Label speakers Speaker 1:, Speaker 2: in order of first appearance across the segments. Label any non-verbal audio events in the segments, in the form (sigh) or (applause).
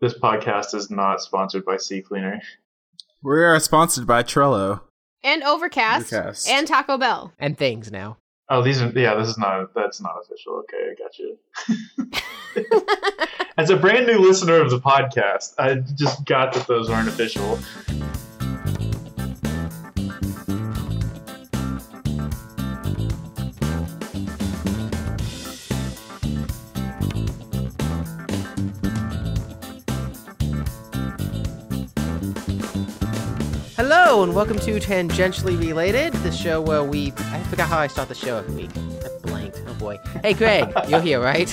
Speaker 1: This podcast is not sponsored by Sea Cleaner.
Speaker 2: We are sponsored by Trello.
Speaker 3: And Overcast,
Speaker 2: Overcast.
Speaker 3: and Taco Bell.
Speaker 4: and things now.
Speaker 1: Oh, these are yeah. This is not that's not official. Okay, I got you. As a brand new listener of the podcast, I just got that those aren't official.
Speaker 4: Hello, and welcome to Tangentially Related, the show where we. I forgot how I start the show every week. I blanked. Oh boy. Hey, (laughs) Greg, you're here, right?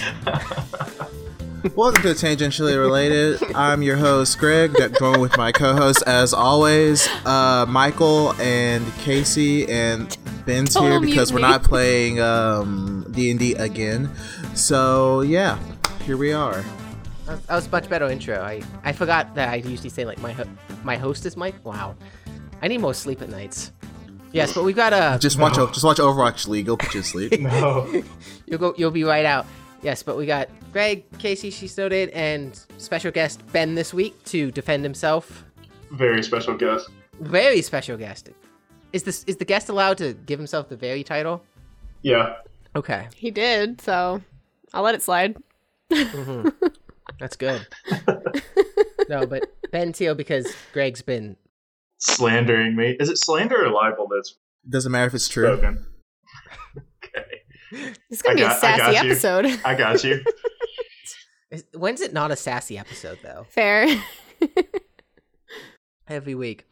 Speaker 2: Welcome to Tangentially Related. I'm your host, Greg, that- going with my co hosts as always, uh, Michael and Casey, and Ben's here
Speaker 3: Total
Speaker 2: because we're
Speaker 3: mutiny.
Speaker 2: not playing um, D&D again. So, yeah, here we are.
Speaker 4: That that was a much better intro. I, I forgot that I usually say, like, my ho- my host is Mike. Wow. I need more sleep at nights. Yes, but we've got uh, a.
Speaker 2: Just watch, just watch Overwatch League. It'll put you to
Speaker 1: (laughs)
Speaker 2: sleep.
Speaker 1: No,
Speaker 4: You'll go. You'll be right out. Yes, but we got Greg, Casey, she noted, and special guest Ben this week to defend himself.
Speaker 1: very special guest.
Speaker 4: Very special guest. Is this is the guest allowed to give himself the very title?
Speaker 1: Yeah,
Speaker 4: Okay,
Speaker 3: He did, so I'll let it slide.
Speaker 4: Mm-hmm. that's good. no, but Ben Teal because Greg's been
Speaker 1: slandering me. Is it slander or libel that's
Speaker 2: Doesn't matter if it's true.
Speaker 1: broken? okay,
Speaker 3: It's gonna
Speaker 1: I
Speaker 3: be
Speaker 1: got- I
Speaker 3: a sassy
Speaker 1: got you.
Speaker 3: episode. (laughs)
Speaker 1: I got you.
Speaker 4: is- when's it not a sassy episode though?
Speaker 3: Fair. (laughs)
Speaker 4: every week.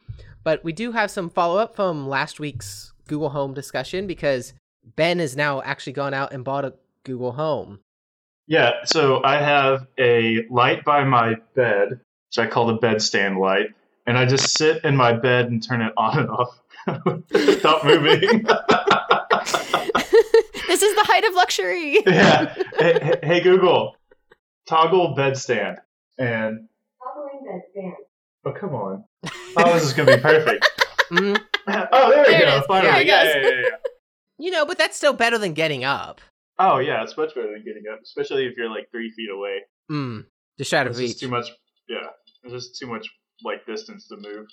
Speaker 4: But we do have some follow up from last week's Google Home discussion because Ben has now actually gone out and bought a Google Home.
Speaker 1: Yeah, so I have a light by my bed, which I call the bedstand light, and I just sit in my bed and turn it on and off (laughs) without moving.
Speaker 3: this is the height of luxury.
Speaker 1: yeah. Hey, hey- hey, Google, toggle bedstand. And, oh, come on. Oh, this is going to be
Speaker 3: (laughs)
Speaker 1: perfect.
Speaker 4: Mm,
Speaker 1: Oh, there we
Speaker 3: There it
Speaker 1: go.
Speaker 3: is.
Speaker 1: Finally. Yeah,
Speaker 3: There it
Speaker 1: yeah,
Speaker 3: goes.
Speaker 1: yeah, yeah.
Speaker 4: you know, but that's still better than getting up.
Speaker 1: Oh, yeah, it's much better than getting up, especially if you're like three feet away.
Speaker 4: Mm, just out of
Speaker 1: It's just
Speaker 4: reach.
Speaker 1: too much. Yeah, it's just too much like distance to move.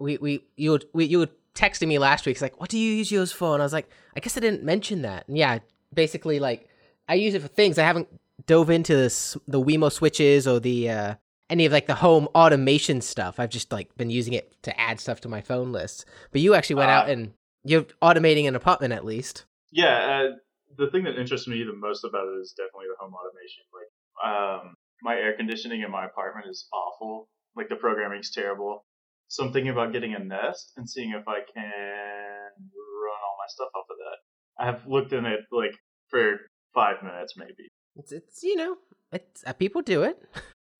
Speaker 4: We we you were, we, you were texting me last week. It's like, what do you use yours for? And I was like, I guess I didn't mention that. And yeah, basically, like I use it for things I haven't dove into this, the Wemo switches or the uh, any of like the home automation stuff. I've just like been using it to add stuff to my phone list. But you actually went
Speaker 1: Ah.
Speaker 4: out and you're automating an apartment at least.
Speaker 1: Yeah, uh, the thing that interests me the most about it is definitely the home automation. Like, um, my air conditioning in my apartment is awful. Like, the programming's terrible. So I'm thinking about getting a Nest and seeing if I can run all my stuff off of that. I have looked in it like for five minutes, maybe.
Speaker 4: It's it's you know it's uh, people do it.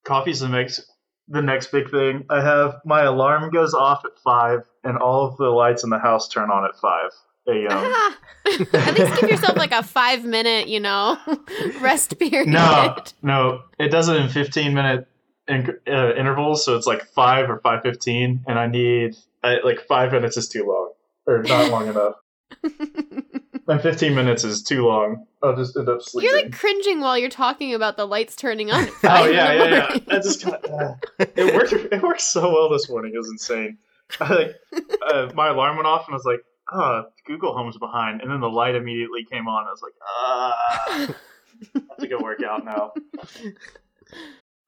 Speaker 1: Coffee's the next the next big thing. I have my alarm goes off at five, and all of the lights in the house turn on at five a.m.
Speaker 3: Ah. At least give yourself like a five minute, you know, (laughs) rest period.
Speaker 1: No, no, it does it in fifteen minute in, uh, intervals, so it's like five or five fifteen, and I need I, like five minutes is too long or not long (laughs) enough, and fifteen minutes is too long. I'll just end up sleeping.
Speaker 3: (laughs) You're like cringing while you're talking about the lights turning on. at
Speaker 1: (laughs) oh
Speaker 3: five in
Speaker 1: yeah,
Speaker 3: the
Speaker 1: yeah, yeah.
Speaker 3: morning. (laughs)
Speaker 1: I just kinda, uh, it worked. It worked so well this morning. It was insane. I, like
Speaker 3: (laughs)
Speaker 1: uh, my alarm went off, and I was like, "Ah, Google Home's behind," and then the light immediately came on. I was like, "Ah, I have to go work out
Speaker 3: (laughs)
Speaker 1: now."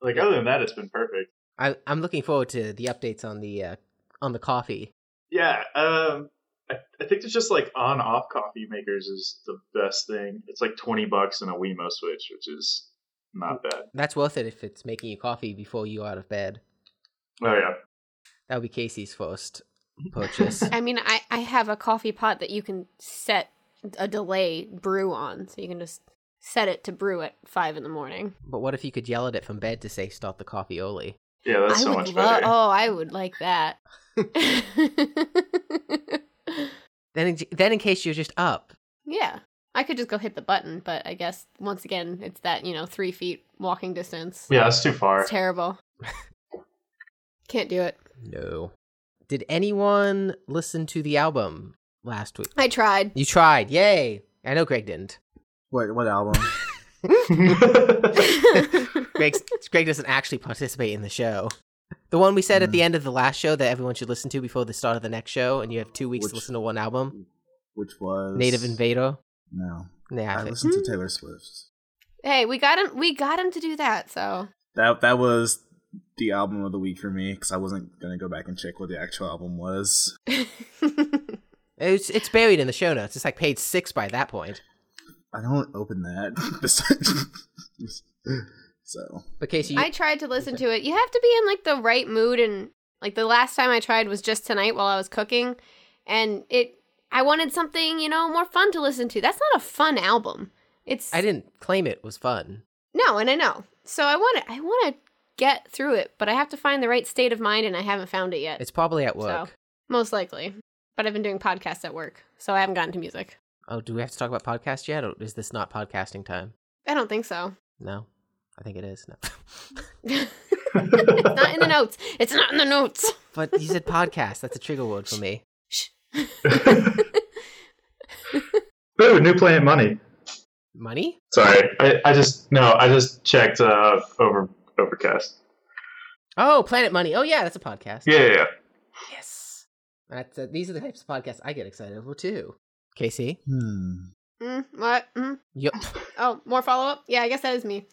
Speaker 1: Like other than that, it's been perfect.
Speaker 4: I I'm looking forward to the updates on the uh, on the coffee.
Speaker 1: Yeah, um, I, I think it's just like on off coffee makers is the best thing. It's like twenty bucks and a Wemo switch, which is not
Speaker 3: Mm.
Speaker 1: bad.
Speaker 4: That's worth it if it's making you coffee before you out of bed.
Speaker 1: Oh yeah,
Speaker 4: That would be
Speaker 2: (laughs)
Speaker 4: Casey's first purchase.
Speaker 3: I mean, I, I have a coffee pot that you can set a delay brew on, so you can just set it to brew at five in the morning.
Speaker 4: but what if you could yell at it from bed to say, start the coffee early?
Speaker 1: yeah, that's
Speaker 3: I
Speaker 1: so
Speaker 3: would
Speaker 1: much
Speaker 3: lo-
Speaker 1: better.
Speaker 3: Oh, I would like
Speaker 1: (laughs)
Speaker 3: that. (laughs)
Speaker 4: Then in, then in case you're just up.
Speaker 3: yeah, I could just go hit the button, but I guess once again, it's that you know three feet walking distance.
Speaker 1: Yeah, that's too far.
Speaker 3: It's terrible. (laughs) Can't do it.
Speaker 4: No. Did anyone listen to the album last week?
Speaker 1: (laughs)
Speaker 3: I tried. (laughs)
Speaker 4: You tried. Yay. I know Greg didn't.
Speaker 2: What, what album?
Speaker 1: (laughs)
Speaker 4: Greg, (laughs) Greg doesn't actually participate in the show. The one we
Speaker 2: Hmm.
Speaker 4: said at the end of the last show that everyone should listen to before the start of the next show, and you have two weeks
Speaker 2: Which-
Speaker 4: to listen to one album,
Speaker 2: which was
Speaker 4: Native Invader.
Speaker 2: No,
Speaker 4: Yeah,
Speaker 2: I
Speaker 4: I think-
Speaker 2: listened to Taylor Swift.
Speaker 3: hey, we got him. We got him to do that. So (laughs)
Speaker 2: That that was the album of the week for me because I wasn't gonna go back and check what the actual album was.
Speaker 4: it's it's buried in the show notes. It's like page six by that point.
Speaker 2: I don't open that. (laughs) so
Speaker 4: But Casey, you,
Speaker 3: I tried to listen to it. You have to be in like the right mood, and like the last time I tried was just tonight while I was cooking, and it. I wanted something you know more fun to listen to. That's not a fun album. It's
Speaker 4: I didn't claim it was fun.
Speaker 3: No, and I know. So I want to. I want to get through it, but I have to find the right state of mind, and I haven't found it yet.
Speaker 4: It's probably at work.
Speaker 3: So. most likely. But I've been doing podcasts at work, so I haven't gotten to music.
Speaker 4: Oh, do we have to talk about podcast yet, or is this not podcasting time?
Speaker 3: I don't think so. (laughs)
Speaker 4: No, I think it is. No,
Speaker 3: it's not
Speaker 4: (laughs)
Speaker 3: in the notes. It's not in the notes.
Speaker 4: but you said podcast. That's a trigger word for me.
Speaker 1: Ooh, new planet money.
Speaker 4: Money?
Speaker 1: Sorry, I, I just no, I just checked uh, over Overcast.
Speaker 4: Oh, Planet Money. Oh yeah, that's a podcast.
Speaker 1: Yeah, yeah, yeah.
Speaker 4: Yes. That's, uh, these are the types of podcasts I get excited over too. Casey,
Speaker 2: hmm.
Speaker 3: Mm, what? Mm.
Speaker 4: you,
Speaker 3: Oh, more follow up? Yeah, I guess that is me.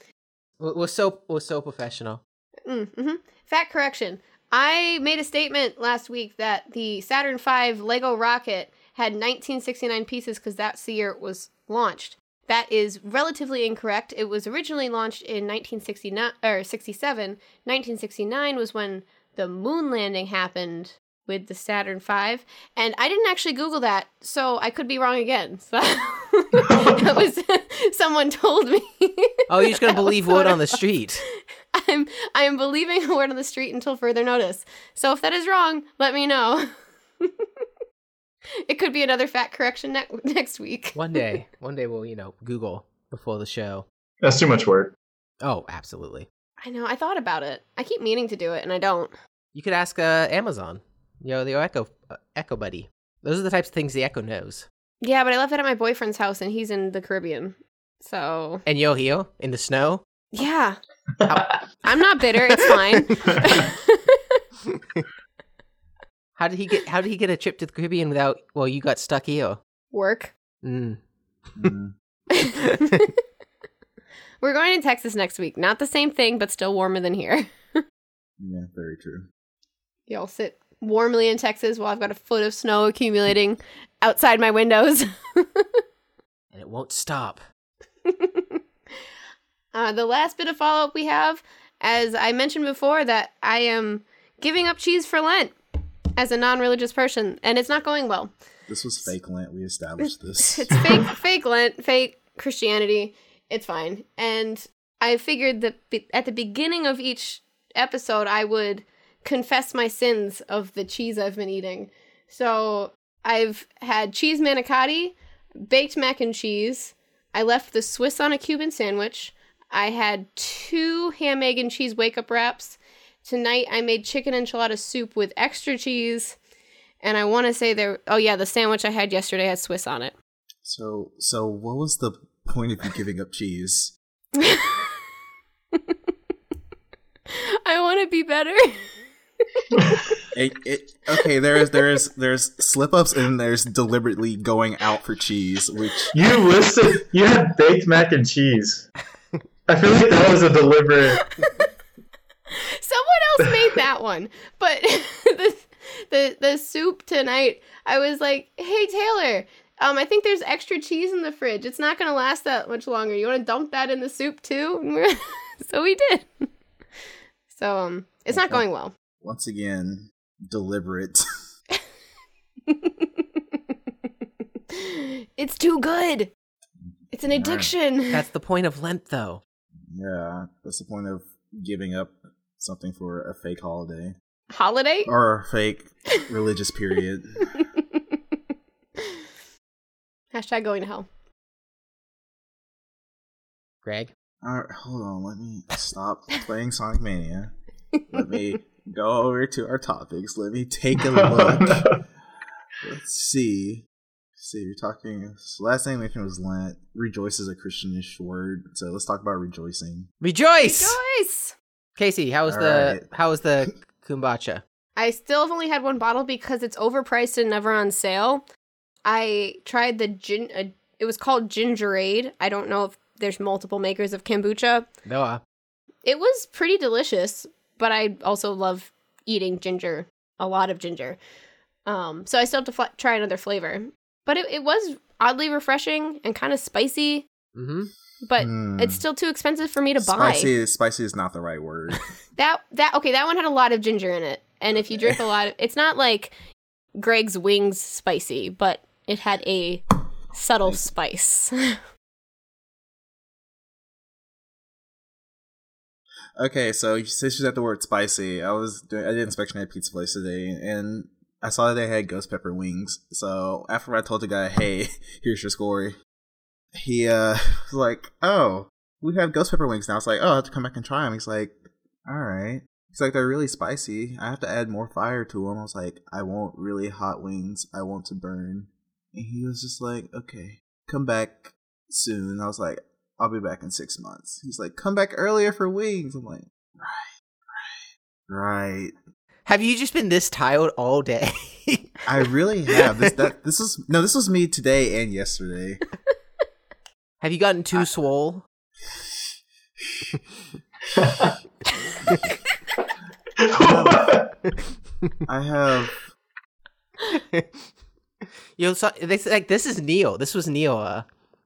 Speaker 4: we're we're so we're so professional.
Speaker 3: Mm, hmm Fact correction. I made a statement last week that the Saturn V Lego rocket had 1969 pieces because that's the year it was launched. That is relatively incorrect. It was originally launched in 1969 or 67. 1969 was when the moon landing happened with the Saturn V, and I didn't actually Google that, so I could be wrong again. (laughs) So that was (laughs) someone told me. (laughs)
Speaker 4: Oh, you're just gonna
Speaker 3: That was
Speaker 4: believe
Speaker 3: what
Speaker 4: word
Speaker 3: I
Speaker 4: on the street.
Speaker 3: (laughs) I'm I am believing (laughs) a word on the street until further notice. So if that is wrong, let me know. (laughs) it could be another fat correction ne- (laughs) next week.
Speaker 4: One day, one day we'll you know Google before the show.
Speaker 1: That's too much
Speaker 3: (laughs)
Speaker 1: work.
Speaker 4: Oh, absolutely.
Speaker 3: I know. I thought about it. I keep meaning to do it and I don't.
Speaker 4: You could ask uh, Amazon. You know the Echo uh, Echo Buddy. Those are the types of things the Echo knows.
Speaker 3: Yeah, but I left it at my boyfriend's house and he's in the Caribbean. So
Speaker 4: And Yo Hio in the snow.
Speaker 3: yeah, I'm not bitter. It's fine.
Speaker 1: (laughs)
Speaker 4: How did he get? How did he get a trip to the Caribbean without? Well, you got stuck here.
Speaker 3: Work. (laughs)
Speaker 4: Mm.
Speaker 2: Mm.
Speaker 3: We're going to Texas next week. Not the same thing, but still warmer than here.
Speaker 2: yeah, very true.
Speaker 3: Y'all sit warmly in Texas while I've got a foot of snow accumulating outside my windows. (laughs)
Speaker 4: And it won't stop.
Speaker 3: Uh, the last bit of follow up we have, as I mentioned before, that I am giving up cheese for Lent as a non religious person, and it's not going well.
Speaker 2: This was fake Lent. We established this.
Speaker 3: (laughs) It's fake, fake Lent, fake Christianity. It's fine. And I figured that be- at the beginning of each episode, I would confess my sins of the cheese I've been eating. So I've had cheese manicotti, baked mac and cheese. I left the Swiss on a Cuban sandwich. I had two ham, egg, and cheese wake up wraps. Tonight, I made chicken enchilada soup with extra cheese. And I want to say there, oh, yeah, the sandwich I had yesterday had Swiss on it.
Speaker 2: So, so what was the point of you giving up cheese?
Speaker 3: I want to be better. (laughs)
Speaker 2: It, it, okay, there is there is there's slip ups and there's deliberately going out for cheese, which
Speaker 1: You listed you had baked mac and cheese. I feel like that was a deliberate.
Speaker 3: Someone else made
Speaker 2: (laughs)
Speaker 3: that one, but (laughs) the, the the soup tonight. I was like, "Hey Taylor, um, I think there's extra cheese in the fridge. It's not gonna last that much longer. You want to dump that in the soup too?" (laughs) And we're, so we did. So um, it's not going well. (laughs)
Speaker 2: once again deliberate.
Speaker 3: it's too good. It's an
Speaker 2: Yeah.
Speaker 3: addiction.
Speaker 4: That's the point of Lent, though.
Speaker 2: Yeah, that's the point of giving up something for a fake holiday
Speaker 3: (laughs) Holiday.
Speaker 2: or a fake religious
Speaker 3: (laughs)
Speaker 2: period.
Speaker 3: Hashtag going to hell.
Speaker 4: Greg.
Speaker 2: All right, hold on, let me stop playing Sonic Mania. Let me go (laughs)
Speaker 3: (laughs)
Speaker 2: over to our topics. Let me take a look. Let's see. See, you're talking. Last thing we think was Lent. Rejoice is a Christianish word, so let's talk about rejoicing.
Speaker 4: Rejoice,
Speaker 3: Rejoice!
Speaker 4: Casey. How was
Speaker 2: All
Speaker 4: the
Speaker 2: right.
Speaker 4: how was (laughs) the kombucha?
Speaker 3: I still have only had one bottle because it's overpriced and never on sale. I tried the gin. Uh, it was called Gingerade. I don't know if there's multiple makers of kombucha.
Speaker 4: Noah.
Speaker 3: It was pretty delicious, but I also love eating ginger, a lot of ginger. Um, so I still have to fl- try another flavor. But it, it was oddly refreshing and kind of spicy,
Speaker 4: Mm-hmm.
Speaker 3: but
Speaker 2: Hmm.
Speaker 3: it's still too expensive for me to buy.
Speaker 2: Spicy, spicy is not the right word.
Speaker 3: That that okay, that one had a lot of ginger in it. And if you drink a lot of it's not like Greg's wings spicy, but it had a subtle spice. (laughs)
Speaker 2: Okay, so since you said the word spicy, I was doing, I did inspection at a pizza place today, and I saw that they had ghost pepper wings. So after I told the guy, "Hey, (laughs) here's your score," he uh (laughs) was like, "Oh, we have ghost pepper wings now." I was like, "Oh, I have to come back and try them." He's like, "All right." He's like, "They're really spicy. I have to add more fire to them." I was like, "I want really hot wings. I want to burn." And he was just like, "Okay, come back soon." I was like, I'll be back in six months. He's like, come back earlier for wings. I'm like, right, right, right.
Speaker 4: Have you just been this tired all day? (laughs)
Speaker 2: I really have this. That this is no, this was me today and yesterday.
Speaker 4: have you gotten too swole?
Speaker 2: I have
Speaker 4: Yo, so, this like this is Neo. This was Neo, uh,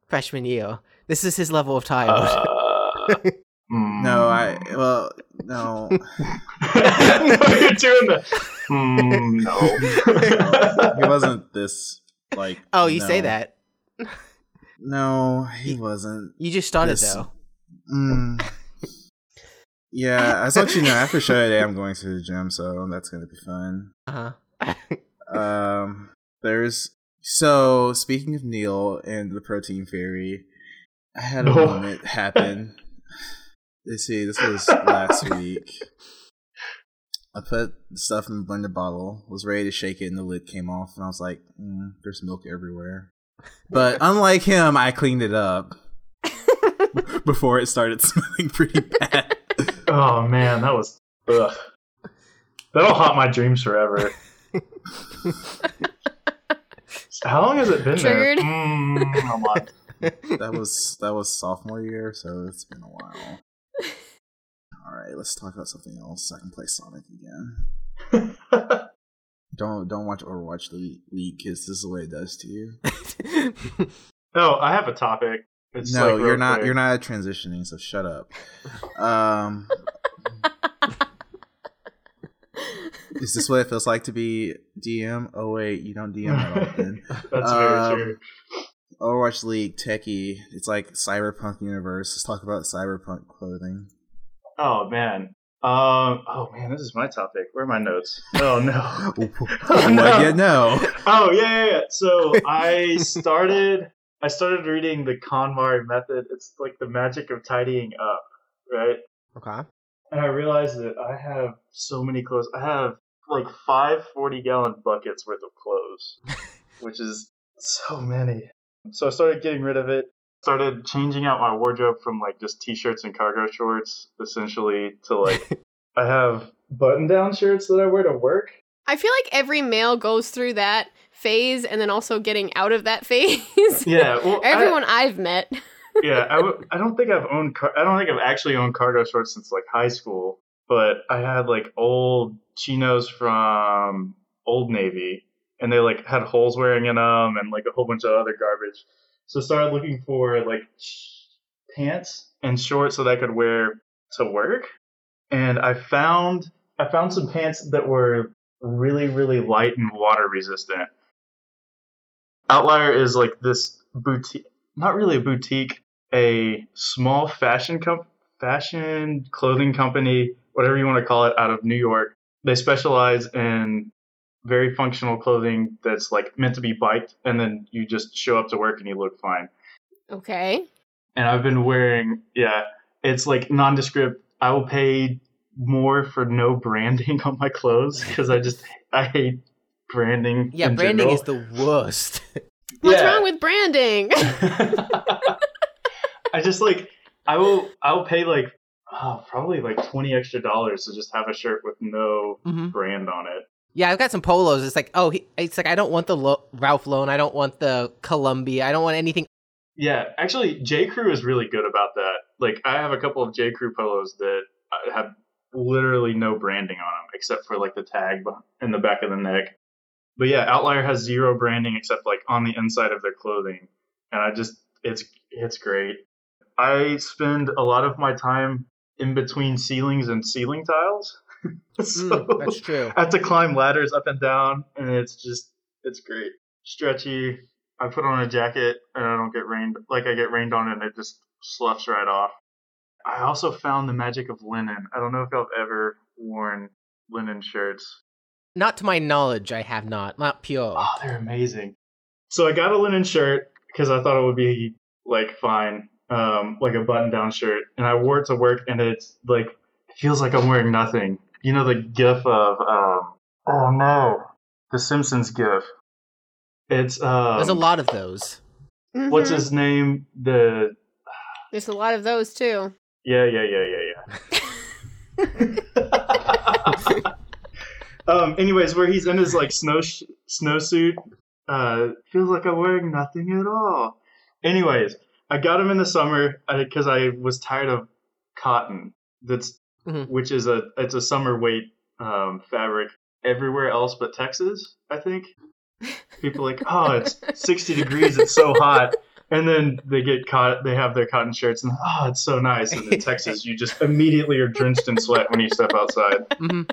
Speaker 4: freshman Neo. This is his level of tired.
Speaker 1: Uh, mm.
Speaker 2: (laughs) no. I well, no.
Speaker 1: hmm. (laughs) no, you're doing the. Mm,
Speaker 2: (laughs)
Speaker 1: no.
Speaker 2: He wasn't this like.
Speaker 4: oh, you say
Speaker 2: no.
Speaker 4: that.
Speaker 2: No, he wasn't.
Speaker 4: You just started
Speaker 2: This-
Speaker 4: though.
Speaker 2: Mm. Yeah, I just let you know after show today, I'm going to the gym, so that's gonna be fun.
Speaker 4: Uh
Speaker 2: um there's so speaking of neil and the protein fairy i had a
Speaker 1: No.
Speaker 2: moment happen let's see this was last week i put the stuff in a blender bottle was ready to shake it and the lid came off and i was like mm, there's milk everywhere but unlike him i cleaned it up before it started (laughs) smelling pretty bad
Speaker 1: oh man, that was. Ugh. That'll haunt my dreams
Speaker 2: (laughs)
Speaker 1: forever. How long has it been
Speaker 3: Triggered.
Speaker 1: there? Mm, a month.
Speaker 2: that was that was sophomore year, so it's been a while. All right, let's talk about something else. I can play Sonic again.
Speaker 1: (laughs)
Speaker 2: Don't don't watch Overwatch Le- League because this is what it does to you.
Speaker 4: huh.
Speaker 1: no, Oh, I have a topic. It's
Speaker 2: no,
Speaker 1: like real
Speaker 2: you're not.
Speaker 1: quick.
Speaker 2: You're not transitioning. So shut up. Um, is this what it feels like to be DM? Oh wait, you don't DM that
Speaker 1: (laughs)
Speaker 2: often.
Speaker 1: That's very
Speaker 2: um,
Speaker 1: true.
Speaker 2: Overwatch League techie. It's like cyberpunk universe. Let's talk about cyberpunk clothing.
Speaker 1: Oh man. Um. Oh man, this is my topic. Where are my notes? Oh no. Oh, no.
Speaker 2: (laughs) What you know?
Speaker 1: oh yeah, yeah, yeah. So I started. I started reading the KonMari method. It's like the magic of tidying up, right?
Speaker 4: okay.
Speaker 1: And I realized that I have so many clothes. I have like five 40 gallon buckets worth of clothes, which is so many. So I started getting rid of it. Started changing out my wardrobe from like just t shirts and cargo shorts, essentially, to like I have button down shirts that I wear to work.
Speaker 3: I feel like every male goes through that phase and then also getting out of that (laughs) phase.
Speaker 1: Yeah. Well, I-
Speaker 3: (laughs) Everyone I've met.
Speaker 1: yeah, I, w- I don't think I've owned car- I don't think I've actually owned cargo shorts since like high school, but I had like old chinos from Old Navy and they like had holes wearing in them and like a whole bunch of other garbage. So I started looking for like sh- pants and shorts that I could wear to work and I found I found some pants that were really really light and water resistant. Outlier is like this boutique not really a boutique, a small fashion com- fashion clothing company, whatever you want to call it, out of New York. They specialize in very functional clothing that's like meant to be biked, and then you just show up to work and you look fine.
Speaker 3: Okay.
Speaker 1: And I've been wearing, yeah, it's like nondescript. I will pay more for no branding (laughs) on my clothes because I just I hate branding.
Speaker 4: Yeah,
Speaker 1: in
Speaker 4: branding
Speaker 1: general.
Speaker 4: is the worst.
Speaker 3: What's
Speaker 1: Yeah.
Speaker 3: wrong with branding? (laughs)
Speaker 1: I just like I will I will pay like oh, probably like twenty extra dollars to just have a shirt with no
Speaker 4: (laughs) Mm-hmm.
Speaker 1: brand on it.
Speaker 4: Yeah, I've got some polos. It's like, oh, he, it's like I don't want the Lo- Ralph Lauren. I don't want the Columbia. I don't want anything.
Speaker 1: Yeah, actually, J Crew is really good about that. Like I have a couple of J Crew polos that uh, have literally no branding on them except for like the tag beh- in the back of the neck. But yeah, Outlier has zero branding except like on the inside of their clothing, and I just it's it's great. I spend a lot of my time in between ceilings and ceiling tiles. (laughs) so
Speaker 4: Mm, that's true.
Speaker 1: I have to climb ladders up and down, and it's just it's great. Stretchy. I put on a jacket, and I don't get rained like I get rained on, and it just sloughs right off. I also found the magic of linen. I don't know if I've ever worn linen shirts.
Speaker 4: Not to my knowledge, I have not. Not pure.
Speaker 1: Oh, they're amazing. So I got a linen shirt because I thought it would be like fine, um, like a button-down shirt, and I wore it to work, and it's like it feels like I'm wearing nothing. You know the GIF of um, oh no, the Simpsons GIF. It's um,
Speaker 4: There's a lot of those.
Speaker 1: What's
Speaker 3: Mhm.
Speaker 1: his name? The
Speaker 3: There's a lot of those too.
Speaker 1: yeah, yeah, yeah, yeah, yeah.
Speaker 4: (laughs)
Speaker 1: (laughs) um, anyways, where he's in his like snow sh- snowsuit, uh, feels like I'm wearing nothing at all. Anyways, I got him in the summer because I was tired of cotton. That's
Speaker 4: Mhm.
Speaker 1: which is a it's a summer weight um, fabric everywhere else but Texas. I think people are like oh it's sixty degrees, it's so hot. And then they get caught. They have their cotton shirts, and oh, it's so nice. And in Texas, you just immediately are drenched in sweat when you step outside.
Speaker 4: Mhm.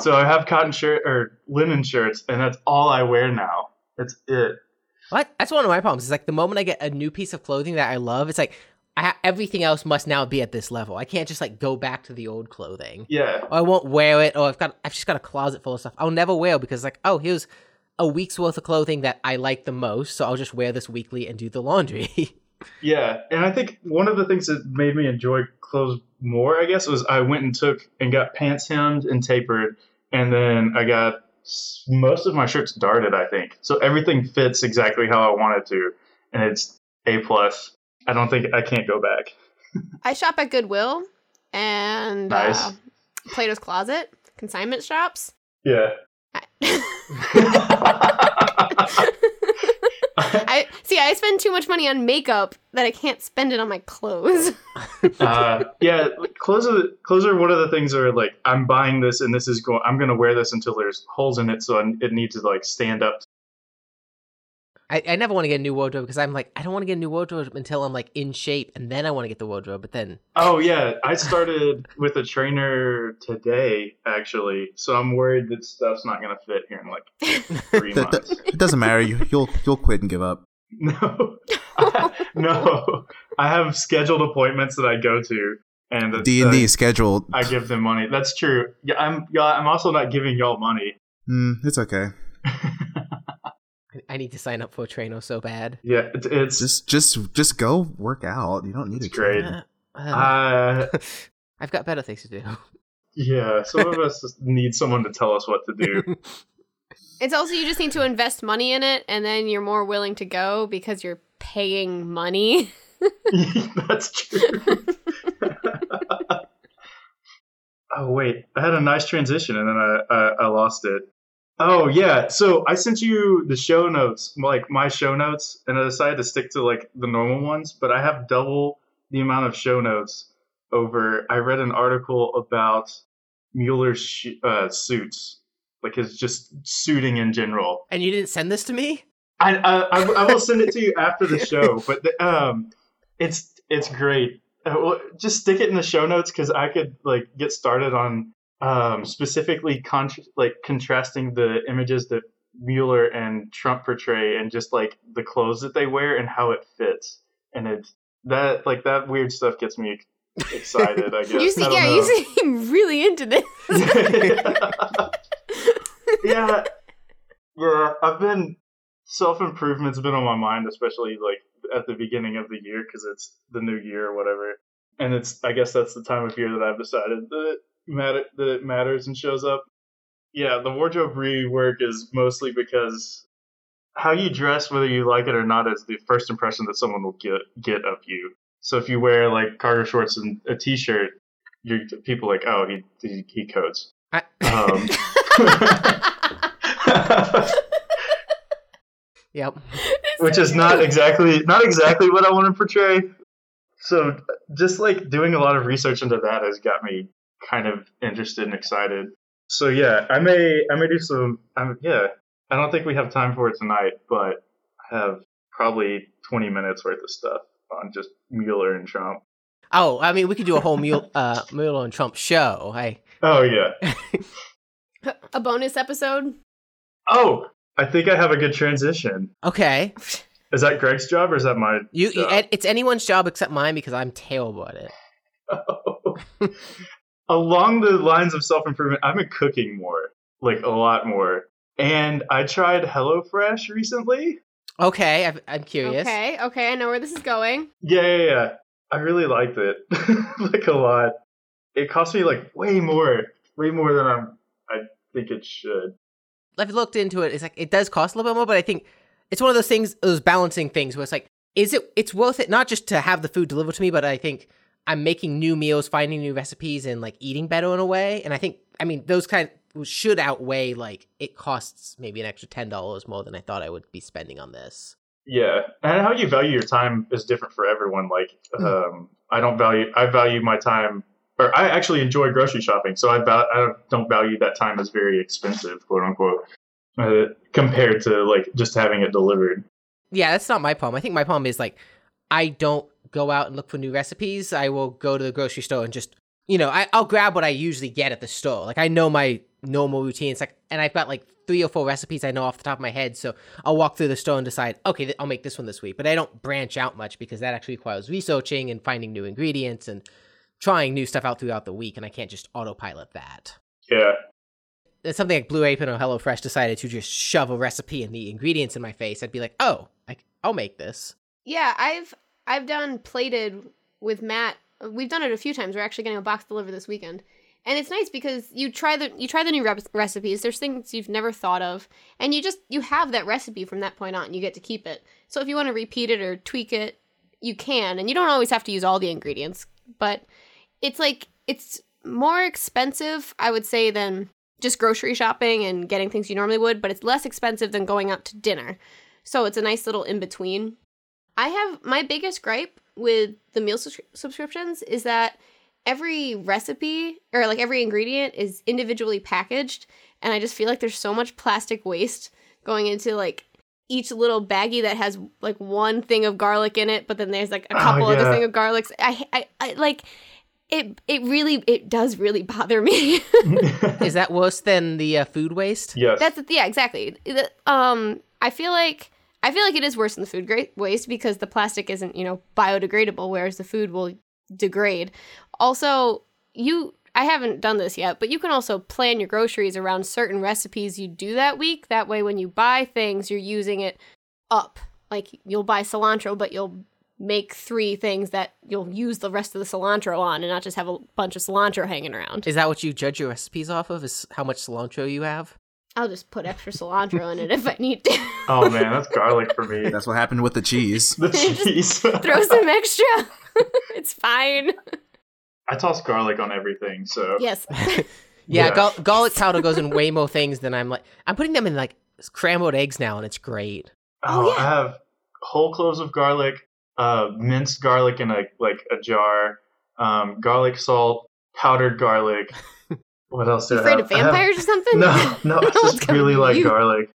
Speaker 1: So I have cotton shirt or linen shirts, and that's all I wear now. That's it.
Speaker 4: (laughs) What? That's one of my problems. It's like the moment I get a new piece of clothing that I love, it's like I ha- everything else must now be at this level. I can't just like go back to the old clothing.
Speaker 1: Yeah,
Speaker 4: Or I won't wear it. Or I've got I've just got a closet full of stuff I'll never wear because like oh here's a week's worth of clothing that I like the most, so I'll just wear this weekly and do the laundry. (laughs)
Speaker 1: yeah. And I think one of the things that made me enjoy clothes more, I guess, was I went and took and got pants hemmed and tapered, and then I got s- most of my shirts darted. I think so. Everything fits exactly how I want it to, and it's a plus. I don't think I can't go back.
Speaker 3: I shop at Goodwill and
Speaker 1: Nice.
Speaker 3: uh, Plato's Closet consignment shops.
Speaker 1: Yeah. (laughs)
Speaker 3: I see. I spend too much money on makeup that I can't spend it on my clothes.
Speaker 1: (laughs) uh, yeah, clothes are, clothes are one of the things that are like I'm buying this and this is going. I'm going to wear this until there's holes in it, so I, it needs to like stand up.
Speaker 4: I, I never want to get a new wardrobe because I'm like I don't want to get a new wardrobe until I'm like in shape and then I want to get the wardrobe. But then
Speaker 1: Oh yeah, I started with a trainer today actually, so I'm worried that stuff's not going to fit here in like three
Speaker 2: That- (laughs)
Speaker 1: months. (laughs)
Speaker 2: that- it doesn't matter. You, you'll you'll quit and give up.
Speaker 1: No, (laughs) no, I have scheduled appointments that I go to, and it's,
Speaker 2: D and D
Speaker 1: uh,
Speaker 2: scheduled.
Speaker 1: I give them money. That's true. Yeah, I'm. Yeah, I'm also not giving y'all money.
Speaker 2: Mm, it's okay.
Speaker 4: I- I need to sign up for a trainer so bad.
Speaker 1: Yeah, it, it's
Speaker 2: Just just just go work out. You don't need
Speaker 1: It's
Speaker 2: a
Speaker 1: great.
Speaker 2: trainer.
Speaker 4: Uh, uh,
Speaker 1: Uh,
Speaker 4: (laughs) I've got better things to do. (laughs)
Speaker 1: yeah, some of us just need someone to tell us what to do. (laughs)
Speaker 3: It's also you just need to invest money in it, and then you're more willing to go because you're paying money.
Speaker 1: That's true. oh wait, I had a nice transition and then I, I I lost it. Oh yeah, so I sent you the show notes, like my show notes, and I decided to stick to like the normal ones, but I have double the amount of show notes over. I read an article about Mueller's sh- uh, suits, like his just suiting in general.
Speaker 4: and you didn't send this to me?
Speaker 1: I, I, I I will send it to you after the show, but the, um, it's it's great. Uh, well, just stick it in the show notes because I could like get started on um, specifically con- like contrasting the images that Mueller and Trump portray, and just like the clothes that they wear and how it fits, and it's that like that weird stuff gets me excited. I guess
Speaker 3: you see,
Speaker 1: I don't
Speaker 3: yeah,
Speaker 1: know.
Speaker 3: you seem really into this. (laughs)
Speaker 1: yeah, yeah. I've been self improvement's been on my mind, especially like at the beginning of the year because it's the new year or whatever, and it's I guess that's the time of year that I've decided that it matter that it matters and shows up. Yeah, the wardrobe rework is mostly because how you dress, whether you like it or not, is the first impression that someone will get get of you. So if you wear like cargo shorts and a t-shirt, your people are like, oh, he he, he codes.
Speaker 4: I,
Speaker 1: Um,
Speaker 4: (laughs) yep.
Speaker 1: (laughs) which is not exactly not exactly what I want to portray. So just like doing a lot of research into that has got me kind of interested and excited. So yeah, I may I may do some um, yeah. I don't think we have time for it tonight, but I have probably 20 minutes worth of stuff on just Mueller and Trump.
Speaker 4: Oh, I mean, we could do a whole Mule, uh, Mueller and Trump show. Hey,
Speaker 1: Oh yeah.
Speaker 3: a bonus episode.
Speaker 1: Oh, I think I have a good transition.
Speaker 4: okay.
Speaker 1: Is that Greg's job or is that my
Speaker 4: You, you-
Speaker 1: Yeah.
Speaker 4: it's anyone's job except mine because I'm terrible at it.
Speaker 1: (laughs) along the lines of self improvement, I've been cooking more, like a lot more. And I tried HelloFresh recently.
Speaker 4: Okay, I've, I'm curious.
Speaker 3: Okay, okay, I know where this is going.
Speaker 1: Yeah, yeah, yeah. I really liked it, (laughs) like a lot. It cost me like way more, way more than I'm. I think it should.
Speaker 4: I've looked into it. It's like it does cost a little bit more, but I think it's one of those things, those balancing things where it's like, is it? It's worth it not just to have the food delivered to me, but I think I'm making new meals, finding new recipes, and like eating better in a way. And I think, I mean, those kind should outweigh like it costs maybe an extra ten dollars more than I thought I would be spending on this.
Speaker 1: Yeah, and how you value your time is different for everyone. Like, um, I don't value. I value my time, or I actually enjoy grocery shopping, so I val- I don't value that time as very expensive, quote unquote, uh, compared to like just having it delivered.
Speaker 4: Yeah, that's not my problem. I think my problem is like I don't go out and look for new recipes. I will go to the grocery store and just you know, I, I'll grab what I usually get at the store. Like I know my normal routine. It's like and I've got like three or four recipes I know off the top of my head. So I'll walk through the store and decide, okay, th- I'll make this one this week. But I don't branch out much because that actually requires researching and finding new ingredients and trying new stuff out throughout the week and I can't just autopilot that.
Speaker 1: Yeah,
Speaker 4: It's something like Blue Apron or HelloFresh decided to just shove a recipe and the ingredients in my face. I'd be like, oh, I, I'll make this.
Speaker 3: Yeah, I've I've done plated with Matt. uh, We've done it a few times. We're actually getting a box delivered this weekend. And it's nice because you try the you try the new rep- recipes. There's things you've never thought of, and you just you have that recipe from that point on. You get to keep it. So if you want to repeat it or tweak it, you can, and you don't always have to use all the ingredients. But it's like it's more expensive, I would say, than just grocery shopping and getting things you normally would. But it's less expensive than going out to dinner. So it's a nice little in between. I have my biggest gripe with the meal subs- subscriptions is that every recipe or like every ingredient is individually packaged and I just feel like there's so much plastic waste going into like each little baggie that has like one thing of garlic in it but then there's like a
Speaker 1: Oh,
Speaker 3: couple other
Speaker 1: yeah.
Speaker 3: thing of garlics I, I I like it it really it does really bother me (laughs)
Speaker 4: Is that worse than the uh, food waste?
Speaker 1: yes.
Speaker 3: That's the, yeah, exactly. The- Um, I feel like I feel like it is worse than the food gra- waste because the plastic isn't you know biodegradable, whereas the food will degrade. Also, you I haven't done this yet, but you can also plan your groceries around certain recipes you do that week. That way, when you buy things, you're using it up. Like you'll buy cilantro, but you'll make three things that you'll use the rest of the cilantro on, and not just have a bunch of cilantro hanging around.
Speaker 4: Is that what you judge your recipes off of? Is how much cilantro you have?
Speaker 3: I'll just put extra cilantro in it if I need to.
Speaker 1: Oh man, that's garlic for
Speaker 2: (laughs)
Speaker 1: me.
Speaker 2: That's what happened with
Speaker 1: (laughs)
Speaker 2: the cheese.
Speaker 1: the cheese.
Speaker 3: throw (laughs) some extra. it's fine.
Speaker 1: (laughs) I toss garlic on everything, so
Speaker 3: (laughs) Yes.
Speaker 4: Yeah,
Speaker 1: Yeah.
Speaker 4: Gar- garlic powder goes in way more things than I'm like. I'm putting them in like scrambled eggs now, and it's great. (laughs)
Speaker 1: Oh,
Speaker 3: Oh,
Speaker 1: I
Speaker 3: yeah.
Speaker 1: have whole cloves of garlic, uh, minced garlic in a like a jar, um, garlic salt, powdered garlic.
Speaker 3: (laughs)
Speaker 1: What else (laughs)
Speaker 3: You
Speaker 1: did I
Speaker 3: afraid
Speaker 1: have?
Speaker 3: of
Speaker 1: I have-
Speaker 3: vampires or (laughs) something?
Speaker 1: No, no, I
Speaker 3: one's
Speaker 1: just
Speaker 3: coming
Speaker 1: really
Speaker 3: for
Speaker 1: like
Speaker 3: you. (laughs)
Speaker 1: garlic.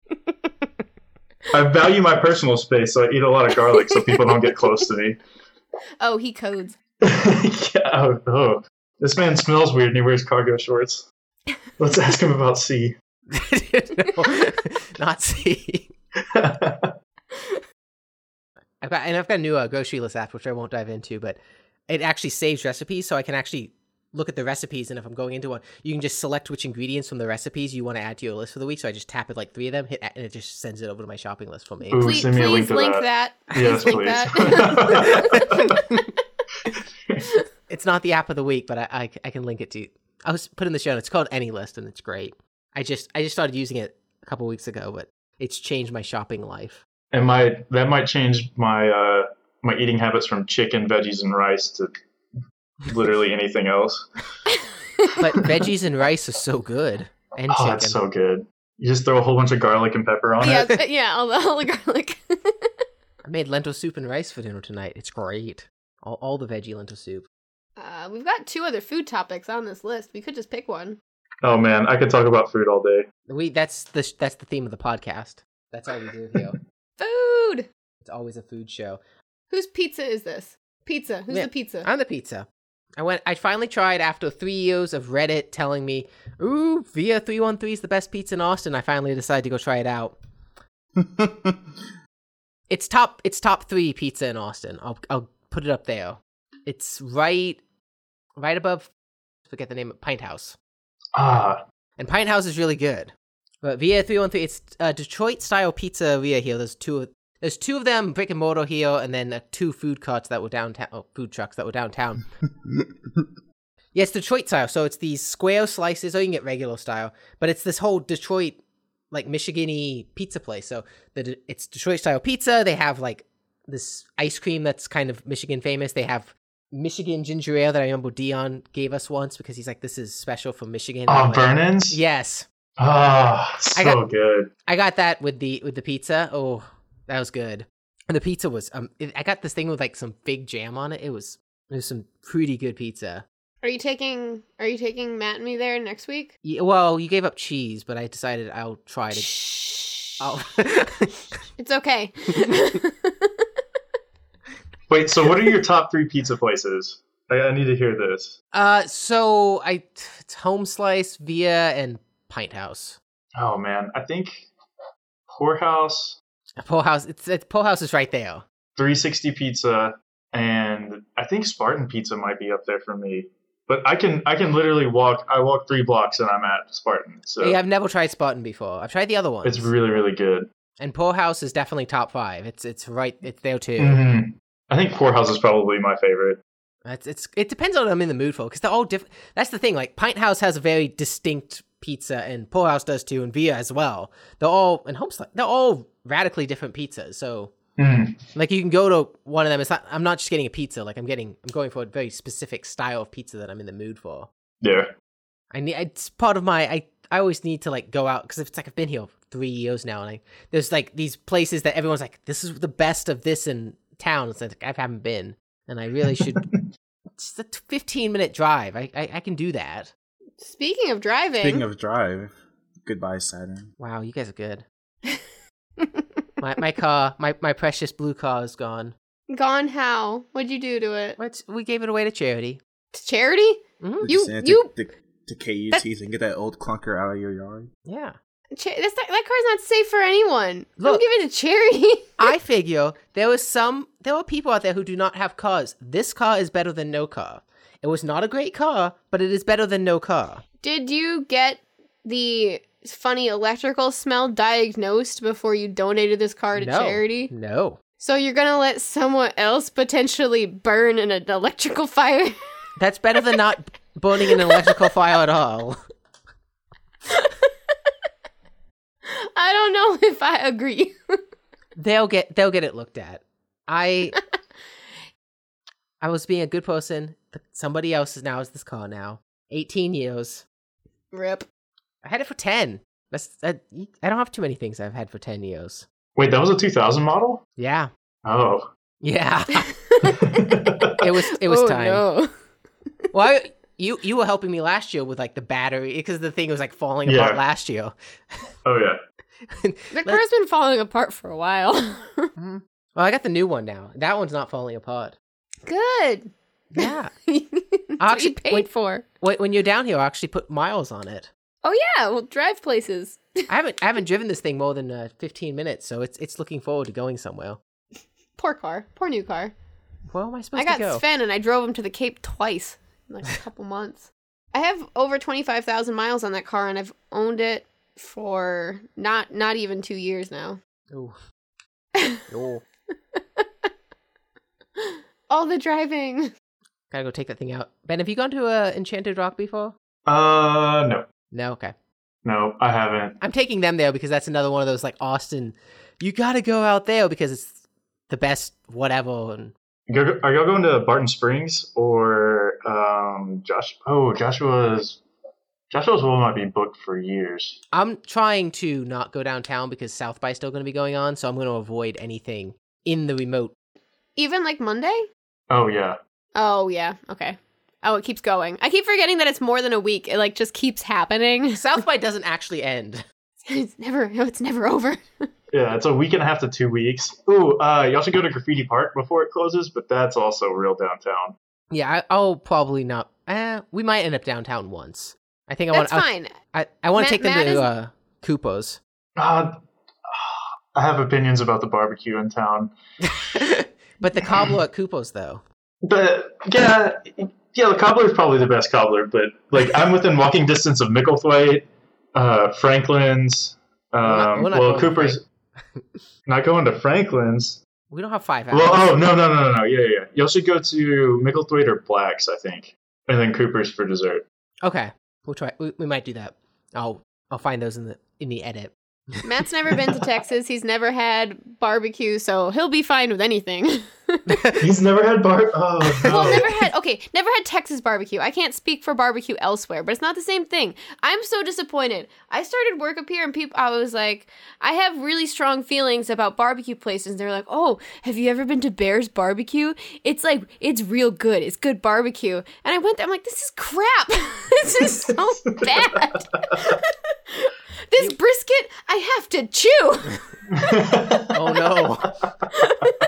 Speaker 1: I value my personal space, so I eat a lot of garlic so people don't get close to me. (laughs)
Speaker 3: Oh, he codes.
Speaker 1: yeah, oh, oh. This man smells weird and he wears cargo
Speaker 3: (laughs)
Speaker 1: shorts. Let's ask him about C. (laughs)
Speaker 4: no, not see. I've got and I've got a new uh, grocery list app, which I won't dive into, but it actually saves recipes, so I can actually look at the recipes. And if I'm going into one, you can just select which ingredients from the recipes you want to add to your list for the week. So I just tap it like three of them, hit, a- and it just sends it over to my shopping list for me.
Speaker 1: Ooh,
Speaker 3: please
Speaker 1: send me a link
Speaker 3: please
Speaker 1: to
Speaker 3: link that.
Speaker 1: that. (laughs) yes,
Speaker 3: Please
Speaker 1: please.
Speaker 3: link
Speaker 1: (laughs)
Speaker 3: that. (laughs)
Speaker 4: It's not the app of the week, but I, I, I can link it to. I was put in the show. notes. It's called Any List, and it's great. I just I just started using it a couple weeks ago, but it's changed my shopping life.
Speaker 1: And my that might change my uh, my eating habits from chicken, veggies, and rice to
Speaker 4: (laughs)
Speaker 1: literally anything else. (laughs)
Speaker 4: But veggies and rice are so good, and
Speaker 1: oh,
Speaker 4: chicken.
Speaker 1: that's so good. You just throw a whole bunch of garlic and pepper on
Speaker 3: yeah,
Speaker 1: it.
Speaker 3: th- (laughs) yeah, all the, all the garlic. (laughs)
Speaker 4: I made lentil soup and rice for dinner tonight. It's great. All, all the veggie lentil soup.
Speaker 3: uh, we've got two other food topics on this list. We could just pick one.
Speaker 1: Oh man, I could talk about food all day.
Speaker 4: We that's the sh- that's the theme of the podcast. That's all we do
Speaker 1: (laughs)
Speaker 4: here.
Speaker 3: Food.
Speaker 4: it's always a food show.
Speaker 3: Whose pizza is this? Pizza. Who's
Speaker 4: Yeah,
Speaker 3: the pizza?
Speaker 4: I'm the pizza. I went. I finally tried after three years of Reddit telling me, "Ooh, Via three one three is the best pizza in Austin." I finally decided to go try it out. It's top. It's top three pizza in Austin. I'll I'll put it up there. It's right, right above. Forget the name of Pint House.
Speaker 1: Ah,
Speaker 4: And Pint House is really good. But Via 313, it's uh, Detroit style pizzeria here. There's two of there's two of them brick and mortar here, and then uh, two food carts that were downtown, oh, food trucks that were downtown. yeah, it's Detroit style, so it's these square slices, or you can get regular style, but it's this whole Detroit, like Michigany pizza place. So the, De- it's Detroit style pizza. They have like this ice cream that's kind of Michigan famous. They have Michigan ginger ale that I remember Dion gave us once because he's like, this is special for Michigan. I'm
Speaker 1: oh,
Speaker 4: like,
Speaker 1: Vernon's.
Speaker 4: Yes,
Speaker 1: Ah, so
Speaker 4: I got-
Speaker 1: good.
Speaker 4: I got that with the with the pizza. Oh, that was good. And the pizza was um, it, I got this thing with like some fig jam on it. It was it was some pretty good pizza.
Speaker 3: Are you taking Are you taking Matt and me there next week?
Speaker 4: Yeah, well, you gave up cheese, but I decided I'll try to.
Speaker 3: Shh.
Speaker 1: Oh.
Speaker 4: I'll, (laughs)
Speaker 3: (laughs) It's okay.
Speaker 1: (laughs)
Speaker 3: (laughs)
Speaker 1: Wait, so what are your top three pizza places? I, I need to hear this.
Speaker 4: uh, so I it's home slice via and pint house.
Speaker 1: Oh man, I think Poorhouse,
Speaker 4: Poe house. It's, it's Poe house is right there.
Speaker 1: 360 Pizza, and I think Spartan Pizza might be up there for me. But I can I can literally walk. I walk three blocks and I'm at Spartan. So
Speaker 4: Yeah, I've never tried Spartan before. I've tried the other ones.
Speaker 1: it's really really good.
Speaker 4: and Poe house is definitely top five. It's it's right. It's there too.
Speaker 1: Mhm. I think Poorhouse is probably my favorite.
Speaker 4: It's, it's it depends on what I'm in the mood for because they're all different. That's the thing. Like Pint House has a very distinct pizza, and Poor House does too, and Via as well. They're all and Homestead. They're all radically different pizzas. So
Speaker 1: Mm.
Speaker 4: like you can go to one of them. It's not. I'm not just getting a pizza. Like I'm getting. I'm going for a very specific style of pizza that I'm in the mood for.
Speaker 1: Yeah.
Speaker 4: I need. It's part of my. I I always need to like go out because it's like I've been here three years now, and I there's like these places that everyone's like, this is the best of this in town. It's like I haven't been, and I really should. it's a t- 15 minute drive. I, I I can do that.
Speaker 3: Speaking of driving,
Speaker 2: Speaking of drive, goodbye Saturn.
Speaker 4: Wow, you guys are good. My my car, my my precious blue car is gone.
Speaker 3: gone how? What'd you do to it?
Speaker 4: What we gave it away to charity.
Speaker 3: To charity?
Speaker 4: hmm
Speaker 3: You-
Speaker 2: send it
Speaker 3: you-
Speaker 2: to, to, to KUT and get that old clunker out of your yard.
Speaker 4: Yeah.
Speaker 3: Cha- that's not, that car's not safe for anyone. Don't
Speaker 4: Look.
Speaker 3: give it to charity.
Speaker 4: I figure there was some there are people out there who do not have cars. This car is better than no car. It was not a great car, but it is better than no car.
Speaker 3: (laughs) Did you get the funny electrical smell diagnosed before you donated this car to
Speaker 4: No.
Speaker 3: charity?
Speaker 4: No.
Speaker 3: So you're gonna let someone else potentially burn in an electrical fire? (laughs)
Speaker 4: That's better than not (laughs) burning an electrical fire at all.
Speaker 3: I don't know if I agree.
Speaker 4: They'll get they'll get it looked at. I I was being a good person. Somebody else is now is this car now. 18 years.
Speaker 3: Rip.
Speaker 4: I had it for 10. That's that, I don't have too many things I've had for 10 years.
Speaker 1: Wait, that was a 2000 model.
Speaker 4: Yeah.
Speaker 1: Oh. (laughs)
Speaker 4: Yeah. It was it was
Speaker 3: oh,
Speaker 4: time. (laughs)
Speaker 3: No.
Speaker 4: Well, I, you you were helping me last year with like the battery because the thing was like falling
Speaker 1: Yeah.
Speaker 4: apart last year.
Speaker 1: oh yeah.
Speaker 3: The car's been falling apart for a while. (laughs)
Speaker 4: Well, I got the new one now. That one's not falling apart.
Speaker 3: Good. (laughs)
Speaker 4: Yeah.
Speaker 3: That's what
Speaker 4: Actually,
Speaker 3: you paid
Speaker 4: wait-
Speaker 3: for.
Speaker 4: (laughs) when, when you're down here, I actually put miles on it.
Speaker 3: Oh yeah, well drive places.
Speaker 4: I haven't I haven't driven this thing more than uh, 15 minutes, so it's it's looking forward to going somewhere.
Speaker 3: Poor car. Poor new car.
Speaker 4: Where am I supposed
Speaker 3: I got
Speaker 4: to go?
Speaker 3: Sven and I drove him to the Cape twice in like a couple months. I have over 25,000 miles on that car and I've owned it for not not even 2 years now. (laughs)
Speaker 4: Ooh. Ooh.
Speaker 3: All the driving.
Speaker 4: Gotta go take that thing out. Ben, have you gone to uh, Enchanted Rock before?
Speaker 1: Uh no.
Speaker 4: No, okay.
Speaker 1: No, I haven't.
Speaker 4: I'm taking them there because that's another one of those like Austin. You got to go out there because it's the best whatever. And
Speaker 1: Go- Are y'all going to Barton Springs or um, Josh? Oh, Joshua's Joshua's will might be booked for years.
Speaker 4: I'm trying to not go downtown because South by still going to be going on, so I'm going to avoid anything in the remote. (laughs)
Speaker 3: Even like Monday?
Speaker 1: Oh yeah,
Speaker 3: Oh yeah. Okay. Oh, it keeps going. I keep forgetting that it's more than a week. It like just keeps happening. (laughs)
Speaker 4: South by doesn't actually end. (laughs)
Speaker 3: It's never it's never over.
Speaker 1: yeah. It's a week and a half to two weeks. Ooh, uh, y'all should go to Graffiti Park before it closes, but that's also real downtown.
Speaker 4: Yeah, I, I'll probably not. Eh, we might end up downtown once. I think I want.
Speaker 3: That's
Speaker 4: I,
Speaker 3: fine.
Speaker 4: I, I want
Speaker 3: Matt-
Speaker 4: to take them
Speaker 3: Matt
Speaker 4: to
Speaker 3: is-
Speaker 4: uh,
Speaker 3: (laughs)
Speaker 4: Kupo's.
Speaker 1: Uh, I have opinions about the barbecue in town,
Speaker 4: but the cobbler at Kupo's though.
Speaker 1: but yeah, yeah. The cobbler is probably the best cobbler, but like I'm within walking distance of Micklethwaite, uh, Franklin's. Um,
Speaker 4: not- we're not
Speaker 1: well,
Speaker 4: going to
Speaker 1: Cooper's not going to Franklin's.
Speaker 4: We don't have five hours.
Speaker 1: Well, oh no, no, no, no, no. Yeah, yeah. yeah. Y'all should go to Micklethwaite or Black's, I think, and then Cooper's for
Speaker 4: (laughs)
Speaker 1: dessert.
Speaker 4: Okay, we'll try. We, we might do that. I'll I'll find those in the in the edit.
Speaker 3: (laughs) Matt's never been to Texas. He's never had barbecue, so he'll be fine with anything. (laughs)
Speaker 1: He's never had bar. Oh
Speaker 3: well, never had okay, never had Texas barbecue. I can't speak for barbecue elsewhere, but it's not the same thing. I'm so disappointed. I started work up here and people I was like, I have really strong feelings about barbecue places. And they're like, "Oh, have you ever been to Bear's Barbecue? It's like it's real good. It's good barbecue." And I went there. I'm like, "This is crap. (laughs) this is so bad." (laughs) this brisket, I have to chew.
Speaker 4: Oh
Speaker 1: (laughs)
Speaker 4: no!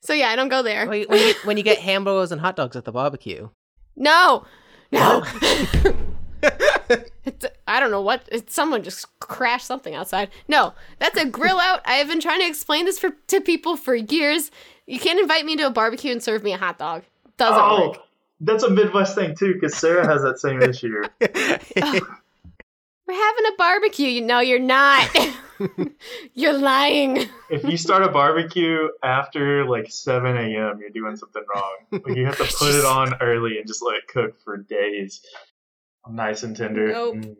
Speaker 3: So yeah, I don't go there.
Speaker 4: when, you- when you, when you get hamburgers and hot dogs at
Speaker 3: (laughs)
Speaker 4: the barbecue,
Speaker 3: No, no. (laughs) It's- I don't know what. It, someone just crashed something outside. No, that's a grill out. I have been trying to explain this for to people for years. You can't invite me to a barbecue and serve me a hot dog. Doesn't
Speaker 1: oh,
Speaker 3: work.
Speaker 1: that's a Midwest thing too, because Sarah has that same issue.
Speaker 3: We're having a barbecue. You know you're not. (laughs) you're lying.
Speaker 1: If you start a barbecue after like 7 a.m., you're doing something wrong. Like you have to put it on early and just let it cook for days, nice and tender.
Speaker 3: Nope.
Speaker 1: Mm.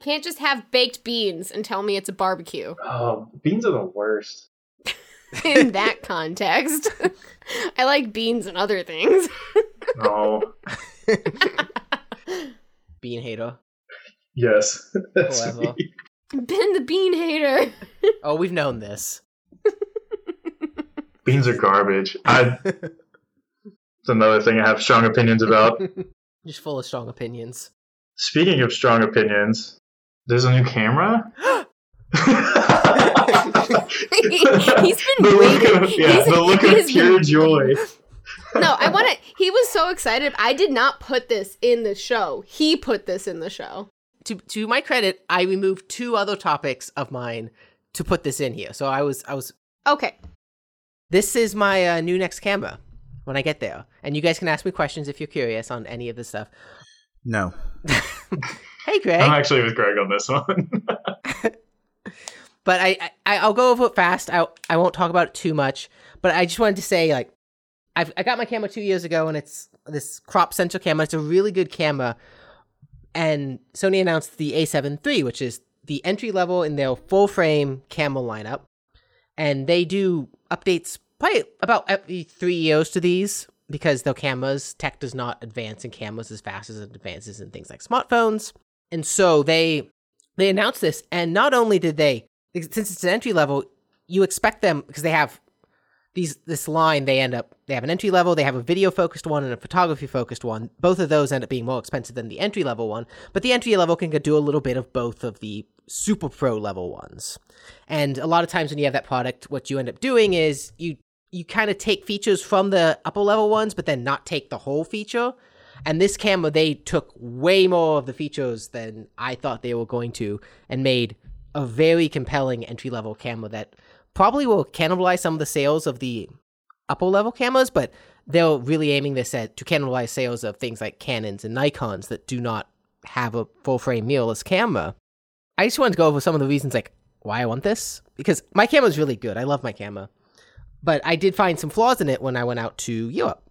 Speaker 3: Can't just have baked beans and tell me it's a barbecue. (laughs)
Speaker 1: Oh, beans are the worst.
Speaker 3: In that context, (laughs) I like beans and other things. (laughs)
Speaker 1: No.
Speaker 4: bean hater.
Speaker 1: yes. (laughs) That's
Speaker 4: Whatever.
Speaker 1: me.
Speaker 3: Been the bean hater.
Speaker 4: Oh, we've known this.
Speaker 1: Beans are garbage. I. It's another thing I have strong opinions about.
Speaker 4: (laughs) Just full of strong opinions.
Speaker 1: Speaking of strong opinions, there's a new
Speaker 3: (gasps)
Speaker 1: camera. (laughs)
Speaker 3: He's been
Speaker 1: the look
Speaker 3: waiting.
Speaker 1: of, yeah,
Speaker 3: He's-
Speaker 1: the look of
Speaker 3: he's
Speaker 1: pure
Speaker 3: been-
Speaker 1: joy.
Speaker 3: No, I want to. He was so excited. I did not put this in the show. He put this in the show.
Speaker 4: To to my credit, I removed two other topics of mine to put this in here. So I was I was
Speaker 3: Okay.
Speaker 4: this is my uh, new next camera when I get there, and you guys can ask me questions if you're curious on any of this stuff.
Speaker 3: (laughs)
Speaker 2: No.
Speaker 4: Hey, Greg.
Speaker 1: I'm actually with Greg on this one.
Speaker 4: but I, I I'll go over it fast. I I won't talk about it too much. But I just wanted to say like I've I got my camera two years ago and it's this crop sensor camera. It's a really good camera. And Sony announced the A7 III, which is the entry level in their full frame camera lineup. And they do updates probably about every three years to these because their cameras tech does not advance in cameras as fast as it advances in things like smartphones. And so they they announced this, and not only did they, since it's an entry level, you expect them because they have these this line. They end up they have an entry level, they have a video focused one, and a photography focused one. Both of those end up being more expensive than the entry level one, but the entry level can do a little bit of both of the super pro level ones. And a lot of times when you have that product, what you end up doing is you you kind of take features from the upper level ones, but then not take the whole feature. And this camera, they took way more of the features than I thought they were going to, and made a very compelling entry level camera that probably will cannibalize some of the sales of the upper level cameras. But they're really aiming this at to cannibalize sales of things like Canons and Nikon's that do not have a full frame mirrorless camera. I just wanted to go over some of the reasons like why I want this because my camera is really good. I love my camera, but I did find some flaws in it when I went out to Europe.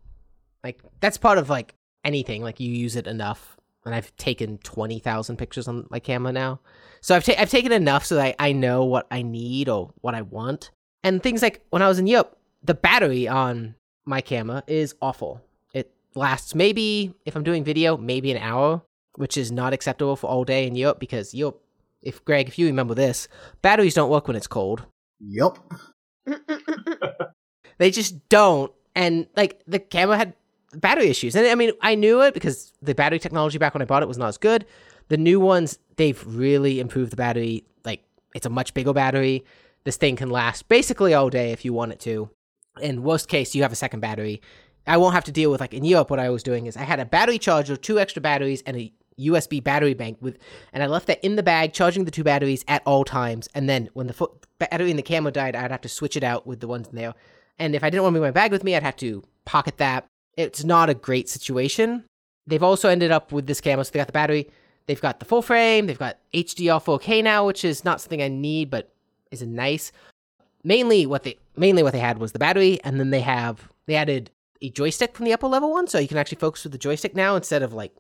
Speaker 4: Like that's part of like anything. Like you use it enough and I've taken twenty thousand pictures on my camera now. So I've ta- I've taken enough so that I, I know what I need or what I want. And things like when I was in Europe, the battery on my camera is awful. It lasts maybe if I'm doing video, maybe an hour, which is not acceptable for all day in Europe because Europe. If Greg, if you remember this, batteries don't work when it's cold.
Speaker 2: Yep.
Speaker 4: They just don't. And like the camera had battery issues. And I mean, I knew it because the battery technology back when I bought it was not as good. The new ones, they've really improved the battery. Like it's a much bigger battery. This thing can last basically all day if you want it to. In worst case, you have a second battery. I won't have to deal with like in Europe. What I was doing is I had a battery charger, two extra batteries, and a USB battery bank with, and I left that in the bag, charging the two batteries at all times. And then when the fo- battery in the camera died, I'd have to switch it out with the ones in there. And if I didn't want to bring my bag with me, I'd have to pocket that. It's not a great situation. They've also ended up with this camera, so they got the battery, they've got the full frame, they've got HDR 4K now, which is not something I need, but is nice. Mainly what they mainly what they had was the battery, and then they have they added a joystick from the upper level one, so you can actually focus with the joystick now instead of like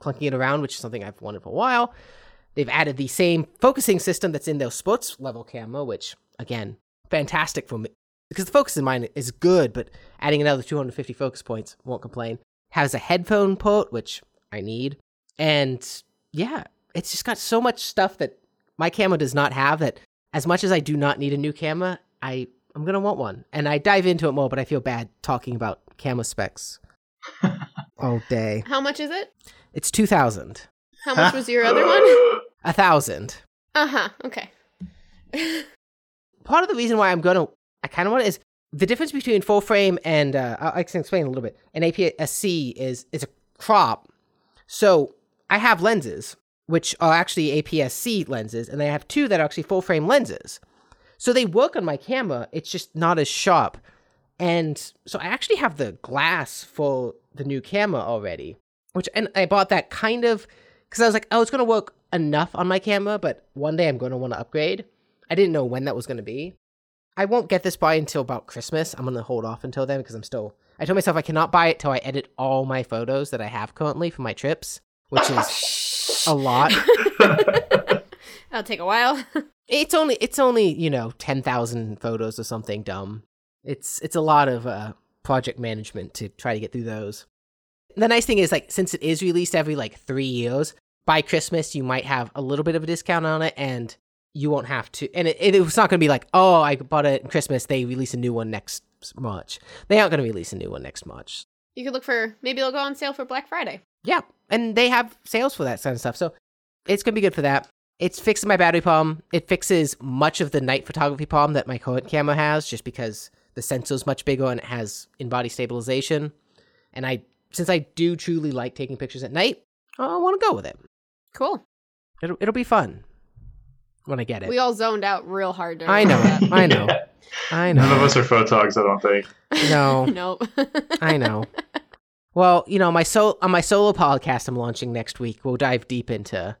Speaker 4: clunking it around, which is something I've wanted for a while. They've added the same focusing system that's in their sports level camera, which again, fantastic for me because the focus in mine is good, but adding another 250 focus points won't complain. Has a headphone port, which I need, and yeah, it's just got so much stuff that my camera does not have. That as much as I do not need a new camera, I I'm gonna want one, and I dive into it more, but I feel bad talking about camera specs all day.
Speaker 3: How much is it?
Speaker 4: It's two thousand.
Speaker 3: How much was your
Speaker 2: (laughs)
Speaker 3: other one?
Speaker 1: (laughs)
Speaker 4: A thousand.
Speaker 3: Uh huh. Okay.
Speaker 4: Part of the reason why I'm gonna, I kind of want it is the difference between full frame and uh, I I can explain a little bit. An APS-C is it's a crop, so I have lenses which are actually APS-C lenses, and I have two that are actually full frame lenses. So they work on my camera. It's just not as sharp, and so I actually have the glass for the new camera already, which and I bought that kind of because I was like, oh, it's gonna work enough on my camera, but one day I'm gonna want to upgrade. I didn't know when that was gonna be. I won't get this by until about Christmas. I'm gonna hold off until then because I'm still. I told myself I cannot buy it till I edit all my photos that I have currently for my trips, which is a lot.
Speaker 3: (laughs) That'll take a while. (laughs)
Speaker 4: It's only it's only you know ten thousand photos or something dumb. It's it's a lot of uh, project management to try to get through those. The nice thing is like since it is released every like three years, by Christmas you might have a little bit of a discount on it, and you won't have to. And it, it, it's not going to be like oh I bought it in Christmas. They release a new one next March. They aren't going to release a new one next March.
Speaker 3: You could look for maybe they'll go on sale for Black Friday.
Speaker 4: Yeah, and they have sales for that kind of stuff. So it's gonna be good for that. It's fixing my battery problem. It fixes much of the night photography problem that my current camera has, just because the sensor's much bigger and it has in-body stabilization. And I, since I do truly like taking pictures at night, I want to go with it.
Speaker 3: Cool.
Speaker 4: It'll it'll be fun when I get it.
Speaker 3: We all zoned out real hard. during
Speaker 4: I know.
Speaker 3: that.
Speaker 4: I know. I know.
Speaker 1: None of us are photogs, I don't think.
Speaker 3: (laughs)
Speaker 4: No.
Speaker 3: nope.
Speaker 4: I know. Well, you know, my so on my solo podcast I'm launching next week, we'll dive deep into.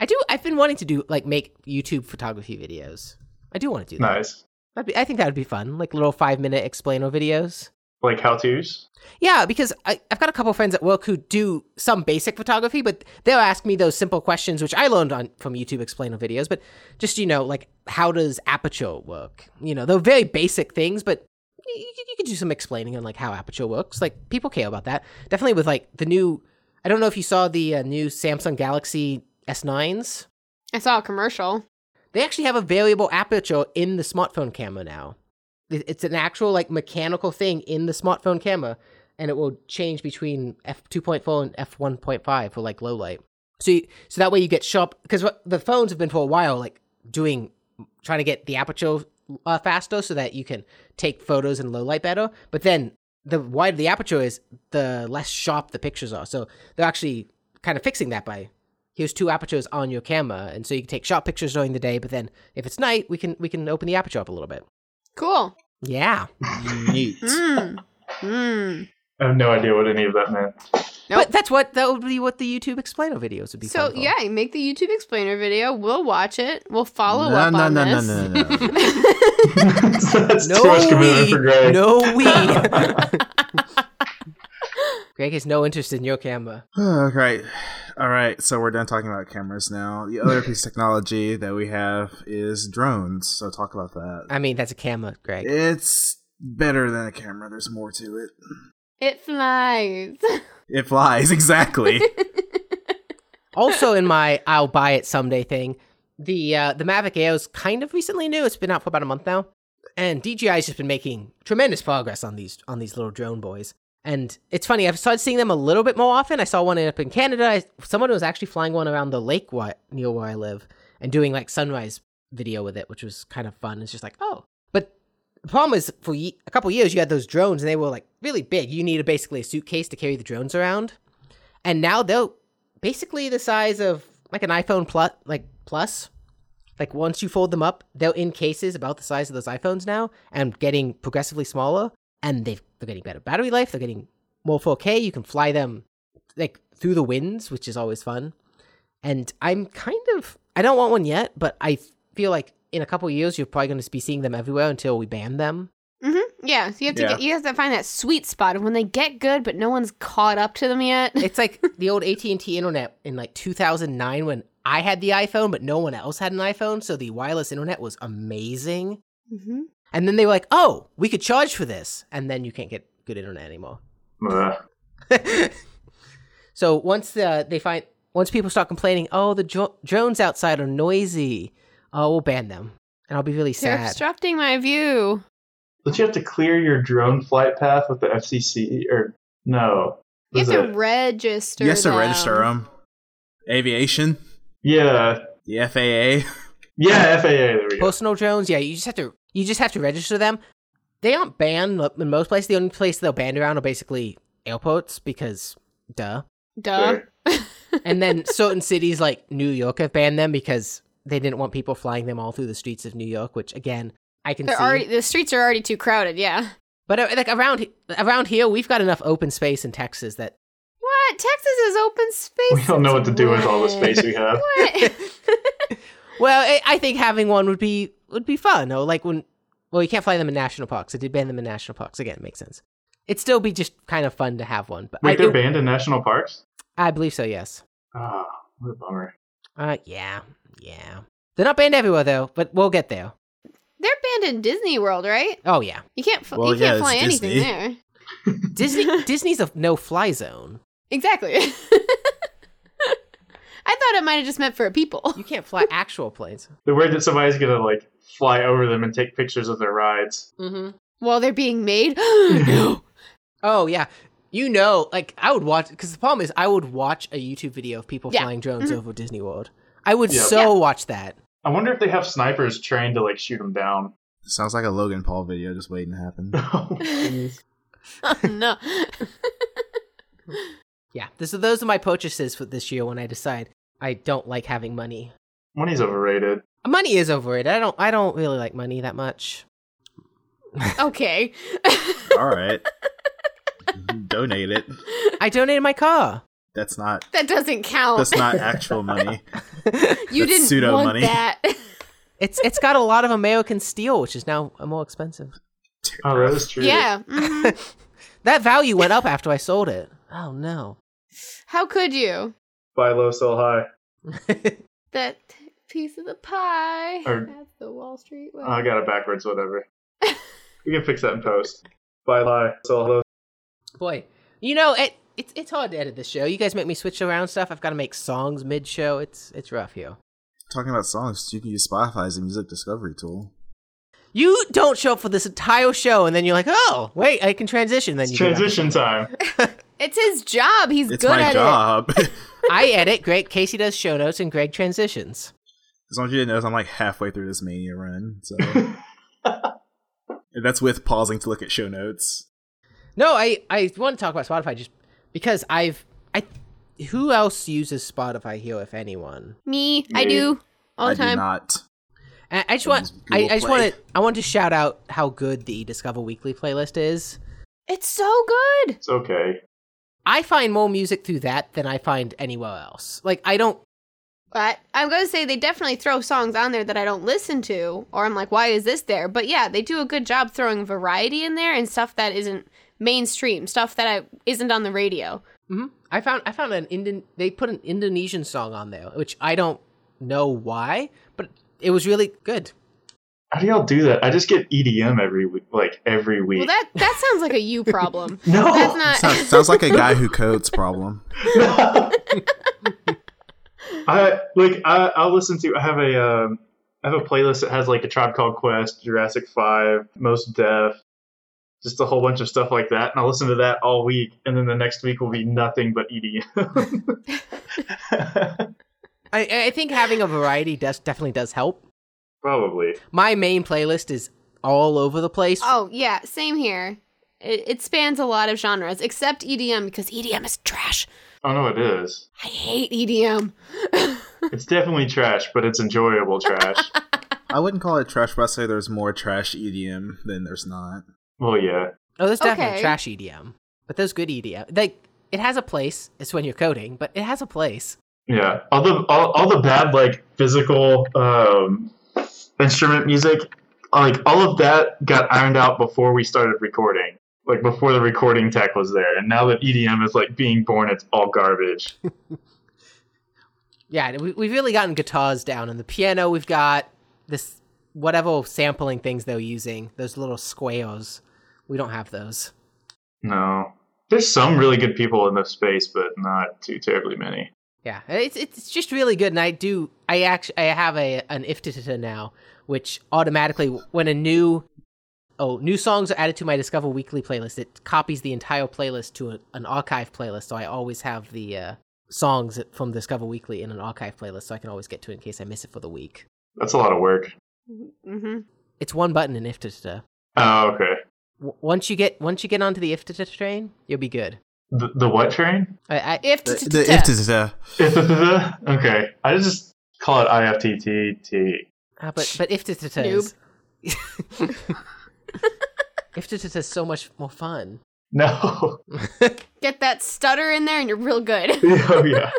Speaker 4: I do. I've been wanting to do like make YouTube photography videos. I do want to do that.
Speaker 1: Nice.
Speaker 4: That'd be, I think that would be fun, like little five minute explainer videos.
Speaker 1: Like how to's?
Speaker 4: Yeah, because I, I've got a couple friends at work who do some basic photography, but they'll ask me those simple questions, which I learned on from YouTube explainer videos. But just you know, like how does aperture work? You know, they're very basic things, but you, you you could do some explaining on like how aperture works. Like people care about that. Definitely with like the new. I don't know if you saw the uh, new Samsung Galaxy S9s.
Speaker 3: I saw a commercial.
Speaker 4: They actually have a variable aperture in the smartphone camera now. It- It's an actual like mechanical thing in the smartphone camera, and it will change between f two point four and f one point five for like low light. So you, so that way you get sharp because the phones have been for a while like doing trying to get the aperture uh, faster so that you can take photos in low light better. But then the wider the aperture is, the less sharp the pictures are. So they're actually kind of fixing that by here's two apertures on your camera, and so you can take sharp pictures during the day. But then if it's night, we can we can open the aperture up a little bit.
Speaker 3: Cool.
Speaker 4: Yeah,
Speaker 2: Neat.
Speaker 3: Mm. Mm.
Speaker 1: I have no idea what any of that meant. (laughs)
Speaker 3: Nope.
Speaker 4: but that's what that would be what the YouTube explainer videos would be.
Speaker 3: So
Speaker 4: fun for.
Speaker 3: yeah, make the YouTube explainer video. We'll watch it. We'll follow
Speaker 2: No,
Speaker 3: up
Speaker 2: no,
Speaker 3: on
Speaker 2: no, no,
Speaker 3: this.
Speaker 2: no, no, no.
Speaker 3: (laughs)
Speaker 4: (laughs)
Speaker 1: That's
Speaker 4: No
Speaker 1: too much commitment
Speaker 4: we,
Speaker 1: for Greg.
Speaker 4: no we. Greg has no interest in your camera.
Speaker 2: All right. All right. So we're done talking about cameras now. The
Speaker 3: (laughs)
Speaker 2: other piece of technology that we have is drones. So talk about that.
Speaker 4: I mean, that's a camera, Greg.
Speaker 2: It's better than a camera. There's more to it.
Speaker 3: It flies. (laughs)
Speaker 2: It flies. (laughs) Exactly.
Speaker 4: also in my I'll buy it someday thing, the uh, the Mavic Air is kind of recently new. It's been out for about a month now, and DJI's just been making tremendous progress on these on these little drone boys. And it's funny, I've started seeing them a little bit more often. I saw one up in Canada. I, someone was actually flying one around the lake where, near where I live and doing like sunrise video with it, which was kind of fun. It's just like, oh. But the problem is, for ye- a couple years, you had those drones and they were like really big. You needed basically a suitcase to carry the drones around. And now they're basically the size of like an iPhone plus, like plus. Like once you fold them up, they're in cases about the size of those iPhones now, and getting progressively smaller. And they've, they're getting better battery life. They're getting more 4K. You can fly them like through the winds, which is always fun. And I'm kind of I don't want one yet, but I feel like in a couple years you're probably going to be seeing them everywhere until we ban them.
Speaker 3: hmm Yeah. So you have to
Speaker 2: Yeah.
Speaker 3: get you have to find that sweet spot of when they get good, but no one's caught up to them yet. (laughs)
Speaker 4: It's like (laughs) the old AT and T internet in like 2009 when I had the iPhone, but no one else had an iPhone, so the wireless internet was amazing.
Speaker 3: hmm
Speaker 4: And then they were like, "Oh, we could charge for this," and then you can't get good internet anymore. (laughs)
Speaker 1: Ugh.
Speaker 4: so once uh, they find, once people start complaining, "Oh, the dro- drones outside are noisy," oh, we'll ban them, and I'll be really
Speaker 3: They're
Speaker 4: sad.
Speaker 3: obstructing my view.
Speaker 1: Don't you have to clear your drone flight path with the FCC or no?
Speaker 3: You
Speaker 1: Is
Speaker 3: have to
Speaker 1: it-
Speaker 3: register.
Speaker 2: you have to
Speaker 3: them.
Speaker 2: register them. Aviation,
Speaker 1: yeah,
Speaker 2: the FAA.
Speaker 1: yeah, FAA. There we go.
Speaker 4: Personal drones, yeah, you just have to, you just have to register them. They aren't banned lo- in most places. The only place they'll ban around are basically airports because, duh.
Speaker 3: Duh.
Speaker 1: Sure.
Speaker 4: And then certain cities like New York have banned them because they didn't want people flying them all through the streets of New York. Which again, I can
Speaker 3: They're
Speaker 4: see.
Speaker 3: already the streets are already too crowded. Yeah.
Speaker 4: But uh, like around around here, we've got enough open space in Texas
Speaker 3: (laughs)
Speaker 4: that
Speaker 3: What? Texas is open space.
Speaker 1: We don't know what to do with all the space we have.
Speaker 3: (laughs) What?
Speaker 4: well, I- I think having one would be would be fun. Or like when well, you can't fly them in national parks. I did ban them in national parks again. Makes sense. It'd still be just kind of fun to have one. But I,
Speaker 1: Wait, they're
Speaker 4: it-
Speaker 1: banned in national parks.
Speaker 4: I believe so. Yes.
Speaker 1: Ah, what a bummer.
Speaker 4: Uh, yeah, yeah. They're not banned everywhere though, but we'll get there.
Speaker 3: They're banned in Disney World, right?
Speaker 4: Oh yeah,
Speaker 3: You can't fl-
Speaker 2: Well,
Speaker 3: you
Speaker 2: yeah,
Speaker 3: can't
Speaker 2: it's
Speaker 3: fly anything
Speaker 2: Disney.
Speaker 3: there.
Speaker 4: Disney
Speaker 3: (laughs)
Speaker 4: Disney's a no fly zone.
Speaker 3: Exactly. (laughs) I thought it might have just meant for
Speaker 2: (laughs)
Speaker 3: people.
Speaker 4: You can't fly actual planes.
Speaker 1: They're worried that somebody's gonna like fly over them and take pictures of their rides.
Speaker 4: Mm-hmm.
Speaker 3: While they're being
Speaker 1: (laughs)
Speaker 3: made. (gasps) no.
Speaker 4: Oh yeah, you know, like I would watch because the problem is I would watch a YouTube video of people
Speaker 3: Yeah.
Speaker 4: flying drones
Speaker 3: Mhm.
Speaker 4: over Disney World. I would
Speaker 1: Yeah.
Speaker 4: so watch that.
Speaker 1: I wonder if they have snipers trained to like shoot them down. (laughs)
Speaker 2: Sounds like a Logan Paul video just waiting to
Speaker 3: (laughs)
Speaker 2: happen.
Speaker 3: no.
Speaker 4: Yeah, this, those are my purchases for this year when I decide I don't like having money.
Speaker 1: Money's overrated.
Speaker 4: Money is overrated. I don't. I don't really like money that much.
Speaker 3: Okay. (laughs)
Speaker 2: All right. Donate it.
Speaker 4: I donated my car.
Speaker 2: That's not.
Speaker 3: that doesn't count.
Speaker 2: That's not actual
Speaker 3: (laughs)
Speaker 2: money.
Speaker 3: you
Speaker 2: that's
Speaker 3: didn't
Speaker 2: pseudo
Speaker 3: want
Speaker 2: money. (laughs)
Speaker 3: that. (laughs)
Speaker 4: It's it's got a lot of American steel, which is now more expensive.
Speaker 1: Oh, that is true.
Speaker 3: yeah. mhm.
Speaker 4: That value went up after I sold it. Oh no. (laughs)
Speaker 3: How could you?
Speaker 1: Buy low, sell high.
Speaker 3: That piece of the pie.
Speaker 1: Or-
Speaker 3: That's the Wall
Speaker 2: Uh,
Speaker 3: Street way.
Speaker 1: Oh, I got it backwards.
Speaker 3: (laughs)
Speaker 1: Whatever. we can fix that in post. Buy high, sell low.
Speaker 4: Boy, you know it. It's it's hard to edit this show. You guys make me switch around stuff. I've got to make songs mid show. It's it's rough here.
Speaker 2: Talking about songs, you can use Spotify as a music discovery tool.
Speaker 4: You don't show up for this entire show, and then you're like, oh wait, I can transition. Then
Speaker 1: It's
Speaker 4: you do that.
Speaker 1: transition time.
Speaker 3: It's his job. He's
Speaker 2: It's
Speaker 3: good
Speaker 2: my
Speaker 3: at
Speaker 2: job.
Speaker 4: (laughs)
Speaker 3: (laughs)
Speaker 4: I edit. Greg Casey does show notes, and Greg transitions.
Speaker 2: As long as you didn't notice, I'm like halfway through this mania run, so And that's with pausing to look at show notes.
Speaker 4: No, I I want to talk about Spotify just because I've I who else uses Spotify here if anyone?
Speaker 3: it. Me, I
Speaker 1: Me.
Speaker 3: do all
Speaker 2: I
Speaker 3: the time.
Speaker 2: do not.
Speaker 4: And I just want
Speaker 2: Google
Speaker 4: I, I just
Speaker 2: Play.
Speaker 4: want to I want to shout out how good the Discover Weekly playlist is.
Speaker 3: It's so good.
Speaker 1: it's okay.
Speaker 4: I find more music through that than I find anywhere else. Like I don't
Speaker 3: But I'm going to say they definitely throw songs on there that I don't listen to, or I'm like, why is this there? But yeah, they do a good job throwing variety in there and stuff that isn't mainstream stuff that I, isn't on the radio.
Speaker 4: hmm I found I found an Indian. They put an Indonesian song on there, which I don't know why, but it was really good.
Speaker 1: How do y'all do that? I just get EDM every week, like every week.
Speaker 3: Well, that that sounds like
Speaker 2: (laughs)
Speaker 3: a you problem.
Speaker 1: no,
Speaker 3: That's not.
Speaker 2: Oh,
Speaker 3: (laughs)
Speaker 2: sounds, sounds like a guy who codes problem.
Speaker 1: No. I like I I'll listen to I have a um I have a playlist that has like a Tribe Called Quest, Jurassic Five, Most Def, just a whole bunch of stuff like that, and I'll listen to that all week, and then the next week will be nothing but E (laughs) EDM.
Speaker 4: I, I think having a variety does definitely does help.
Speaker 1: Probably.
Speaker 4: My main playlist is all over the place.
Speaker 3: oh yeah, same here. It, it spans a lot of genres, except EDM because EDM is trash.
Speaker 1: Oh no, it is.
Speaker 3: I hate E EDM.
Speaker 1: It's definitely trash, but it's enjoyable trash.
Speaker 2: I wouldn't call it trash, but I say there's more trash EDM than there's not.
Speaker 1: well, yeah.
Speaker 4: Oh, there's definitely
Speaker 3: Okay.
Speaker 4: trash EDM, but there's good EDM. Like it has a place. It's when you're coding, but it has a place.
Speaker 1: Yeah, all the all, all the bad like physical um, instrument music, like all of that got ironed out before we started recording, like before the recording tech was there. And now that EDM is like being born, it's all garbage. (laughs)
Speaker 4: Yeah, we, we've really gotten guitars down, and the piano we've got this whatever sampling things they're using. Those little squares, we don't have those.
Speaker 1: No, there's some really good people in this space, but not too terribly many.
Speaker 4: Yeah, it's it's just really good, and I do I actually I have a an ifttt now, which automatically when a new oh new songs are added to my Discover Weekly playlist, it copies the entire playlist to a, an archive playlist, so I always have the uh, songs from Discover Weekly in an archive playlist, so I can always get to it in case I miss it for the week.
Speaker 1: That's a lot of work.
Speaker 3: hmm
Speaker 4: It's one button in ifttt.
Speaker 1: Oh, okay.
Speaker 4: W- once you get once you get onto the ifttt train, you'll be good.
Speaker 1: The, the what train? (laughs)
Speaker 4: I, I,
Speaker 3: If
Speaker 2: The, the if is the
Speaker 1: okay, I just call it IFTTT.
Speaker 4: ah, but but ifttt (laughs) is ifttt is so much more fun.
Speaker 1: (laughs) No.
Speaker 3: get that stutter in there, and you're real good. (laughs)
Speaker 1: oh (laughs) yeah.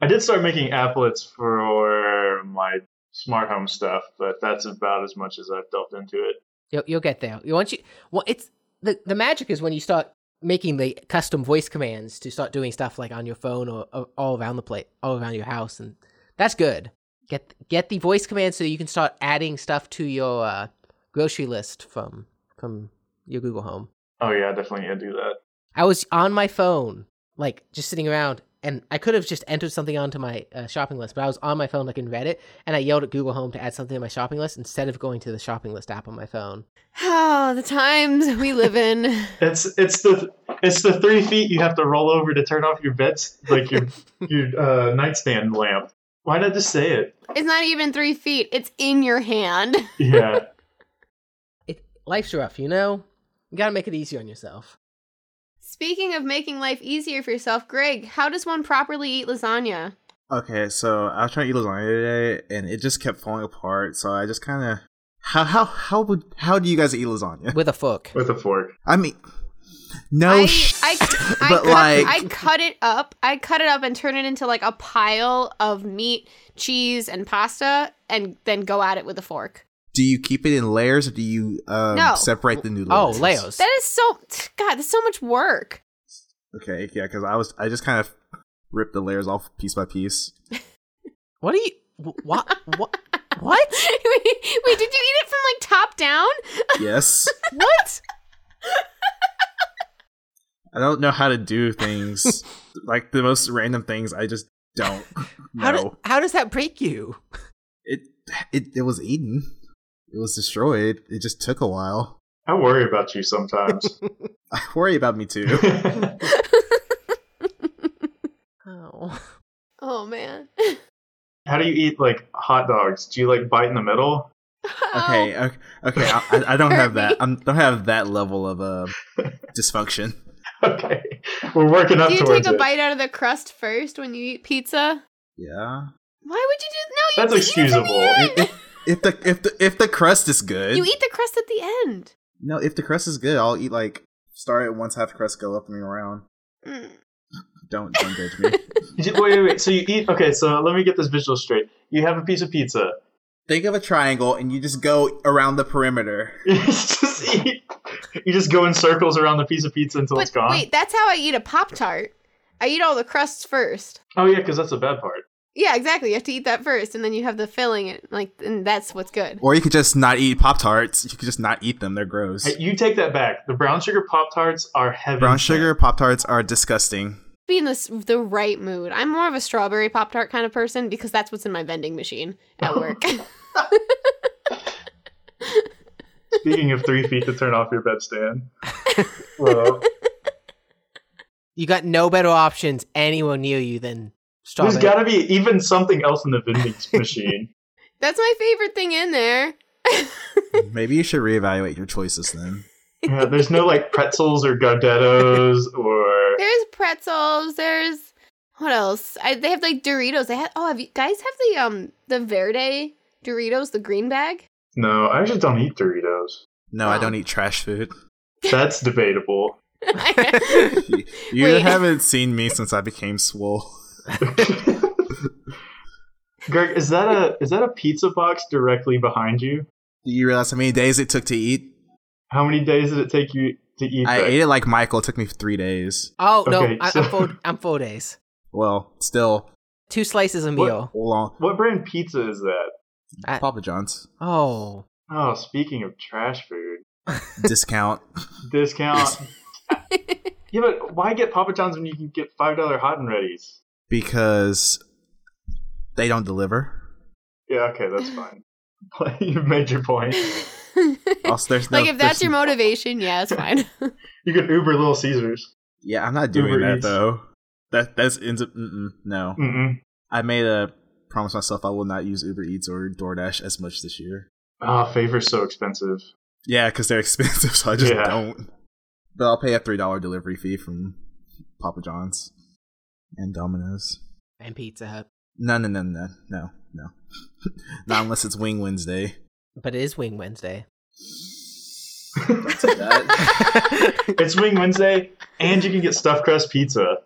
Speaker 1: I did start making applets for my smart home stuff, but that's about as much as I've delved into it.
Speaker 4: You'll, you'll get there. You- Once you, well, it's the the magic is when you start making the custom voice commands to start doing stuff like on your phone or, or all around the place, all around your house, and that's good. Get get the voice commands so you can start adding stuff to your uh, grocery list from from your Google Home.
Speaker 1: Oh yeah, definitely gonna do that.
Speaker 4: I was on my phone, like just sitting around, and I could have just entered something onto my uh, shopping list, but I was on my phone, like in Reddit, and I yelled at Google Home to add something to my shopping list instead of going to the shopping list app on my phone.
Speaker 3: oh, the times we
Speaker 2: (laughs)
Speaker 3: live in.
Speaker 1: It's it's the it's the three feet you have to roll over to turn off your bed's like (laughs) your your uh, nightstand lamp. Why not just say it?
Speaker 3: It's not even three feet. It's in your hand.
Speaker 1: Yeah.
Speaker 4: it life's rough, you know. You gotta make it easy on yourself.
Speaker 3: Speaking of making life easier for yourself, Greg, how does one properly eat lasagna?
Speaker 2: okay. So I was trying to eat lasagna today, and it just kept falling apart. So I just kind of how how how would how do you guys eat lasagna?
Speaker 4: With a fork.
Speaker 1: (laughs) (laughs) With a fork.
Speaker 2: I mean, no,
Speaker 3: I,
Speaker 2: sh-
Speaker 3: (laughs) I, I,
Speaker 2: but
Speaker 3: cut,
Speaker 2: like
Speaker 3: I cut it up. I cut it up and turn it into like a pile of meat, cheese, and pasta, and then go at it with a fork.
Speaker 2: Do you keep it in layers or do you um,
Speaker 3: No.
Speaker 2: separate the noodles?
Speaker 4: Oh, Leos.
Speaker 3: That is so God. That's so much work.
Speaker 2: Okay, yeah, because I was I just kind of ripped the layers off piece by piece.
Speaker 4: What are you? What? What?
Speaker 3: (laughs)
Speaker 4: What?
Speaker 3: wait, wait, did you eat it from like top down?
Speaker 2: Yes,
Speaker 4: What?
Speaker 2: I don't know how to do things like the most random things. I just don't
Speaker 4: How,
Speaker 2: know.
Speaker 4: does, how does that break you?
Speaker 2: it it it was eaten. It was destroyed. It just took a while. (laughs)
Speaker 1: I worry about you (laughs) sometimes.
Speaker 2: I worry about
Speaker 1: (laughs)
Speaker 2: me too.
Speaker 1: I
Speaker 4: Oh.
Speaker 3: (laughs) Oh man. (laughs)
Speaker 1: How do you eat like hot dogs? Do you like bite in the middle? (laughs)
Speaker 3: Oh.
Speaker 2: Okay, okay, okay. I, I- I don't
Speaker 3: Hurt
Speaker 2: have that.
Speaker 3: me.
Speaker 2: I don't have that level of uh, dysfunction.
Speaker 1: Okay, we're working
Speaker 3: Oh.
Speaker 1: up
Speaker 3: Do you
Speaker 1: towards
Speaker 3: take a
Speaker 1: it.
Speaker 3: bite out of the crust first when you eat pizza?
Speaker 2: Yeah.
Speaker 3: Why would you do? No, you
Speaker 1: That's
Speaker 3: eat it from the
Speaker 1: excusable.
Speaker 3: end.
Speaker 2: If, if the if the if the crust is (laughs) good,
Speaker 3: You eat the crust at the end.
Speaker 2: No, if the crust is good, I'll eat like start at once half the crust, go up and around.
Speaker 3: Mm.
Speaker 2: Don't don't judge me. (laughs)
Speaker 1: You- wait, wait, wait. So you eat? Okay, so let me get this visual straight. You have a piece of pizza. (laughs)
Speaker 2: Think of a triangle and you just go around the perimeter.
Speaker 1: just eat you just go in circles around the piece of pizza until it's
Speaker 3: But
Speaker 1: gone.
Speaker 3: wait, that's how I eat a Pop Tart. I eat all the crusts first.
Speaker 1: Oh yeah, because that's the bad part.
Speaker 3: Yeah, exactly. You have to eat that first, and then you have the filling, and like, and that's what's good.
Speaker 2: Or you could just not eat Pop Tarts. You could just not eat them. They're gross.
Speaker 1: Hey, you take that back. The brown sugar pop tarts are heaven.
Speaker 2: Brown
Speaker 1: sent.
Speaker 2: sugar Pop Tarts are disgusting.
Speaker 3: Be in this the right mood. I'm more of a strawberry Pop Tart kind of person because that's what's in my vending machine at work.
Speaker 1: (laughs)
Speaker 3: (laughs)
Speaker 1: Speaking of three feet to turn off your
Speaker 3: (laughs)
Speaker 1: bedstand. Well,
Speaker 4: You got no better options anywhere near you than
Speaker 1: there's
Speaker 4: strawberry.
Speaker 1: got to be even something else in the
Speaker 3: (laughs)
Speaker 1: vending machine.
Speaker 3: that's my favorite thing in there.
Speaker 2: (laughs)
Speaker 3: (laughs)
Speaker 2: Maybe you should reevaluate your choices then.
Speaker 1: Yeah, there's no like pretzels or gardettos or
Speaker 3: There's pretzels. There's what else? I, they have like Doritos. They have oh, have you guys have the um the Verde Doritos, the green bag? (laughs)
Speaker 1: no. I just don't eat Doritos.
Speaker 2: No, I don't eat trash
Speaker 3: (laughs)
Speaker 2: food.
Speaker 1: That's debatable.
Speaker 2: You, you
Speaker 3: Wait.
Speaker 2: haven't seen me since I became swole.
Speaker 1: (laughs) Greg, is that a is that a pizza box directly behind you?
Speaker 2: Do you realize how many days it took to eat?
Speaker 1: How many days did it take you to eat
Speaker 2: I
Speaker 1: that?
Speaker 2: ate it like Michael. It took me three days.
Speaker 4: oh no,
Speaker 1: Okay,
Speaker 4: I,
Speaker 1: so-
Speaker 4: I'm
Speaker 1: (laughs)
Speaker 4: four. I'm four days.
Speaker 2: Well, still
Speaker 4: Two slices a
Speaker 1: What-
Speaker 4: meal.
Speaker 2: long.
Speaker 1: What brand pizza is that?
Speaker 4: I-
Speaker 2: Papa John's
Speaker 4: Oh,
Speaker 1: Oh, speaking of trash food,
Speaker 2: discount.
Speaker 1: discount. (laughs) yeah, but why get Papa John's when you can get five dollar hot and ready's?
Speaker 2: because they don't deliver.
Speaker 1: Yeah, okay, that's fine. (laughs) You've made your point.
Speaker 2: Also, there's no,
Speaker 3: like if that's
Speaker 2: there's- (laughs)
Speaker 3: your motivation, yeah, it's fine.
Speaker 1: You can Uber Little Caesars.
Speaker 2: yeah, I'm not doing
Speaker 1: Uber
Speaker 2: that
Speaker 1: Eats. Hmm.
Speaker 2: though. That that's ends up mm-mm, no.
Speaker 1: Mm-mm.
Speaker 2: I made a promise myself I will not use Uber Eats or DoorDash as much this year.
Speaker 1: Ah, favor's so expensive. (laughs)
Speaker 2: Yeah, because they're (laughs) expensive, so I just
Speaker 1: Yeah.
Speaker 2: don't. But I'll pay a three dollar delivery fee from Papa John's and Domino's.
Speaker 4: and Pizza Hut.
Speaker 2: No, no, no, no, no, no. (laughs) not unless it's Wing Wednesday.
Speaker 4: But it is
Speaker 3: (laughs)
Speaker 4: Wing Wednesday.
Speaker 2: That-
Speaker 1: It's Wing Wednesday, and you can get stuffed crust pizza.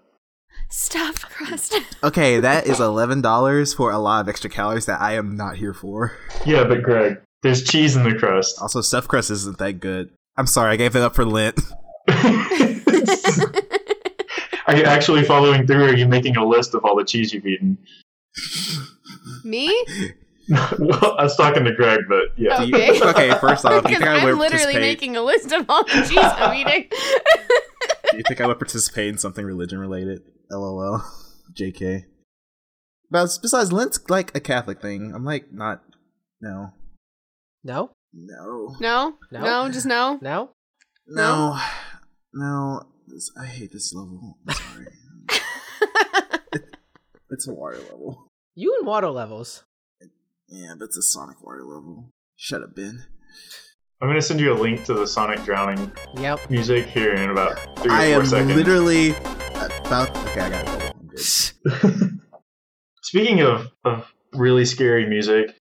Speaker 3: Stuffed crust.
Speaker 2: okay, that is eleven dollars for a lot of extra calories that I am not here for.
Speaker 1: Yeah, but Greg, there's cheese in the crust. (laughs)
Speaker 2: Also, stuffed crust isn't that good. I'm sorry, I gave it up for Lent.
Speaker 1: are you actually following through? Or are you making a list of all the cheese you've eaten?
Speaker 3: (laughs)
Speaker 1: (laughs)
Speaker 2: (laughs)
Speaker 3: Me?
Speaker 1: well, I was talking to Greg, but yeah.
Speaker 2: Do you-
Speaker 3: Okay.
Speaker 2: okay, first
Speaker 3: (laughs)
Speaker 2: off, do you
Speaker 3: Because
Speaker 2: think I would
Speaker 3: I'm literally
Speaker 2: participate?
Speaker 3: making a list of all the cheese I'm eating. (laughs)
Speaker 2: do you think I would participate in something religion related? LOL. (laughs) JK. But besides, Lent's like a Catholic thing. I'm like not. No.
Speaker 4: no,
Speaker 2: No.
Speaker 3: no?
Speaker 4: No.
Speaker 3: no, just no.
Speaker 4: no.
Speaker 2: No. No. This- I hate this level. I'm sorry.
Speaker 3: (laughs)
Speaker 2: it's a water level.
Speaker 4: You and water levels.
Speaker 2: Yeah, but it's a Sonic water level. Shut up, Ben.
Speaker 1: I'm gonna send you a link to the Sonic Drowning
Speaker 4: Yep.
Speaker 1: music here in about three or
Speaker 2: I
Speaker 1: four
Speaker 2: am
Speaker 1: seconds.
Speaker 2: literally about. Okay, I got a level. I'm good.
Speaker 1: (laughs) Speaking of, of really scary music,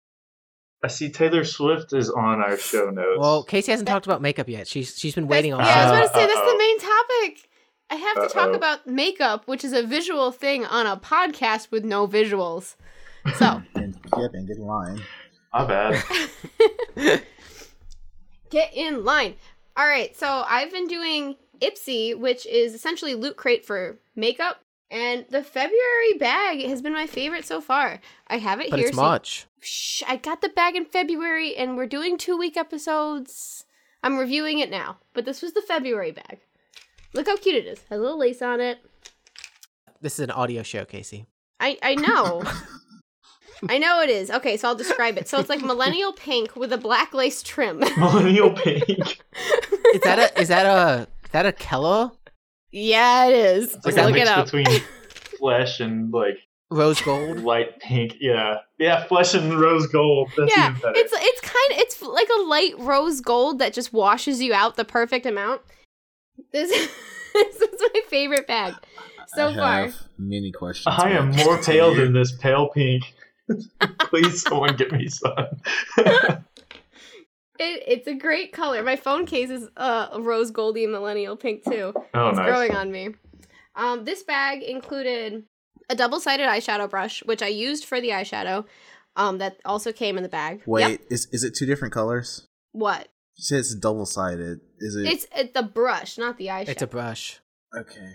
Speaker 1: I see Taylor Swift is on our show notes.
Speaker 4: Well, Casey hasn't talked about makeup yet. She's she's been waiting all
Speaker 3: Yeah, I
Speaker 4: day.
Speaker 3: was about to say that's
Speaker 1: Uh-oh.
Speaker 3: the main topic. I have to talk
Speaker 1: Uh-oh.
Speaker 3: about makeup, which is a visual thing on a podcast with no visuals.
Speaker 2: (laughs)
Speaker 3: So
Speaker 2: Ben, yeah, Ben, get in line.
Speaker 1: my bad. (laughs)
Speaker 3: get in line. All right, so I've been doing Ipsy, which is essentially Loot Crate for makeup, and the February bag has been my favorite so far. I have it
Speaker 4: but
Speaker 3: here.
Speaker 4: it's
Speaker 3: so-
Speaker 4: March.
Speaker 3: Shh, I got the bag in February, and we're doing two week episodes. I'm reviewing it now, but this was the February bag. Look how cute it is. Has a little lace on it.
Speaker 4: This is an audio show, Casey.
Speaker 3: I
Speaker 1: (laughs)
Speaker 3: I know. I know it is. Okay, so I'll describe it. So it's like millennial pink with a black lace trim. (laughs)
Speaker 1: Millennial
Speaker 2: (laughs)
Speaker 1: Pink.
Speaker 4: Is that a is that a is that a Keller
Speaker 3: yeah, it is.
Speaker 1: It's like
Speaker 3: Look
Speaker 1: a
Speaker 3: it
Speaker 1: mix
Speaker 3: up.
Speaker 1: between flesh and like
Speaker 4: rose (laughs) gold?
Speaker 1: light pink. Yeah, yeah, flesh and rose gold. That's
Speaker 3: yeah,
Speaker 1: even better.
Speaker 3: it's it's kind of it's like a light rose gold that just washes you out the perfect amount. This (laughs) this is my favorite bag so
Speaker 2: I
Speaker 3: far.
Speaker 2: have many questions.
Speaker 1: I am
Speaker 2: but-
Speaker 1: more pale than this pale pink. (laughs) Please, someone get me some.
Speaker 3: It, it's a great color. My phone case is uh, rose goldy millennial pink too.
Speaker 1: Oh,
Speaker 3: it's
Speaker 1: nice.
Speaker 3: growing on me. Um, this bag included a double-sided eyeshadow brush, which I used for the eyeshadow. Um, that also came in the bag.
Speaker 2: Wait,
Speaker 3: Yep.
Speaker 2: is is it two different colors?
Speaker 3: What?
Speaker 2: You said it's double sided. Is it?
Speaker 3: It's it's the brush, not the eyeshadow.
Speaker 4: It's a brush.
Speaker 3: (laughs)
Speaker 2: okay.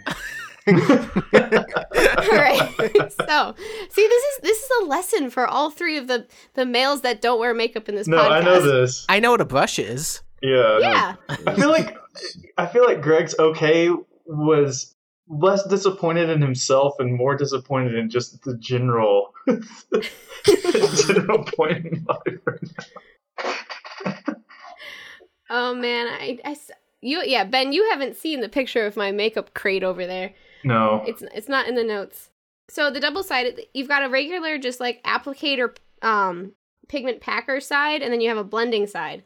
Speaker 3: All (laughs) right. so, see, this is this is a lesson for all three of the the males that don't wear makeup in
Speaker 1: (laughs)
Speaker 3: this
Speaker 1: no,
Speaker 3: podcast.
Speaker 1: I know this.
Speaker 4: I know what a brush is.
Speaker 1: Yeah. I know.
Speaker 3: Yeah,
Speaker 1: I feel like I feel like Greg's okay was less disappointed in himself and more disappointed in just the general (laughs) general point in life.
Speaker 3: Oh man, I, I s- you yeah Ben, you haven't seen the picture of my makeup crate over there.
Speaker 1: No.
Speaker 3: It's it's not in the notes. So the double sided, you've got a regular just like applicator um pigment packer side, and then you have a blending side.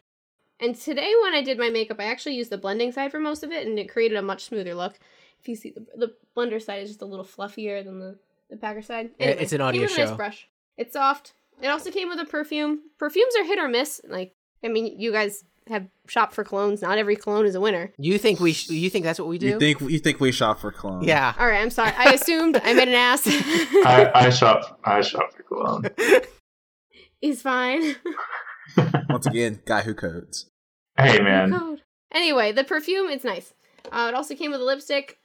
Speaker 3: And today when I did my makeup, I actually used the blending side for most of it, and it created a much smoother look. If you see the the blender side is just a little fluffier than the the packer side.
Speaker 4: Yeah, it's an
Speaker 3: came
Speaker 4: audio
Speaker 3: with a nice
Speaker 4: show.
Speaker 3: brush. It's soft. It also came with a perfume. Perfumes are hit or miss. Like I mean, you guys have shopped for colognes. Not every cologne is a winner.
Speaker 4: You think we? Sh- you think that's what we do?
Speaker 2: You think you think we shop for clones?
Speaker 4: (laughs) yeah.
Speaker 3: All right, I'm sorry. I assumed I made an
Speaker 4: (laughs)
Speaker 3: ass.
Speaker 1: I, I shop I shop for cologne. (laughs)
Speaker 3: He's fine.
Speaker 2: Once again, guy who codes.
Speaker 1: Hey man.
Speaker 3: Code. Oh, Anyway, the perfume, it's nice. Uh, it also came with a lipstick,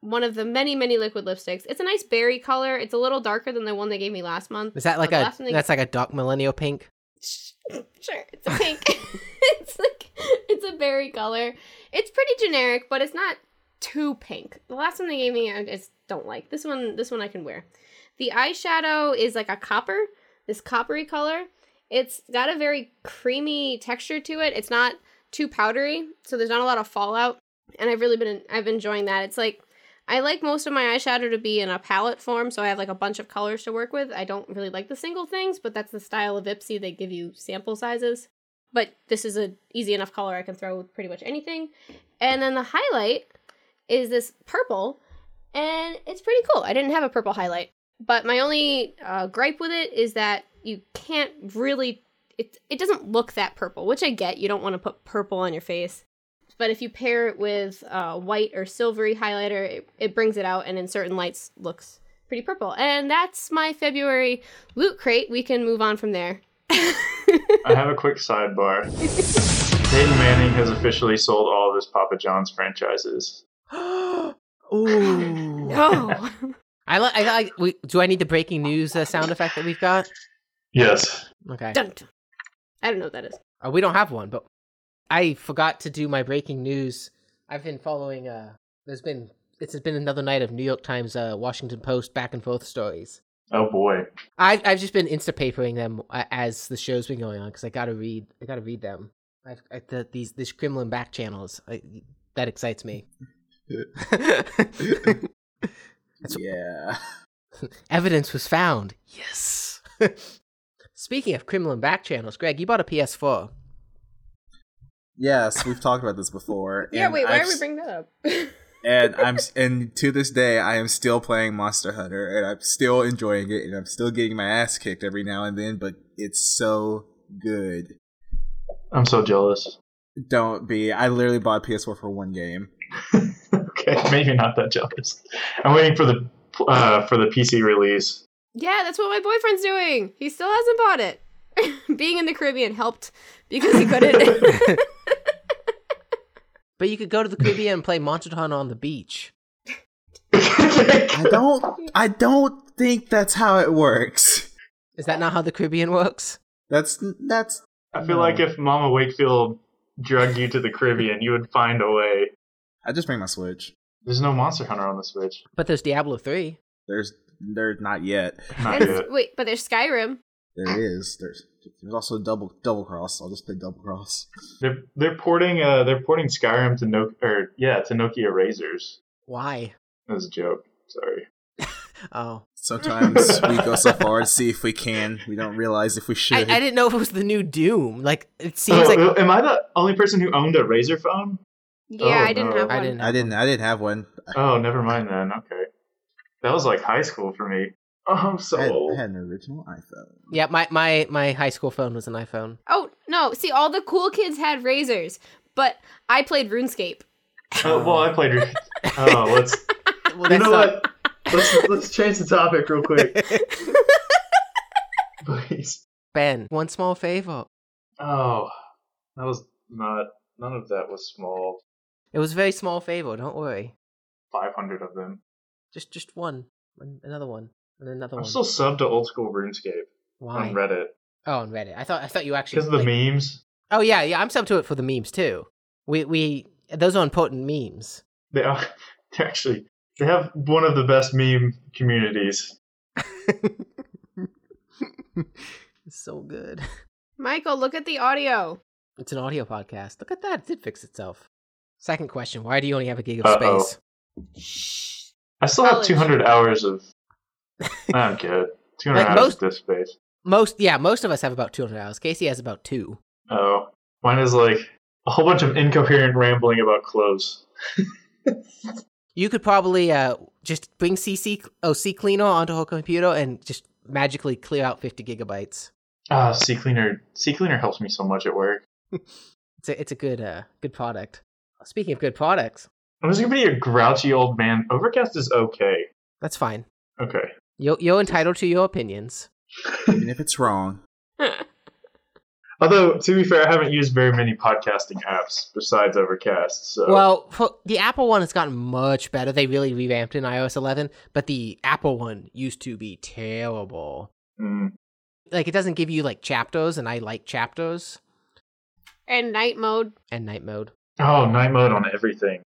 Speaker 3: one of the many, many liquid lipsticks. It's a nice berry color. It's a little darker than the one they gave me last month.
Speaker 4: Is that like
Speaker 3: The
Speaker 4: a?
Speaker 3: last one they-
Speaker 4: That's like a dark millennial pink. (gasps)
Speaker 3: (laughs) Sure, it's a pink. (laughs) it's like it's a berry color. It's pretty generic, but it's not too pink. The last one they gave me, I just don't like. This one, this one I can wear. The eyeshadow is like a copper, this coppery color. It's got a very creamy texture to it. It's not too powdery, so there's not a lot of fallout. And I've really been I've been enjoying that. It's like I like most of my eyeshadow to be in a palette form, so I have like a bunch of colors to work with. I don't really like the single things, but that's the style of Ipsy. They give you sample sizes. But this is a easy enough color I can throw with pretty much anything. And then the highlight is this purple, and it's pretty cool. I didn't have a purple highlight, but my only uh, gripe with it is that you can't really. It it doesn't look that purple, which I get. You don't want to put purple on your face, but if you pair it with uh, white or silvery highlighter, it, it brings it out, and in certain lights looks pretty purple. And that's my February loot crate. We can move on from there. (laughs)
Speaker 1: I have a quick sidebar. Peyton Manning has officially sold all of his Papa John's franchises.
Speaker 4: Ooh.
Speaker 3: (laughs) no.
Speaker 4: I like. I like. We, do I need the breaking news uh, sound effect that we've got?
Speaker 1: Yes.
Speaker 4: Okay.
Speaker 3: Dun, dun. I don't know what that is.
Speaker 4: Uh, we don't have one, but I forgot to do my breaking news. I've been following. Uh, there's been. It's been another night of New York Times, uh, Washington Post back and forth stories.
Speaker 1: Oh boy.
Speaker 4: I've I've just been instapapering them uh, as the show's been going on because I gotta read. I gotta read them. I've, I, the, these these Kremlin back channels. I, that excites me. (laughs) That's-
Speaker 2: yeah.
Speaker 4: Evidence was found. Yes. (laughs) Speaking of Kremlin back channels, Greg, you bought a PS4.
Speaker 2: Yes, we've talked about this before.
Speaker 3: Yeah,
Speaker 2: and
Speaker 3: wait, why
Speaker 2: I've
Speaker 3: are we
Speaker 2: s-
Speaker 3: bringing that (laughs) up?
Speaker 2: And I'm s- and to this day, I am still playing Monster Hunter, and I'm still enjoying it, and I'm still getting my ass kicked every now and then. But it's so good.
Speaker 1: I'm so jealous. (laughs)
Speaker 2: Don't be. I literally bought PS4 for one game.
Speaker 1: Okay, maybe not that jealous. I'm waiting for the uh, for the PC release. (laughs)
Speaker 3: Yeah, that's what my boyfriend's doing. He still hasn't bought it. (laughs) Being in the Caribbean helped because he couldn't.
Speaker 2: (laughs)
Speaker 3: (laughs)
Speaker 4: But you could go to the Caribbean and play Monster Hunter on the beach.
Speaker 2: I don't. I don't think that's how it works.
Speaker 4: Is that not how the Caribbean works?
Speaker 2: That's that's
Speaker 1: I feel like if Mama Wakefield drug you to the Caribbean, you would find a way.
Speaker 2: I just bring my Switch.
Speaker 1: There's no Monster Hunter on the Switch.
Speaker 4: But there's Diablo 3.
Speaker 2: There's there's not yet.
Speaker 1: Not
Speaker 3: And s-
Speaker 1: yet.
Speaker 3: wait, but there's Skyrim.
Speaker 2: There is. There's there's also double double cross. I'll just play double cross.
Speaker 1: They're they're porting uh they're porting Skyrim to no or yeah to Nokia Razors.
Speaker 4: Why?
Speaker 1: That was a joke. Sorry.
Speaker 4: Oh. (laughs)
Speaker 2: Sometimes we go so far to see if we can. We don't realize if we
Speaker 4: I,
Speaker 2: should.
Speaker 4: I didn't know if it was the new Doom. Like, it seems
Speaker 1: (laughs)
Speaker 4: like.
Speaker 1: Oh, am I the only person who owned a Razor phone?
Speaker 3: Yeah,
Speaker 1: Oh,
Speaker 3: I didn't
Speaker 1: no.
Speaker 3: have one.
Speaker 4: I didn't.
Speaker 2: I didn't. I didn't have one.
Speaker 1: Oh, never mind then. Okay, that was like high school for me. Oh, I'm so
Speaker 2: I had,
Speaker 1: old.
Speaker 2: I had an original iPhone.
Speaker 4: Yeah, my, my, my high school phone was an iPhone.
Speaker 3: Oh no! See, all the cool kids had razors, but I played RuneScape.
Speaker 1: Oh, well, I played. Re-
Speaker 4: (laughs)
Speaker 1: oh, let's.
Speaker 4: Well,
Speaker 1: you
Speaker 4: that's
Speaker 1: know
Speaker 4: not-
Speaker 1: what? Let's let's change the topic real
Speaker 4: (laughs)
Speaker 1: quick, please.
Speaker 4: Ben, one small favor.
Speaker 1: Oh, that was Not none of that was small.
Speaker 4: It was a very small favor. Don't worry.
Speaker 1: Five hundred of them.
Speaker 4: Just just one, and another one, and another
Speaker 1: I'm
Speaker 4: one.
Speaker 1: still subbed to old school RuneScape
Speaker 4: Why?
Speaker 1: on Reddit
Speaker 4: oh, on Reddit. I thought I thought you actually
Speaker 1: because of the
Speaker 4: like-
Speaker 1: memes.
Speaker 4: Oh yeah, yeah. I'm sub to it for the memes too. We we those are
Speaker 1: (laughs)
Speaker 4: important memes.
Speaker 1: They are they actually they have one of the best meme communities.
Speaker 4: It's so good.
Speaker 3: Michael, look at the audio.
Speaker 4: It's an audio podcast. Look at that. It did fix itself. Second question: Why do you only have a gig of
Speaker 1: Uh-oh.
Speaker 4: space?
Speaker 1: I still have
Speaker 3: College.
Speaker 1: 200 hours
Speaker 4: (laughs)
Speaker 1: of. I don't get it. 200
Speaker 4: Like
Speaker 1: hours
Speaker 4: most-
Speaker 1: of disk space.
Speaker 4: Most yeah, most of us have about 200 hours. Casey has about two.
Speaker 1: Oh, mine is like a whole bunch of incoherent rambling about clothes.
Speaker 4: You could probably uh just bring CC oh C Cleaner onto her computer and just magically clear out 50 gigabytes.
Speaker 1: Ah, C cleaner. C cleaner helps me so much at work.
Speaker 4: It's a it's a good uh good product. Speaking of good products,
Speaker 1: I'm just gonna be a grouchy old man. Overcast is okay.
Speaker 4: that's fine.
Speaker 1: Okay.
Speaker 4: You're you're entitled to your opinions.
Speaker 2: Even if it's wrong. (sighs)
Speaker 1: Although to be fair, I haven't used very many podcasting apps besides Overcast. So
Speaker 4: Well, for the Apple one has gotten much better. They really revamped in iOS 11, but the Apple one used to be terrible.
Speaker 1: Mm.
Speaker 4: Like it doesn't give you like chapters, and I like chapters
Speaker 3: And night mode.
Speaker 4: and night mode. (laughs)
Speaker 1: oh, night mode on everything.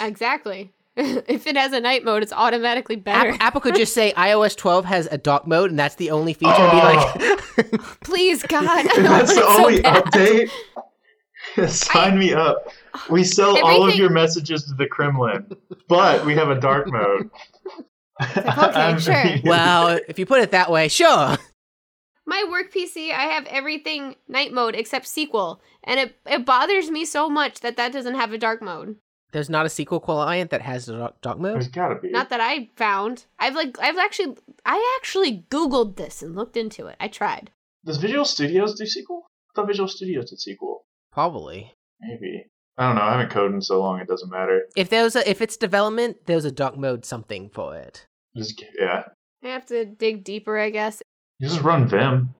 Speaker 3: Exactly. (laughs) if it has a night mode, it's automatically better.
Speaker 4: App- Apple could just say iOS 12 has a dock mode, and that's the only feature. And be (laughs) like,
Speaker 3: Please, God. I
Speaker 1: If
Speaker 3: (laughs)
Speaker 1: (laughs)
Speaker 3: want
Speaker 1: that's
Speaker 3: it
Speaker 1: the
Speaker 3: so
Speaker 1: only
Speaker 3: bad. (laughs)
Speaker 1: update. (laughs) Sign me up. We sell all of
Speaker 3: Everything-
Speaker 1: your messages to the Kremlin, but we have a dark mode.
Speaker 3: okay,
Speaker 1: (laughs) I'm-
Speaker 3: sure.
Speaker 4: well, if you put it that way, sure.
Speaker 3: My work PC, I have everything night mode except SQL, and it it bothers me so much that that doesn't have a dark mode.
Speaker 4: There's not a SQL client that has the dock- dock
Speaker 1: There's
Speaker 4: mode.
Speaker 1: gotta be.
Speaker 3: Not that I found. I've like I've actually I actually googled this and looked into it. I tried.
Speaker 1: Does Visual Studios do SQL? I thought Visual Studios did SQL.
Speaker 4: Probably.
Speaker 1: Maybe. I don't know. I haven't coded in so long, it doesn't matter.
Speaker 4: If there's a, if it's development, there's a dock mode something for it.
Speaker 1: Just, yeah.
Speaker 3: I have to dig deeper, I guess.
Speaker 1: You just run Vim.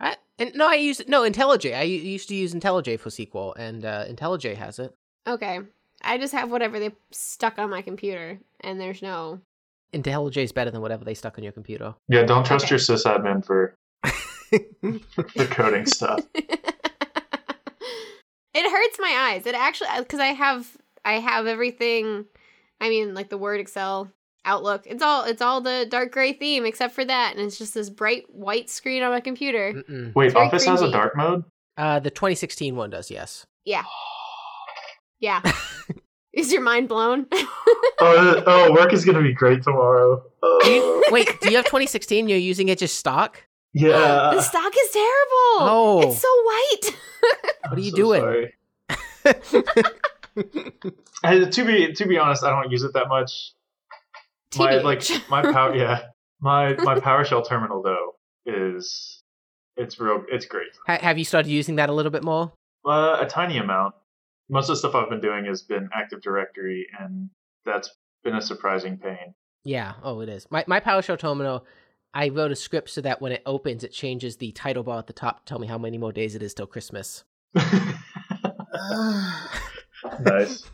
Speaker 4: I, and no, I use no IntelliJ. I u- used to use IntelliJ for SQL, and uh, IntelliJ has it.
Speaker 3: Okay. I just have whatever they stuck on my computer, and there's no.
Speaker 4: IntelliJ is better than whatever they stuck on your computer.
Speaker 1: Yeah, don't trust
Speaker 3: Okay.
Speaker 1: your sysadmin for, for
Speaker 3: (laughs)
Speaker 1: coding stuff.
Speaker 3: it hurts my eyes. It actually because I have I have everything. I mean, like the Word, Excel, Outlook. It's all it's all the dark gray theme except for that, and it's just this bright white screen on my computer.
Speaker 4: Mm-mm.
Speaker 1: Wait,
Speaker 3: very
Speaker 1: Office has a
Speaker 3: cringy.
Speaker 1: dark mode?
Speaker 4: Uh, the 2016 one does, yes. (laughs)
Speaker 3: Yeah. Is your mind blown?
Speaker 1: Oh, th- oh, work is gonna be great tomorrow.
Speaker 3: (laughs)
Speaker 1: Oh,
Speaker 4: Wait, do you have 2016? You're using it just stock? (laughs)
Speaker 3: the
Speaker 1: yeah.
Speaker 3: stock is terrible.
Speaker 4: Oh.
Speaker 3: It's so
Speaker 1: (laughs)
Speaker 3: white.
Speaker 1: I'm
Speaker 4: are you
Speaker 1: so
Speaker 4: doing?
Speaker 1: sorry. I, to be to be honest, I don't use it that much. My like
Speaker 3: TBH.
Speaker 1: my
Speaker 4: (laughs)
Speaker 1: power yeah my my PowerShell terminal though is it's real it's great
Speaker 4: Ha- have you started using that a little bit more?
Speaker 1: uh, a tiny amount. Most of the stuff I've been doing has been Active Directory, and that's been a surprising pain. (laughs)
Speaker 4: Yeah. Oh, it is. My my PowerShell terminal. I wrote a script so that when it opens, it changes the title bar at the top to tell me how many more days it is till Christmas.
Speaker 1: nice.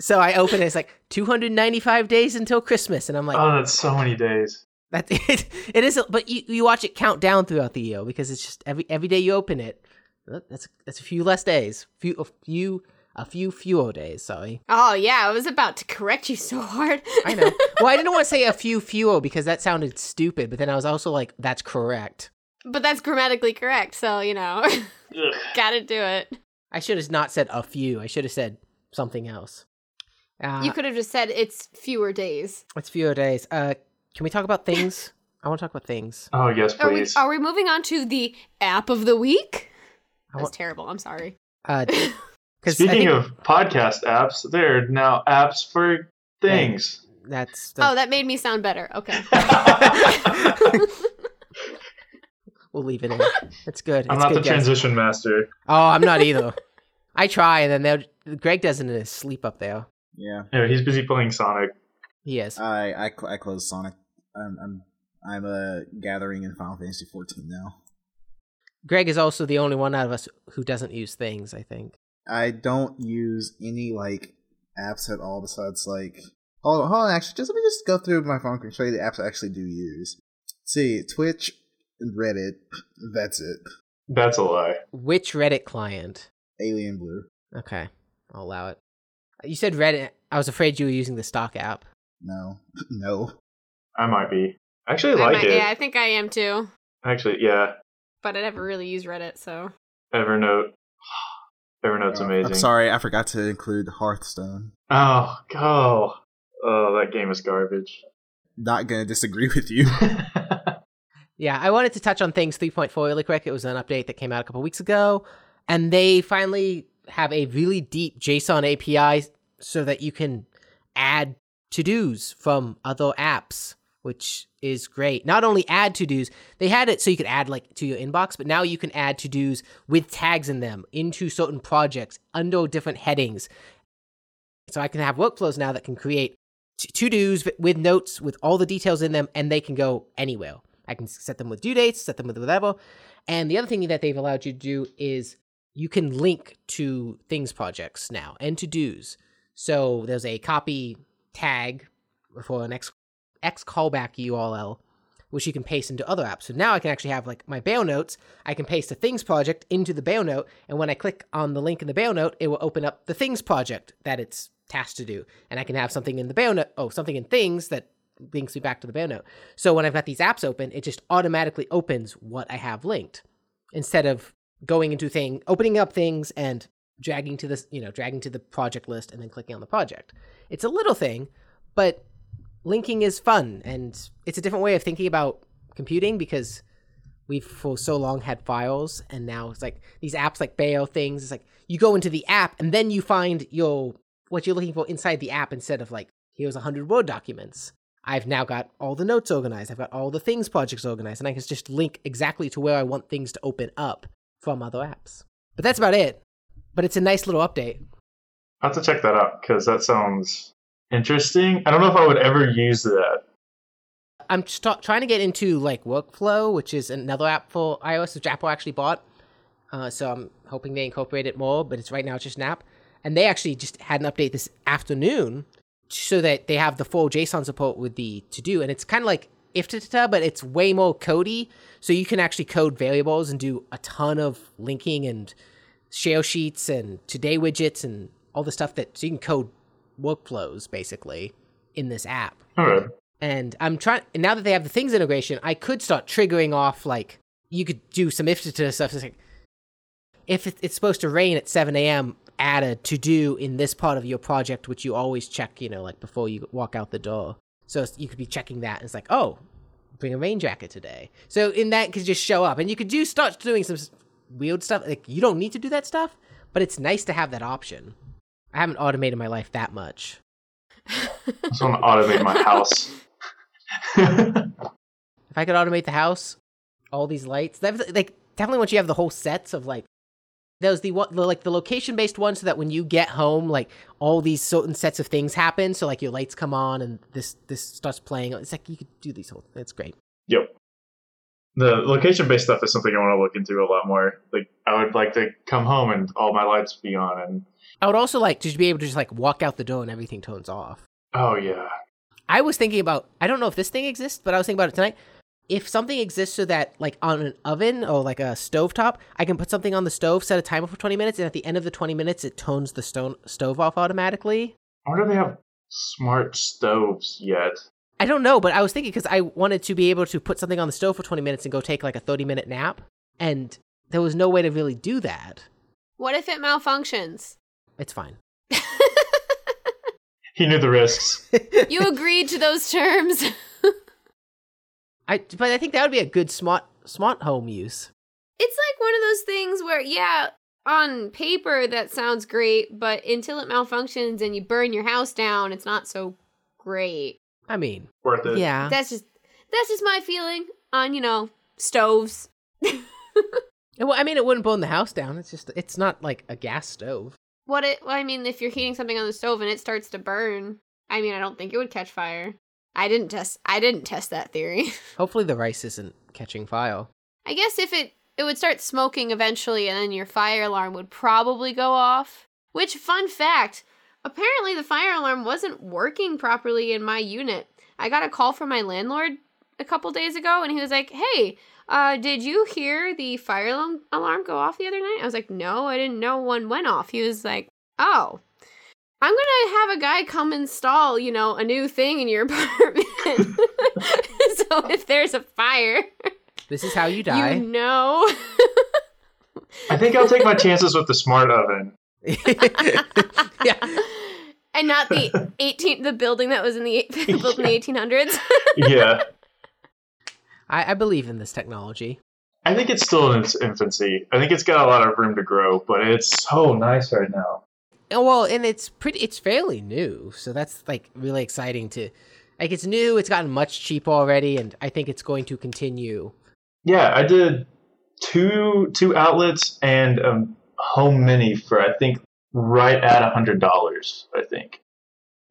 Speaker 4: So I open it, it's like 295 days until Christmas, and I'm like,
Speaker 1: Oh, that's so many days.
Speaker 4: That (laughs) it, it is, but you, you watch it count down throughout the year because it's just every every day you open it, uh, that's that's a few less days, few a few a few fewer days. Sorry,
Speaker 3: (laughs) oh yeah, I was about to correct you so hard.
Speaker 4: I know. well, I didn't want to say a few fewer because that sounded stupid, but then I was also like, that's correct.
Speaker 3: (laughs) but that's grammatically correct, so you know, (laughs)
Speaker 1: Ugh.
Speaker 3: gotta do it.
Speaker 4: I should have not said a few. I should have said something else. Uh,
Speaker 3: you could have just said it's fewer days.
Speaker 4: it's fewer days. Uh, can we
Speaker 3: (laughs)
Speaker 4: talk about things? I want to talk about things.
Speaker 1: Oh yes,
Speaker 3: Are we,
Speaker 1: please.
Speaker 3: are we moving on to the app of the week? That
Speaker 4: I
Speaker 3: was
Speaker 4: want,
Speaker 3: terrible. I'm sorry. (laughs)
Speaker 4: uh, 'cause I
Speaker 1: Speaking
Speaker 4: think
Speaker 1: of podcast apps, there are now apps for
Speaker 4: (laughs)
Speaker 1: things. (laughs)
Speaker 4: that's, that's
Speaker 3: Oh, that made me sound better. Okay.
Speaker 1: I'm
Speaker 4: we'll
Speaker 3: (laughs)
Speaker 4: leave it in. It's good. it's
Speaker 1: not
Speaker 4: good,
Speaker 1: the
Speaker 4: guys.
Speaker 1: transition master.
Speaker 4: Oh, I'm
Speaker 1: (laughs)
Speaker 4: not either. I try, and then they'll, Greg doesn't in his sleep up there.
Speaker 2: Yeah.
Speaker 1: No, he's busy playing Sonic.
Speaker 4: He is.
Speaker 3: Uh.
Speaker 2: I I, cl- I closed Sonic. I'm I'm I'm uh, gathering in Final Fantasy 14 now.
Speaker 4: Greg is also the only one out of us who doesn't use things. I think.
Speaker 2: I don't use any like apps at all besides like hold on, hold on actually just let me just go through my phone and show you the apps I actually do use. See, Twitch and Reddit, that's it.
Speaker 1: That's a lie.
Speaker 4: Which Reddit client?
Speaker 2: Alien Blue.
Speaker 4: Okay, I'll allow it. You said Reddit. I was afraid you were using the stock app.
Speaker 2: No. (laughs) No.
Speaker 1: I might be. Actually, I
Speaker 3: I
Speaker 1: like
Speaker 3: might-
Speaker 1: it.
Speaker 3: Yeah, I think I am too.
Speaker 1: Actually, yeah.
Speaker 3: But I never really use Reddit, so
Speaker 1: Evernote. (sighs) Evernote's
Speaker 2: Uh,
Speaker 1: amazing.
Speaker 2: I'm sorry, I forgot to include Hearthstone.
Speaker 1: Oh, go. Oh, that game is
Speaker 2: (laughs)
Speaker 1: garbage.
Speaker 2: Not gonna disagree with
Speaker 3: (laughs)
Speaker 2: you.
Speaker 4: Yeah, I wanted to touch on things 3.4 really quick. It was an update that came out a couple weeks ago, and they finally have a really deep JSON API so that you can add to dos from other apps, which is great. Not only add to dos, they had it so you could add like to your inbox, but now you can add to dos with tags in them into certain projects under different headings. So I can have workflows now that can create to dos with notes with all the details in them, and they can go anywhere. I can set them with due dates, set them with whatever. And the other thing that they've allowed you to do is you can link to things projects now and to dos. So there's a copy tag for an X, X callback URL, which you can paste into other apps. So now I can actually have like my bail notes. I can paste the things project into the bail note. And when I click on the link in the bail note, it will open up the things project that it's tasked to do. And I can have something in the bail note, oh, something in things that links me back to the bail note. So when I've got these apps open, it just automatically opens what I have linked instead of going into thing, opening up things and dragging to this, you know, dragging to the project list and then clicking on the project. It's a little thing, but linking is fun and it's a different way of thinking about computing because we've for so long had files and now it's like these apps like bail things it's like you go into the app and then you find your what you're looking for inside the app instead of like here's 100 word documents I've now got all the notes organized. I've got all the things projects organized, and I can just link exactly to where I want things to open up from other apps. But that's about it. But it's a nice little update.
Speaker 1: I have to check that out because that sounds interesting. I don't know if I would ever use that.
Speaker 4: I'm st- trying to get into like workflow, which is another app for iOS, which Apple actually bought. Uh, so I'm hoping they incorporate it more, but it's right now it's just an app. And they actually just had an update this afternoon so that they have the full JSON support with the to do. And it's kind of like Ifttt, but it's way more codey. So you can actually code variables and do a ton of linking and share sheets and today widgets and all the stuff that so you can code workflows basically in this app.
Speaker 1: Okay.
Speaker 4: And I'm trying now that they have the things integration, I could start triggering off like you could do some if to stuff. It's like, if it- it's supposed to rain at 7 a.m., add a to do in this part of your project, which you always check, you know, like before you walk out the door. So it's- you could be checking that. And it's like, oh, bring a rain jacket today. So in that could just show up, and you could do start doing some s- weird stuff. Like you don't need to do that stuff, but it's nice to have that option. I haven't automated my life that much.
Speaker 1: I just want to automate my
Speaker 2: (laughs)
Speaker 1: house. I
Speaker 4: if I could automate the house, all these lights, that, like definitely once you have the whole sets of like those the, one- the like the location based one, so that when you get home, like all these certain sets of things happen. So like your lights come on and this this starts playing. It's like you could do these whole. It's great.
Speaker 1: Yep. The location based stuff is something I want to look into a lot more. Like I would like to come home and all my lights be on and
Speaker 4: I would also like to be able to just like walk out the door and everything turns off.
Speaker 1: oh yeah.
Speaker 4: I was thinking about I don't know if this thing exists, but I was thinking about it tonight. If something exists so that like on an oven or like a stovetop, I can put something on the stove, set a timer for 20 minutes, and at the end of the 20 minutes it tones the stone stove off automatically.
Speaker 1: I wonder if they have smart stoves yet.
Speaker 4: I don't know, but I was thinking because I wanted to be able to put something on the stove for 20 minutes and go take like a 30 minute nap, and there was no way to really do that.
Speaker 3: what if it malfunctions?
Speaker 4: It's fine. (laughs)
Speaker 1: He knew the risks.
Speaker 4: (laughs)
Speaker 3: You agreed to those terms. (laughs)
Speaker 4: I but I think that would be a good smart smart home use.
Speaker 3: It's like one of those things where, yeah, on paper that sounds great, but until it malfunctions and you burn your house down, it's not so great.
Speaker 4: I mean,
Speaker 1: Worth it.
Speaker 4: yeah.
Speaker 3: That's just that's just my feeling on you know stoves.
Speaker 4: Well, I mean, it wouldn't burn the house down. It's just it's not like a gas stove.
Speaker 3: What it? Well, I mean, if you're heating something on the stove and it starts to burn, I mean, I don't think it would catch fire. I didn't test. I didn't test that theory.
Speaker 4: Hopefully the rice isn't catching fire.
Speaker 3: I guess if it it would start smoking eventually, and then your fire alarm would probably go off. Which, fun fact, apparently the fire alarm wasn't working properly in my unit. I got a call from my landlord a couple days ago, and he was like, Hey, uh, did you hear the fire alarm alarm go off the other night? I was like, No, I didn't know one went off. He was like, Oh, I'm gonna have a guy come install, you know, a new thing in your (laughs) apartment. so if there's a fire,
Speaker 4: This is how you die.
Speaker 3: you know.
Speaker 1: I think I'll take my chances with the smart oven.
Speaker 4: (laughs) (laughs) yeah.
Speaker 3: and not the 18 the building that was in the (laughs) built in the (laughs) 1800s.
Speaker 1: Yeah,
Speaker 4: I, I believe in this technology.
Speaker 1: I think it's still in its infancy. I think it's got a lot of room to grow, but it's so nice right now.
Speaker 4: Oh, well, and it's pretty. It's fairly new, so that's like really exciting to. Like it's new. It's gotten much cheaper already, and I think it's going to continue.
Speaker 1: Yeah, I did two two outlets and a home mini for I think right at a hundred dollars. I think.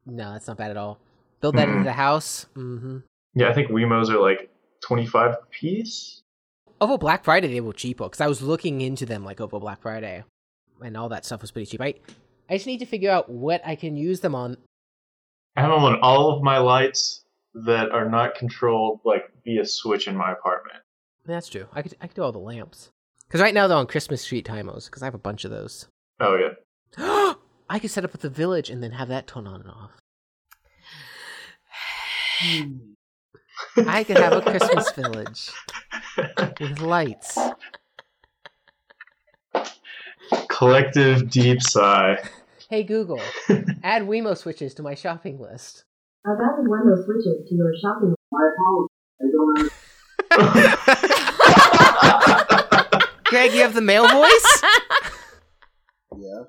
Speaker 4: No, that's not bad at all. Build that into
Speaker 1: Mhm.
Speaker 4: the house. Mm-hmm.
Speaker 1: Yeah, I think Wemos are like twenty five piece.
Speaker 4: Over Black Friday, they were cheaper because I was looking into them like over Black Friday, and all that stuff was pretty cheap. I, I just need to figure out what I can use them on.
Speaker 1: I have them on all of my lights that are not controlled like via switch in my apartment.
Speaker 4: That's true. I could I could do all the lamps because right now they're on Christmas tree timers because I have a bunch of those. (gasps)
Speaker 1: Oh yeah.
Speaker 4: I could set up with the village and then have that turn on and off. I could have a Christmas village with lights.
Speaker 1: Collective deep sigh.
Speaker 4: Hey Google, add Wemo switches to my shopping list.
Speaker 5: I've added one of those switches to your shopping. My apologies. I don't understand.
Speaker 4: Greg, you have the male voice.
Speaker 2: Yeah.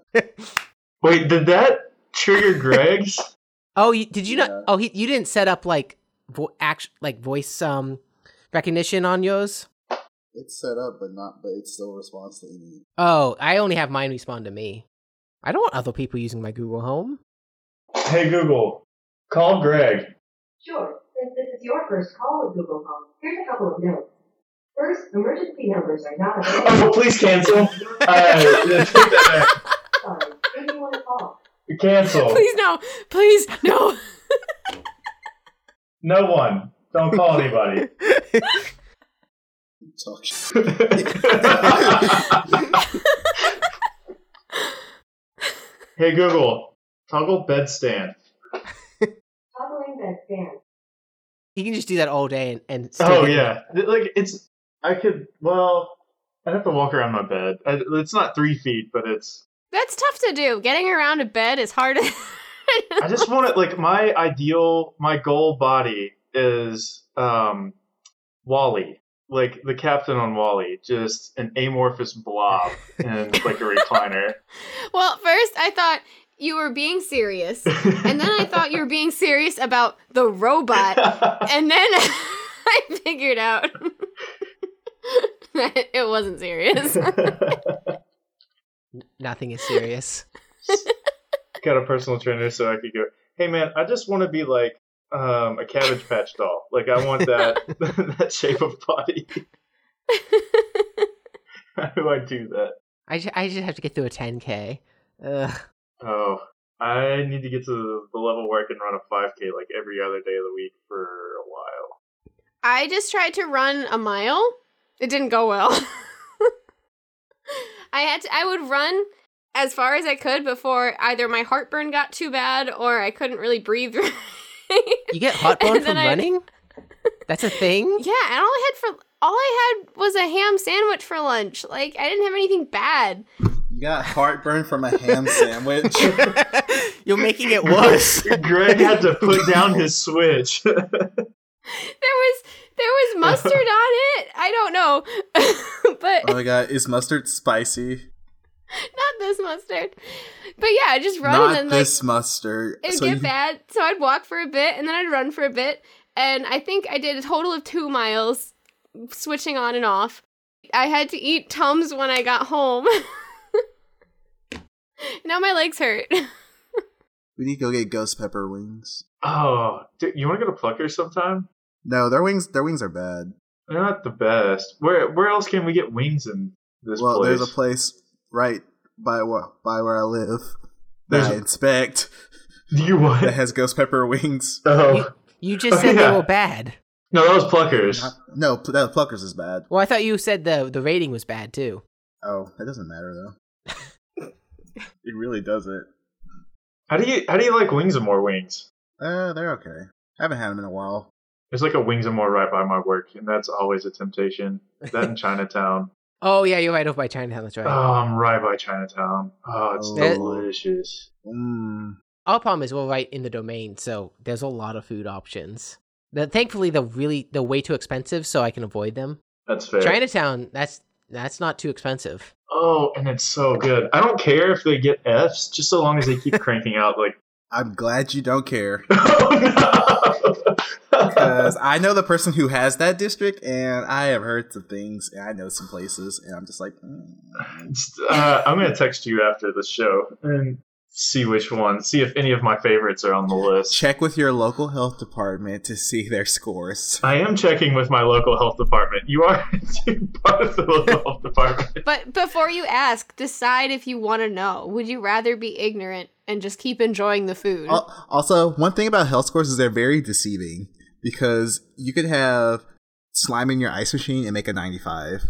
Speaker 1: Wait, did that trigger Greg's?
Speaker 4: (laughs) Oh, you, did you
Speaker 2: Yeah.
Speaker 4: not? Oh, he, you didn't set up like vo- act like voice um recognition on yours.
Speaker 2: It's set up, but not. But it still responds to any.
Speaker 4: Oh, I only have mine respond to me. I don't want other people using my Google Home.
Speaker 1: hey Google, call Greg.
Speaker 5: Sure, since this is your first call with Google Home, here's a couple of notes. First, emergency numbers are not available.
Speaker 1: Oh, please cancel. Uh, yeah, take that
Speaker 5: Sorry, if you want to call.
Speaker 1: back. Cancel.
Speaker 3: Please no. Please no.
Speaker 1: No one. Don't call anybody.
Speaker 2: Talk shit.
Speaker 1: hey Google, toggle bedstand.
Speaker 5: Toggling bed stand.
Speaker 4: You can just do that all day and, and still
Speaker 1: (laughs) Oh
Speaker 4: get-
Speaker 1: yeah, Th- like it's. I could. Well, I'd have to walk around my bed. I, it's not three feet, but it's.
Speaker 3: That's tough to do. Getting around a bed is hard. (laughs)
Speaker 1: I just want it. Like my ideal, my goal body is um, Wally, like the captain on Wally, just an amorphous blob in like
Speaker 3: (laughs)
Speaker 1: a recliner.
Speaker 3: well, first I thought you were being serious. And then I thought you were being serious about the
Speaker 1: (laughs)
Speaker 3: robot. And then (laughs) I figured out (laughs) that it wasn't serious.
Speaker 1: (laughs)
Speaker 4: nothing is serious.
Speaker 1: got a personal trainer so I could go, hey man, I just want to be like um, a cabbage patch doll. Like I want that (laughs) that shape of body. How do I do that?
Speaker 4: I just, I just have to get through a 10k. Ugh.
Speaker 1: Oh, I need to get to the level where I can run a 5K like every other day of the week for a while.
Speaker 3: I just tried to run a mile. It didn't go well. (laughs) I had to, I would run as far as I could before either my heartburn got too bad or I couldn't really breathe. (laughs) yeah, (laughs)
Speaker 4: You get heartburn
Speaker 3: And then
Speaker 4: from
Speaker 3: I- (laughs)
Speaker 4: running? That's a thing?
Speaker 3: and all I had for all I had was a ham sandwich for lunch. Like I didn't have anything bad.
Speaker 2: You got heartburn from a ham
Speaker 3: (laughs)
Speaker 2: sandwich.
Speaker 4: You're making it worse.
Speaker 1: Greg had to put down his switch. (laughs)
Speaker 3: There was there was mustard on it. I don't know. (laughs) but
Speaker 2: oh my god, is mustard spicy?
Speaker 3: not this mustard. But yeah, I just run
Speaker 2: Not
Speaker 3: and then like
Speaker 2: this mustard.
Speaker 3: It'd
Speaker 2: So
Speaker 3: get
Speaker 2: you-
Speaker 3: bad, so I'd walk for a bit and then I'd run for a bit. And I think I did a total of two miles, switching on and off. I had to eat Tums when I got home. (laughs) now my legs hurt. (laughs)
Speaker 2: We need to go get ghost pepper wings.
Speaker 1: oh, dude, you want to go to Plucker sometime?
Speaker 2: No, their wings. Their wings are bad.
Speaker 1: They're not the best. Where where else can we get wings in this
Speaker 2: well,
Speaker 1: place?
Speaker 2: there's a place right by where by where I live
Speaker 1: There's
Speaker 2: that
Speaker 1: a-
Speaker 2: I inspect
Speaker 1: Do you want? (laughs)
Speaker 2: that has ghost pepper wings.
Speaker 1: Oh
Speaker 4: You just
Speaker 1: Oh,
Speaker 4: said
Speaker 1: yeah.
Speaker 4: they were bad.
Speaker 1: no, that was Pluckers.
Speaker 2: No, pl- that Pluckers is bad.
Speaker 4: Well, I thought you said the the rating was bad too.
Speaker 2: Oh, that doesn't matter
Speaker 1: (laughs)
Speaker 2: though. it really doesn't.
Speaker 1: How do you how do you like wings and more wings?
Speaker 2: Uh, they're okay. I haven't had them in a while.
Speaker 1: There's like a wings and more right by my work, and that's always a temptation. That in Chinatown.
Speaker 4: Oh yeah, you're right over by Chinatown. That's right.
Speaker 1: Oh, I'm right by Chinatown. Oh, it's
Speaker 2: Oh.
Speaker 1: delicious.
Speaker 2: Mm.
Speaker 4: Our problem is we're right in the domain, so there's a lot of food options. The, thankfully, they're really they're way too expensive, so I can avoid them.
Speaker 1: That's fair.
Speaker 4: Chinatown, that's that's not too expensive.
Speaker 1: Oh, and it's so good. I don't care if they get Fs, just so long as they keep cranking out like. (laughs)
Speaker 2: I'm glad you don't care
Speaker 1: oh no! (laughs)
Speaker 2: because I know the person who has that district, and I have heard some things, and I know some places, and I'm just like, mm.
Speaker 1: It's- uh, I'm gonna text you after the show and see which one. See if any of my favorites are on the list.
Speaker 2: check with your local health department to see their scores.
Speaker 1: I am checking with my local health department. You are (laughs) part of the local health
Speaker 3: (laughs)
Speaker 1: department.
Speaker 3: But before you ask, decide if you want to know. Would you rather be ignorant and just keep enjoying the food?
Speaker 2: Al- Also, one thing about health scores is they're very deceiving because you could have slime in your ice machine and make a 95.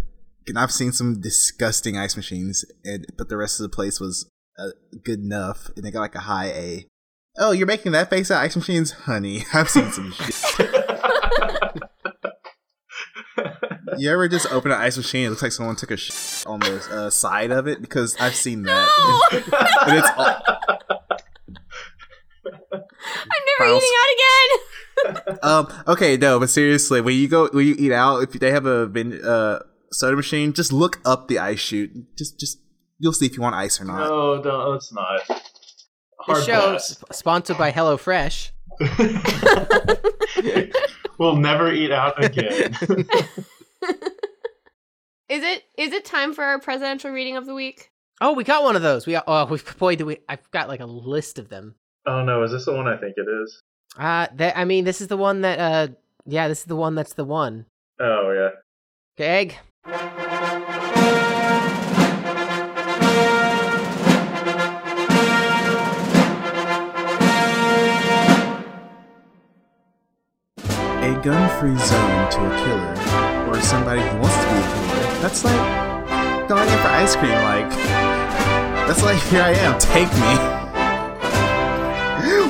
Speaker 2: And I've seen some disgusting ice machines, and but the rest of the place was uh, good enough, and they got like a high A. Oh, you're making that face at ice machines, honey. (laughs) I've seen some shit. You ever just open an ice machine? It looks like someone took a shit on the uh, side of it because I've seen that. (laughs) And it's all,
Speaker 3: I'm never
Speaker 2: Files.
Speaker 3: eating out again.
Speaker 2: Um. Okay. No, but seriously, when you go, when you eat out, if they have a vin- uh, soda machine, just look up the ice chute. Just, just you'll see if you want ice or not.
Speaker 1: no, no, it's not.
Speaker 4: The
Speaker 1: Hard
Speaker 4: show
Speaker 1: pass.
Speaker 4: sp- sponsored by HelloFresh.
Speaker 1: (laughs) we'll never eat out
Speaker 4: (laughs)
Speaker 1: again.
Speaker 3: Is it is it time for our presidential reading of the
Speaker 2: (gasps)
Speaker 3: week?
Speaker 4: Oh, we got one of those. We oh, (laughs) we boy, do we? I've got like a list of them.
Speaker 1: oh no, is this the one I think it is?
Speaker 4: Uh, that I mean, this is the one that uh, yeah, this is the one that's the one.
Speaker 1: Oh yeah.
Speaker 4: Okay, egg. (laughs)
Speaker 2: A gun-free zone to a killer or somebody who wants to be a killer. That's like going in for ice cream. Like that's like (laughs) here I am. Take me. (laughs)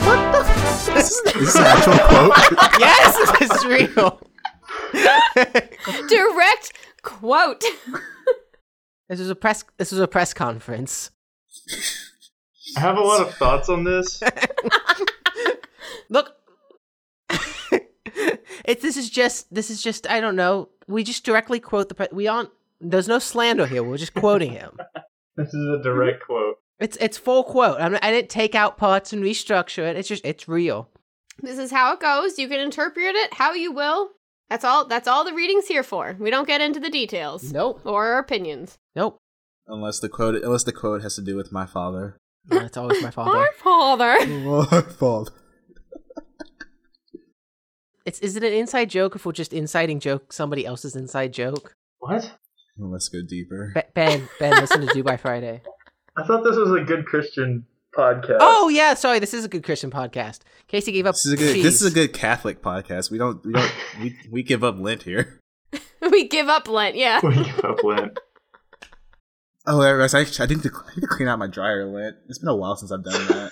Speaker 2: What the? F- this is this is an actual quote. (laughs)
Speaker 4: Yes, this is real.
Speaker 3: Direct quote.
Speaker 4: This was a press. This was a press conference.
Speaker 1: I have a lot of thoughts on
Speaker 4: (laughs)
Speaker 1: this.
Speaker 4: Look, (laughs) it's this is just this is just I don't know. We just directly quote the pre- we aren't. There's no slander here. We're just quoting him.
Speaker 1: This is a direct quote.
Speaker 4: It's it's full quote. I'm, I didn't take out parts and restructure it. It's just it's real.
Speaker 3: This is how it goes. You can interpret it how you will. That's all that's all the reading's here for. We don't get into the details
Speaker 4: Nope,
Speaker 3: or our opinions.
Speaker 4: nope.
Speaker 2: Unless the quote, unless the quote has to do with my father.
Speaker 4: That's always my father.
Speaker 3: Our father.
Speaker 2: (laughs) My father.
Speaker 4: It's is it an inside joke if we're just inciting joke somebody else's inside joke?
Speaker 1: What?
Speaker 2: Let's go deeper.
Speaker 4: Be- Ben, Ben, listen to Do
Speaker 2: (laughs)
Speaker 4: by
Speaker 2: Uh,
Speaker 4: Friday.
Speaker 1: I thought this was a good Christian podcast.
Speaker 4: Oh yeah, sorry. This is a good Christian podcast. Casey gave up.
Speaker 2: This is a good.
Speaker 4: cheese.
Speaker 2: This is a good Catholic podcast. We don't. We don't. we, we give up Lent here.
Speaker 3: (laughs)
Speaker 2: (laughs)
Speaker 3: we give up Lent, yeah.
Speaker 1: We give up Lent.
Speaker 2: Oh, I, I, I need to I need to clean out my dryer Lent. It's been a while since I've done
Speaker 3: (laughs)
Speaker 2: that.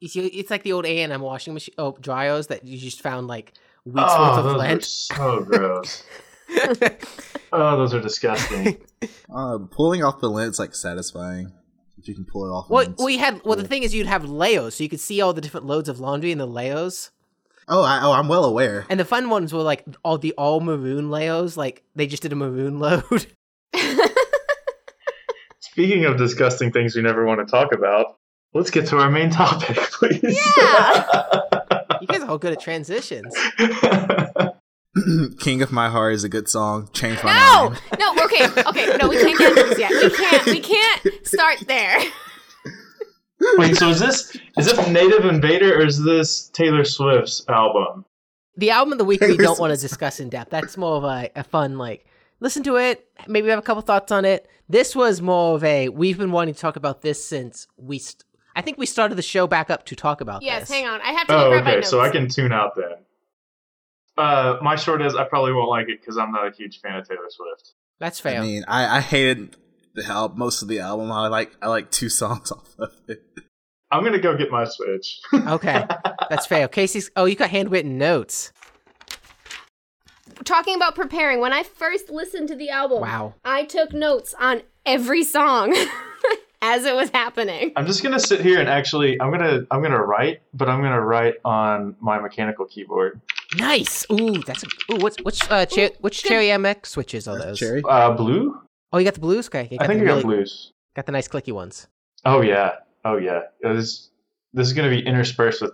Speaker 4: It's, it's like the old A and M washing machine, oh, dryos that you just found like weeks
Speaker 1: Oh,
Speaker 4: worth of
Speaker 1: those are
Speaker 4: lint.
Speaker 1: so
Speaker 4: (laughs)
Speaker 1: gross. Oh, those are disgusting.
Speaker 2: Uh, pulling off the Lent's like satisfying. If you can pull it off.
Speaker 4: well,
Speaker 2: once.
Speaker 4: we had. Well, the
Speaker 2: cool.
Speaker 4: thing is, you'd have layos, so you could see all the different loads of laundry in the layos.
Speaker 2: oh, I, oh, I'm well aware.
Speaker 4: And the fun ones were like all the all maroon layos. Like they just did a maroon load. (laughs)
Speaker 1: Speaking of disgusting things we never want to talk about, let's get to our main (laughs) topic, please. (laughs)
Speaker 4: you guys are all good at transitions.
Speaker 2: King of My Heart is a good song. Change my
Speaker 3: no!
Speaker 2: mind.
Speaker 3: No, okay, okay, no, we can't get into this yet. We can't we can't start there.
Speaker 4: (laughs)
Speaker 1: Wait, so is this is this Native Invader or is this Taylor Swift's album?
Speaker 4: the album of the week we
Speaker 2: Taylor
Speaker 4: don't want to
Speaker 2: Swift.
Speaker 4: discuss in depth. That's more of a, a fun like listen to it. Maybe have a couple thoughts on it. This was more of a we've been wanting to talk about this since we. St- I think we started the show back up to talk about
Speaker 3: Yes,
Speaker 4: this.
Speaker 3: hang on. I have to go
Speaker 1: Oh,
Speaker 3: grab my
Speaker 1: okay.
Speaker 3: notes.
Speaker 1: So I can tune out then. Uh, my short is I probably won't like it because I'm not a huge fan of Taylor Swift.
Speaker 4: That's
Speaker 2: I
Speaker 4: fair.
Speaker 2: mean, I, I hated the al- most of the album. I like I like two (laughs) songs off of it.
Speaker 1: I'm gonna go get my Switch.
Speaker 2: (laughs)
Speaker 4: okay, that's fair. Casey's. Oh, you got handwritten notes.
Speaker 3: Talking about preparing, when I first listened to the album,
Speaker 4: Wow.
Speaker 3: I took notes on every song (laughs) as it was happening.
Speaker 1: (laughs) I'm just gonna sit here and actually I'm gonna I'm gonna write, but I'm gonna write on my mechanical keyboard.
Speaker 4: Nice. Ooh, that's a, ooh. What's which uh cher- which Cherry MX switches are those?
Speaker 2: Cherry.
Speaker 1: Uh, blue?
Speaker 4: Oh, you got the blues. Okay, you
Speaker 1: I
Speaker 4: got
Speaker 1: think
Speaker 4: the
Speaker 1: I got
Speaker 4: really-
Speaker 1: blues.
Speaker 4: got the nice clicky ones.
Speaker 1: Oh yeah. Oh yeah. It was- this is gonna be interspersed with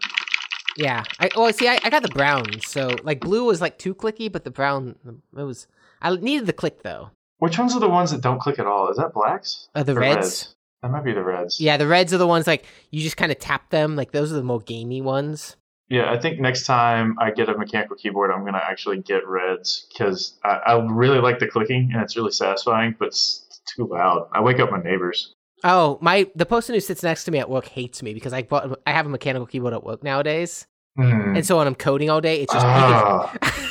Speaker 4: Yeah. I well see I, I got the brown, so like blue was like too clicky, but the brown it was I needed the click though.
Speaker 1: which ones are the ones that don't click at all? Is that blacks?
Speaker 4: Uh, the
Speaker 1: Or
Speaker 4: reds?
Speaker 1: That might be the reds.
Speaker 4: Yeah, the reds are the ones like you just kinda tap them, like those are the more gamey ones.
Speaker 1: Yeah, I think next time I get a mechanical keyboard, I'm gonna actually get reds because I, I really like the clicking and it's really satisfying, but it's too loud. I wake up my neighbors.
Speaker 4: Oh, my the person who sits next to me at work hates me because I bought I have a mechanical keyboard at work nowadays.
Speaker 1: Hmm.
Speaker 4: And so when I'm coding all day, it's just
Speaker 1: Ah.
Speaker 4: (laughs)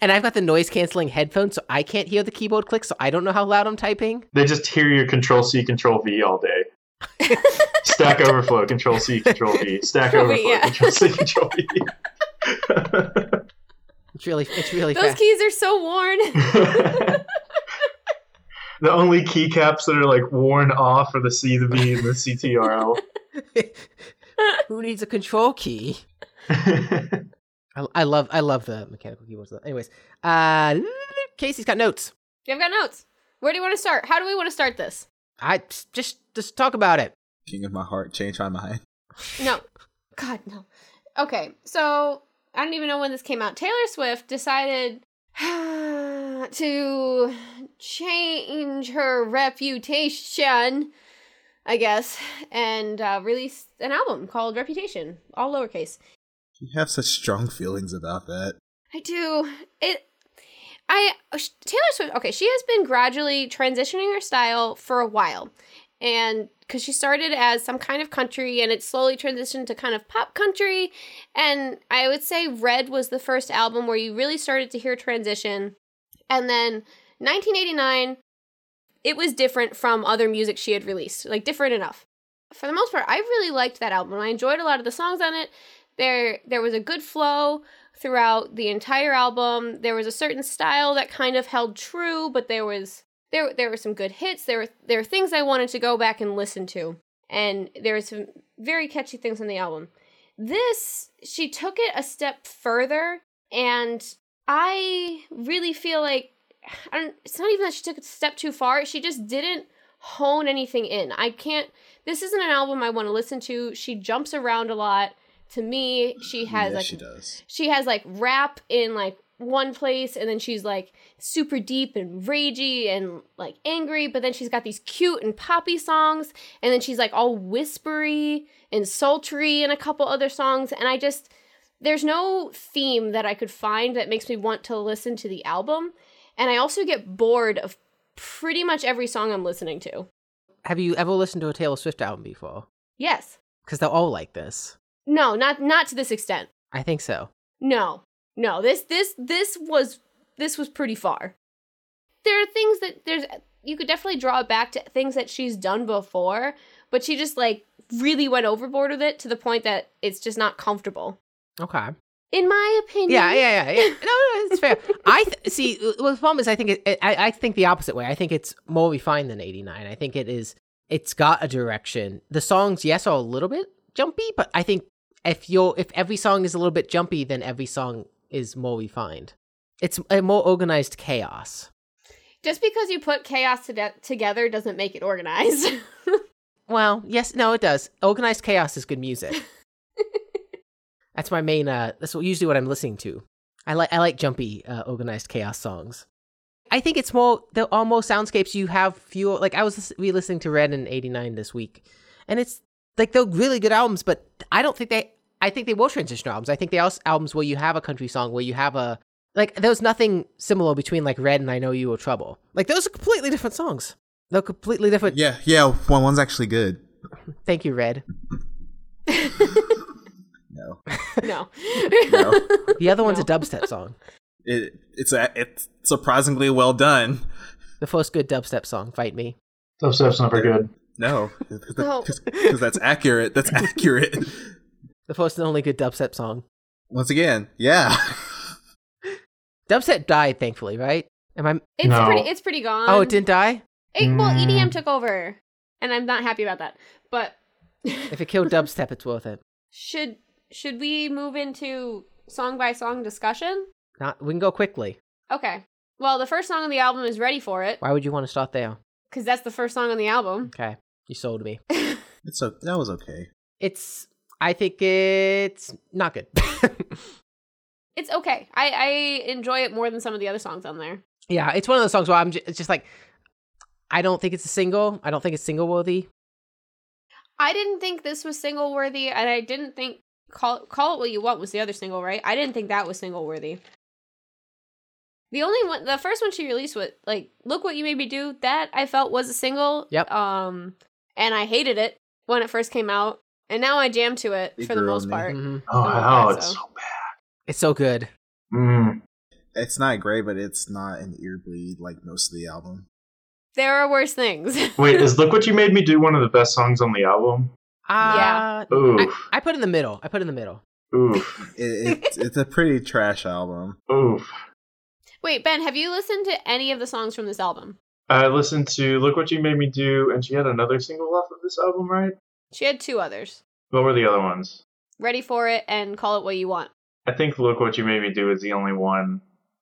Speaker 4: and I've got the noise canceling headphones, so I can't hear the keyboard click, so I don't know how loud I'm typing.
Speaker 1: They just hear your Control C, Control V all
Speaker 4: (laughs)
Speaker 1: day. Stack Overflow, Control C, Control V. Stack
Speaker 3: Control V,
Speaker 1: Overflow,
Speaker 3: yeah.
Speaker 1: Control C, Control V. (laughs)
Speaker 4: It's really it's really
Speaker 3: Those
Speaker 4: fast.
Speaker 3: keys are so worn. (laughs)
Speaker 1: the only keycaps that are like worn off are the C, the V, and the
Speaker 3: (laughs)
Speaker 1: CTRL.
Speaker 4: (laughs) Who needs a control key? I, I love I love the mechanical keyboards. though. Anyways, uh, Casey's got notes.
Speaker 3: I've got notes. Where do you want to start? How do we want to start this?
Speaker 4: I just just talk about it.
Speaker 2: King of my heart, change my mind.
Speaker 3: No. God, no. Okay, so I don't even know when this came out. Taylor Swift decided (sighs) to change her reputation, I guess, and uh, released an album called Reputation, all lowercase.
Speaker 2: You have such strong feelings about that.
Speaker 3: I do. It. I uh, sh- Taylor Swift. Okay, she has been gradually transitioning her style for a while, and because she started as some kind of country, and it slowly transitioned to kind of pop country, and I would say Red was the first album where you really started to hear transition, and then 1989, it was different from other music she had released, like different enough. For the most part, I really liked that album. I enjoyed a lot of the songs on it. There, there was a good flow throughout the entire album. There was a certain style that kind of held true, but there was there there were some good hits. There were there were things I wanted to go back and listen to, and there were some very catchy things on the album. This she took it a step further, and I really feel like I don't, it's not even that she took it a step too far. She just didn't hone anything in. I can't. This isn't an album I want to listen to. She jumps around a lot. To me, she has
Speaker 2: yeah,
Speaker 3: like
Speaker 2: she does.
Speaker 3: she has like rap in like one place and then she's like super deep and ragey and like angry but then she's got these cute and poppy songs and then she's like all whispery and sultry in a couple other songs and i just there's no theme that i could find that makes me want to listen to the album and i also get bored of pretty much every song i'm listening to
Speaker 4: Have you ever listened to a Taylor Swift album before?
Speaker 3: yes
Speaker 4: Because they're all like this.
Speaker 3: no not not to this extent
Speaker 4: I think so.
Speaker 3: No, no. This this this was this was pretty far. There are things that there's you could definitely draw it back to things that she's done before, but she just like really went overboard with it to the point that it's just not comfortable.
Speaker 4: Okay.
Speaker 3: In my opinion.
Speaker 4: Yeah, yeah, yeah. yeah. No, no, it's fair. I th- see. Well, the problem is, I think it, it, I, I think the opposite way. I think it's more refined than '89. I think it is. It's got a direction. The songs, yes, are a little bit jumpy, but I think if you're if every song is a little bit jumpy, then every song is more refined. It's a more organized chaos.
Speaker 3: Just because you put chaos to together doesn't make it organized. (laughs)
Speaker 4: Well, yes, no, it does. Organized chaos is good music. that's my main. Uh, that's what, usually what I'm listening to. I like I like jumpy uh, organized chaos songs. I think it's more the almost soundscapes you have fewer. Like I was re listening to Red in '89 this week, and it's like they're really good albums, but I don't think they. I- I think they will transition albums. I think they also albums where you have a country song, where you have a like. There's nothing similar between like Red and I Know You Will Trouble. Like those are completely different songs. They're completely different.
Speaker 2: Yeah, yeah. One one's actually good.
Speaker 4: Thank you, Red.
Speaker 2: No,
Speaker 3: No.
Speaker 2: no.
Speaker 4: The other one's a
Speaker 3: No.
Speaker 4: dubstep song.
Speaker 2: it, it's a, it's surprisingly well done.
Speaker 4: The first good dubstep song, Fight Me.
Speaker 1: Dubstep's never good.
Speaker 3: (laughs)
Speaker 2: No,
Speaker 3: (laughs) No.
Speaker 2: because that's accurate.
Speaker 3: (laughs)
Speaker 2: That's accurate.
Speaker 4: The first and only good dubstep song.
Speaker 2: Once again, yeah.
Speaker 4: Dubstep died, thankfully, right? Am I?
Speaker 3: It's
Speaker 1: No.
Speaker 3: pretty it's pretty gone.
Speaker 4: Oh, it didn't die.
Speaker 3: It- well, EDM
Speaker 1: Mm.
Speaker 3: took over, and I'm not happy about that.
Speaker 4: (laughs)
Speaker 3: But
Speaker 4: If it killed dubstep, it's worth it.
Speaker 3: should should we move into song by song discussion?
Speaker 4: Not. We can go quickly.
Speaker 3: Okay. Well, the first song on the album is "Ready for It"
Speaker 4: Why would you want to start there?
Speaker 3: because that's the first song on the album.
Speaker 4: Okay, you sold me.
Speaker 2: It's o that was okay.
Speaker 4: It's. I think it's not good. (laughs)
Speaker 3: It's okay. I I enjoy it more than some of the other songs on there.
Speaker 4: yeah, it's one of those songs where I'm just, it's just like, I don't think it's a single. I don't think it's single worthy.
Speaker 3: I didn't think this was single worthy, and I didn't think call call it what you want was the other single, right? I didn't think that was single worthy. The only one, the first one she released was like "Look What You Made Me Do." That I felt was a single.
Speaker 4: Yep.
Speaker 3: Um, and I hated it when it first came out, and now I jam to it
Speaker 2: It
Speaker 3: for the
Speaker 2: grew
Speaker 3: most
Speaker 2: on me.
Speaker 3: part.
Speaker 4: Mhm.
Speaker 1: Oh,
Speaker 3: I don't
Speaker 1: wow,
Speaker 3: think
Speaker 1: it's
Speaker 3: so.
Speaker 1: so bad.
Speaker 4: It's so good.
Speaker 1: Mm.
Speaker 2: It's not great, but it's not an ear bleed like most of the album.
Speaker 3: There are worse things. (laughs)
Speaker 1: Wait, is "Look What You Made Me Do" one of the best songs on the album?
Speaker 4: Uh, I,
Speaker 1: Oof,
Speaker 4: I put in the middle. I put in the middle.
Speaker 1: oof,
Speaker 2: It,
Speaker 3: (laughs)
Speaker 2: it, it's a pretty trash album.
Speaker 1: oof.
Speaker 3: Wait, Ben, have you listened to any of the songs from this album?
Speaker 1: I listened to "Look What You Made Me Do," and she had another single off of this album, right?
Speaker 3: She had two others:
Speaker 1: What were the other ones?
Speaker 3: "Ready for It" and "Call It What You Want."
Speaker 1: I think "Look What You Made Me Do" is the only one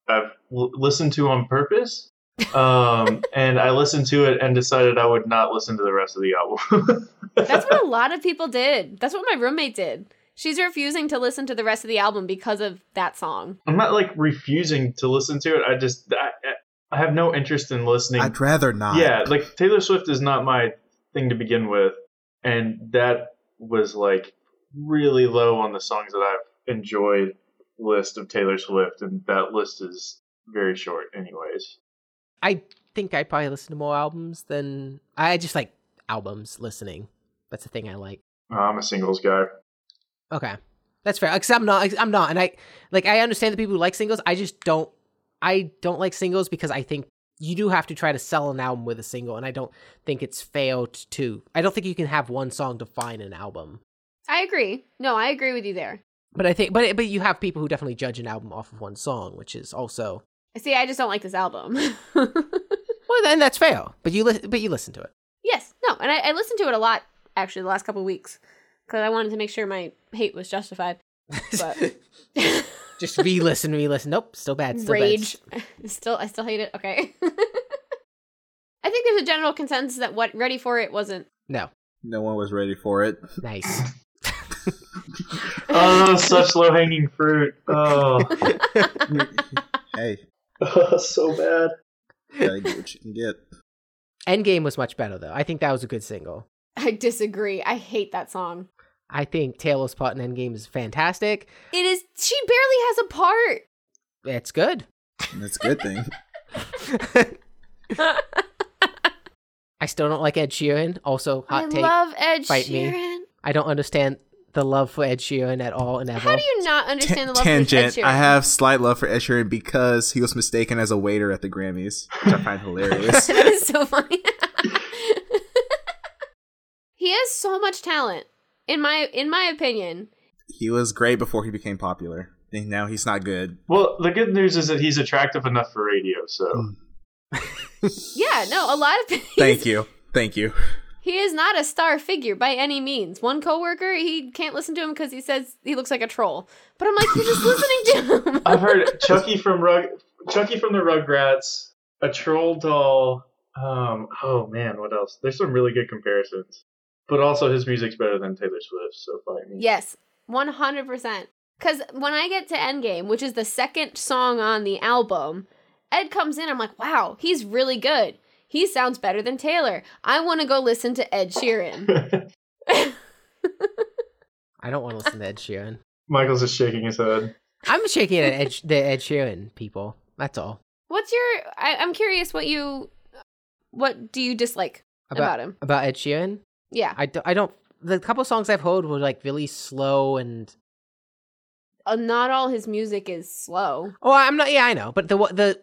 Speaker 1: I've l- listened to on purpose. Um, and I listened to it and decided I would not listen to the rest of the album.
Speaker 3: That's what a lot of people did. That's what my roommate did. She's refusing to listen to the rest of the album because of that song.
Speaker 1: (laughs) I'm not like refusing to listen to it. I just I, I have no interest in listening.
Speaker 2: I'd rather not.
Speaker 1: Yeah, like Taylor Swift is not my thing to begin with, and that was like really low on the songs that I've enjoyed list of Taylor Swift, and that list is very short, anyways.
Speaker 4: I think I probably listen to more albums than I just like albums listening. That's the thing I like.
Speaker 1: Uh, I'm a singles guy.
Speaker 4: Okay, that's fair. Because I'm not. I'm not. And I like. I understand the people who like singles. I just don't. I don't like singles because I think you do have to try to sell an album with a single, and I don't think it's failed to. I don't think you can have one song define an album.
Speaker 3: I agree. No, I agree with you there.
Speaker 4: But I think. But but you have people who definitely judge an album off of one song, which is also
Speaker 3: See, I just don't like this album. (laughs)
Speaker 4: well. Then that's fair. But you. Li- but you listen to it.
Speaker 3: yes, no, and I, I listened to it a lot actually the last couple of weeks because I wanted to make sure my hate was justified. (laughs) But-
Speaker 4: (laughs) just re-listen, re-listen. Nope, still bad. Still
Speaker 3: Rage.
Speaker 4: Bad.
Speaker 3: (laughs) still, I still hate it. Okay. (laughs) I think there's a general consensus that what Ready for It wasn't.
Speaker 4: No,
Speaker 2: no one was ready for
Speaker 3: (laughs)
Speaker 2: it.
Speaker 4: nice.
Speaker 2: Uh.
Speaker 1: Oh, such low hanging fruit. Oh,
Speaker 2: hey,
Speaker 1: (laughs) so bad.
Speaker 2: gotta get what you can get.
Speaker 4: Endgame was much better though. I think that was a good single.
Speaker 3: I disagree. I hate that song.
Speaker 4: I think Taylor's part in Endgame is fantastic.
Speaker 3: It is. She barely has a part.
Speaker 4: It's good. (laughs)
Speaker 2: And it's a good thing.
Speaker 4: I still don't like Ed Sheeran. Also, hot
Speaker 3: I
Speaker 4: take.
Speaker 3: love Ed
Speaker 4: Fight me.
Speaker 3: Sheeran.
Speaker 4: I don't understand the love for Ed Sheeran at all and ever.
Speaker 3: How do you not understand the love
Speaker 2: tangent.
Speaker 3: for Ed Sheeran?
Speaker 2: I have slight love for Ed Sheeran because he was mistaken as a waiter at the Grammys, which
Speaker 3: (laughs)
Speaker 2: I find hilarious.
Speaker 3: (laughs) that is so funny. (laughs) he has so much talent. In my in my opinion,
Speaker 2: he was great before he became popular. And now he's not good.
Speaker 1: Well, the good news is that he's attractive enough for radio, so.
Speaker 3: yeah, no, a lot of (laughs)
Speaker 2: Thank you. Thank you.
Speaker 3: He is not a star figure by any means. One coworker, he can't listen to him because he says he looks like a troll. But I'm like, you're just listening to him.
Speaker 1: I've heard Chucky from Rug, Chucky from the Rugrats, a troll doll. Um, oh man, what else? There's some really good comparisons, but also his music's better than Taylor Swift, so fight me.
Speaker 3: Yes, 100%. Because when I get to Endgame, which is the second song on the album, Ed comes in. I'm like, wow, he's really good. He sounds better than Taylor. I want to go listen to Ed Sheeran.
Speaker 4: I don't want to listen to Ed Sheeran.
Speaker 1: (laughs) Michael's just shaking his head.
Speaker 4: I'm shaking at Ed, the Ed Sheeran people. That's all.
Speaker 3: What's your? I, I'm curious. What you? What do you dislike about, him?
Speaker 4: about Ed Sheeran.
Speaker 3: Yeah,
Speaker 4: I don't, I don't. The couple songs I've heard were like really slow and.
Speaker 3: uh, not all his music is slow.
Speaker 4: Oh, I'm not. Yeah, I know. But the wa- the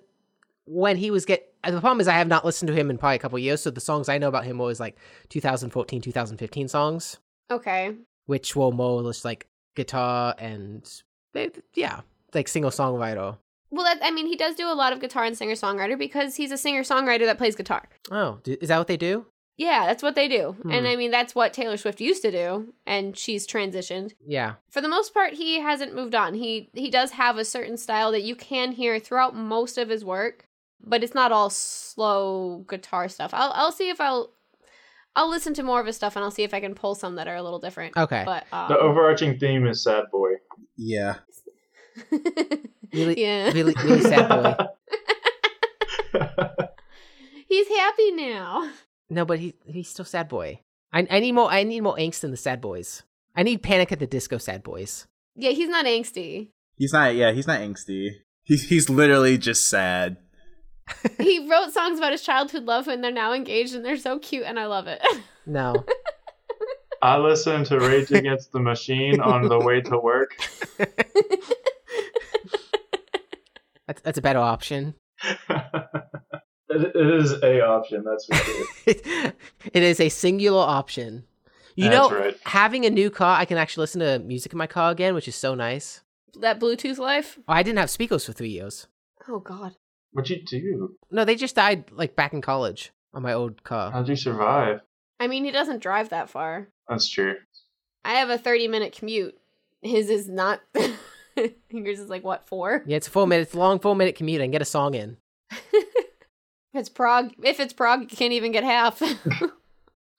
Speaker 4: when he was get uh, the problem is I have not listened to him in probably a couple years. So the songs I know about him were always like 2014, 2015 songs,
Speaker 3: Okay,
Speaker 4: which were more just like guitar and eh, yeah, like single songwriter.
Speaker 3: well, that, I mean, he does do a lot of guitar and singer songwriter because he's a singer songwriter that plays guitar.
Speaker 4: Oh, d- is that what they do?
Speaker 3: Yeah, that's what they do,
Speaker 4: Hmm.
Speaker 3: and I mean, that's what Taylor Swift used to do, and she's transitioned.
Speaker 4: Yeah.
Speaker 3: for the most part he hasn't moved on he he does have a certain style that you can hear throughout most of his work but it's not all slow guitar stuff i'll i'll see if i'll i'll listen to more of his stuff and i'll see if i can pull some that are a little different
Speaker 4: Okay.
Speaker 3: but um,
Speaker 1: The overarching theme is sad boy.
Speaker 2: Yeah.
Speaker 4: Really-
Speaker 3: um, (laughs) yeah
Speaker 4: Really, really sad boy.
Speaker 3: he's happy now
Speaker 4: No, but he he's still sad boy. I I need more. I need more angst in the sad boys. I need Panic at the Disco sad boys.
Speaker 3: yeah he's not angsty
Speaker 2: He's not. Yeah, he's not angsty. He's he's literally just
Speaker 3: (laughs)
Speaker 2: sad.
Speaker 3: he wrote songs about his childhood love and they're now engaged and they're so cute and i love it (laughs)
Speaker 4: No.
Speaker 1: (laughs) I listened to Rage Against the Machine on the way to work.
Speaker 4: That's, that's a better option.
Speaker 1: (laughs) it, it is a option, that's for (laughs) sure.
Speaker 4: (laughs) it is a singular option. You
Speaker 1: That's
Speaker 4: know,
Speaker 1: right.
Speaker 4: having a new car, I can actually listen to music in my car again, which is so nice.
Speaker 3: that bluetooth life
Speaker 4: Oh, I didn't have speakers for three years.
Speaker 3: oh god
Speaker 1: What'd you do?
Speaker 4: No, they just died like back in college on my old car.
Speaker 1: How'd you survive?
Speaker 3: i mean he doesn't drive that far
Speaker 1: That's true.
Speaker 3: I have a 30 minute commute. His is not. (laughs) Yours is like, what, four?
Speaker 4: Yeah, it's a four minute, it's a long four minute commute. I can get a song in.
Speaker 3: If it's Prague, if it's Prague, you can't even get half. (laughs)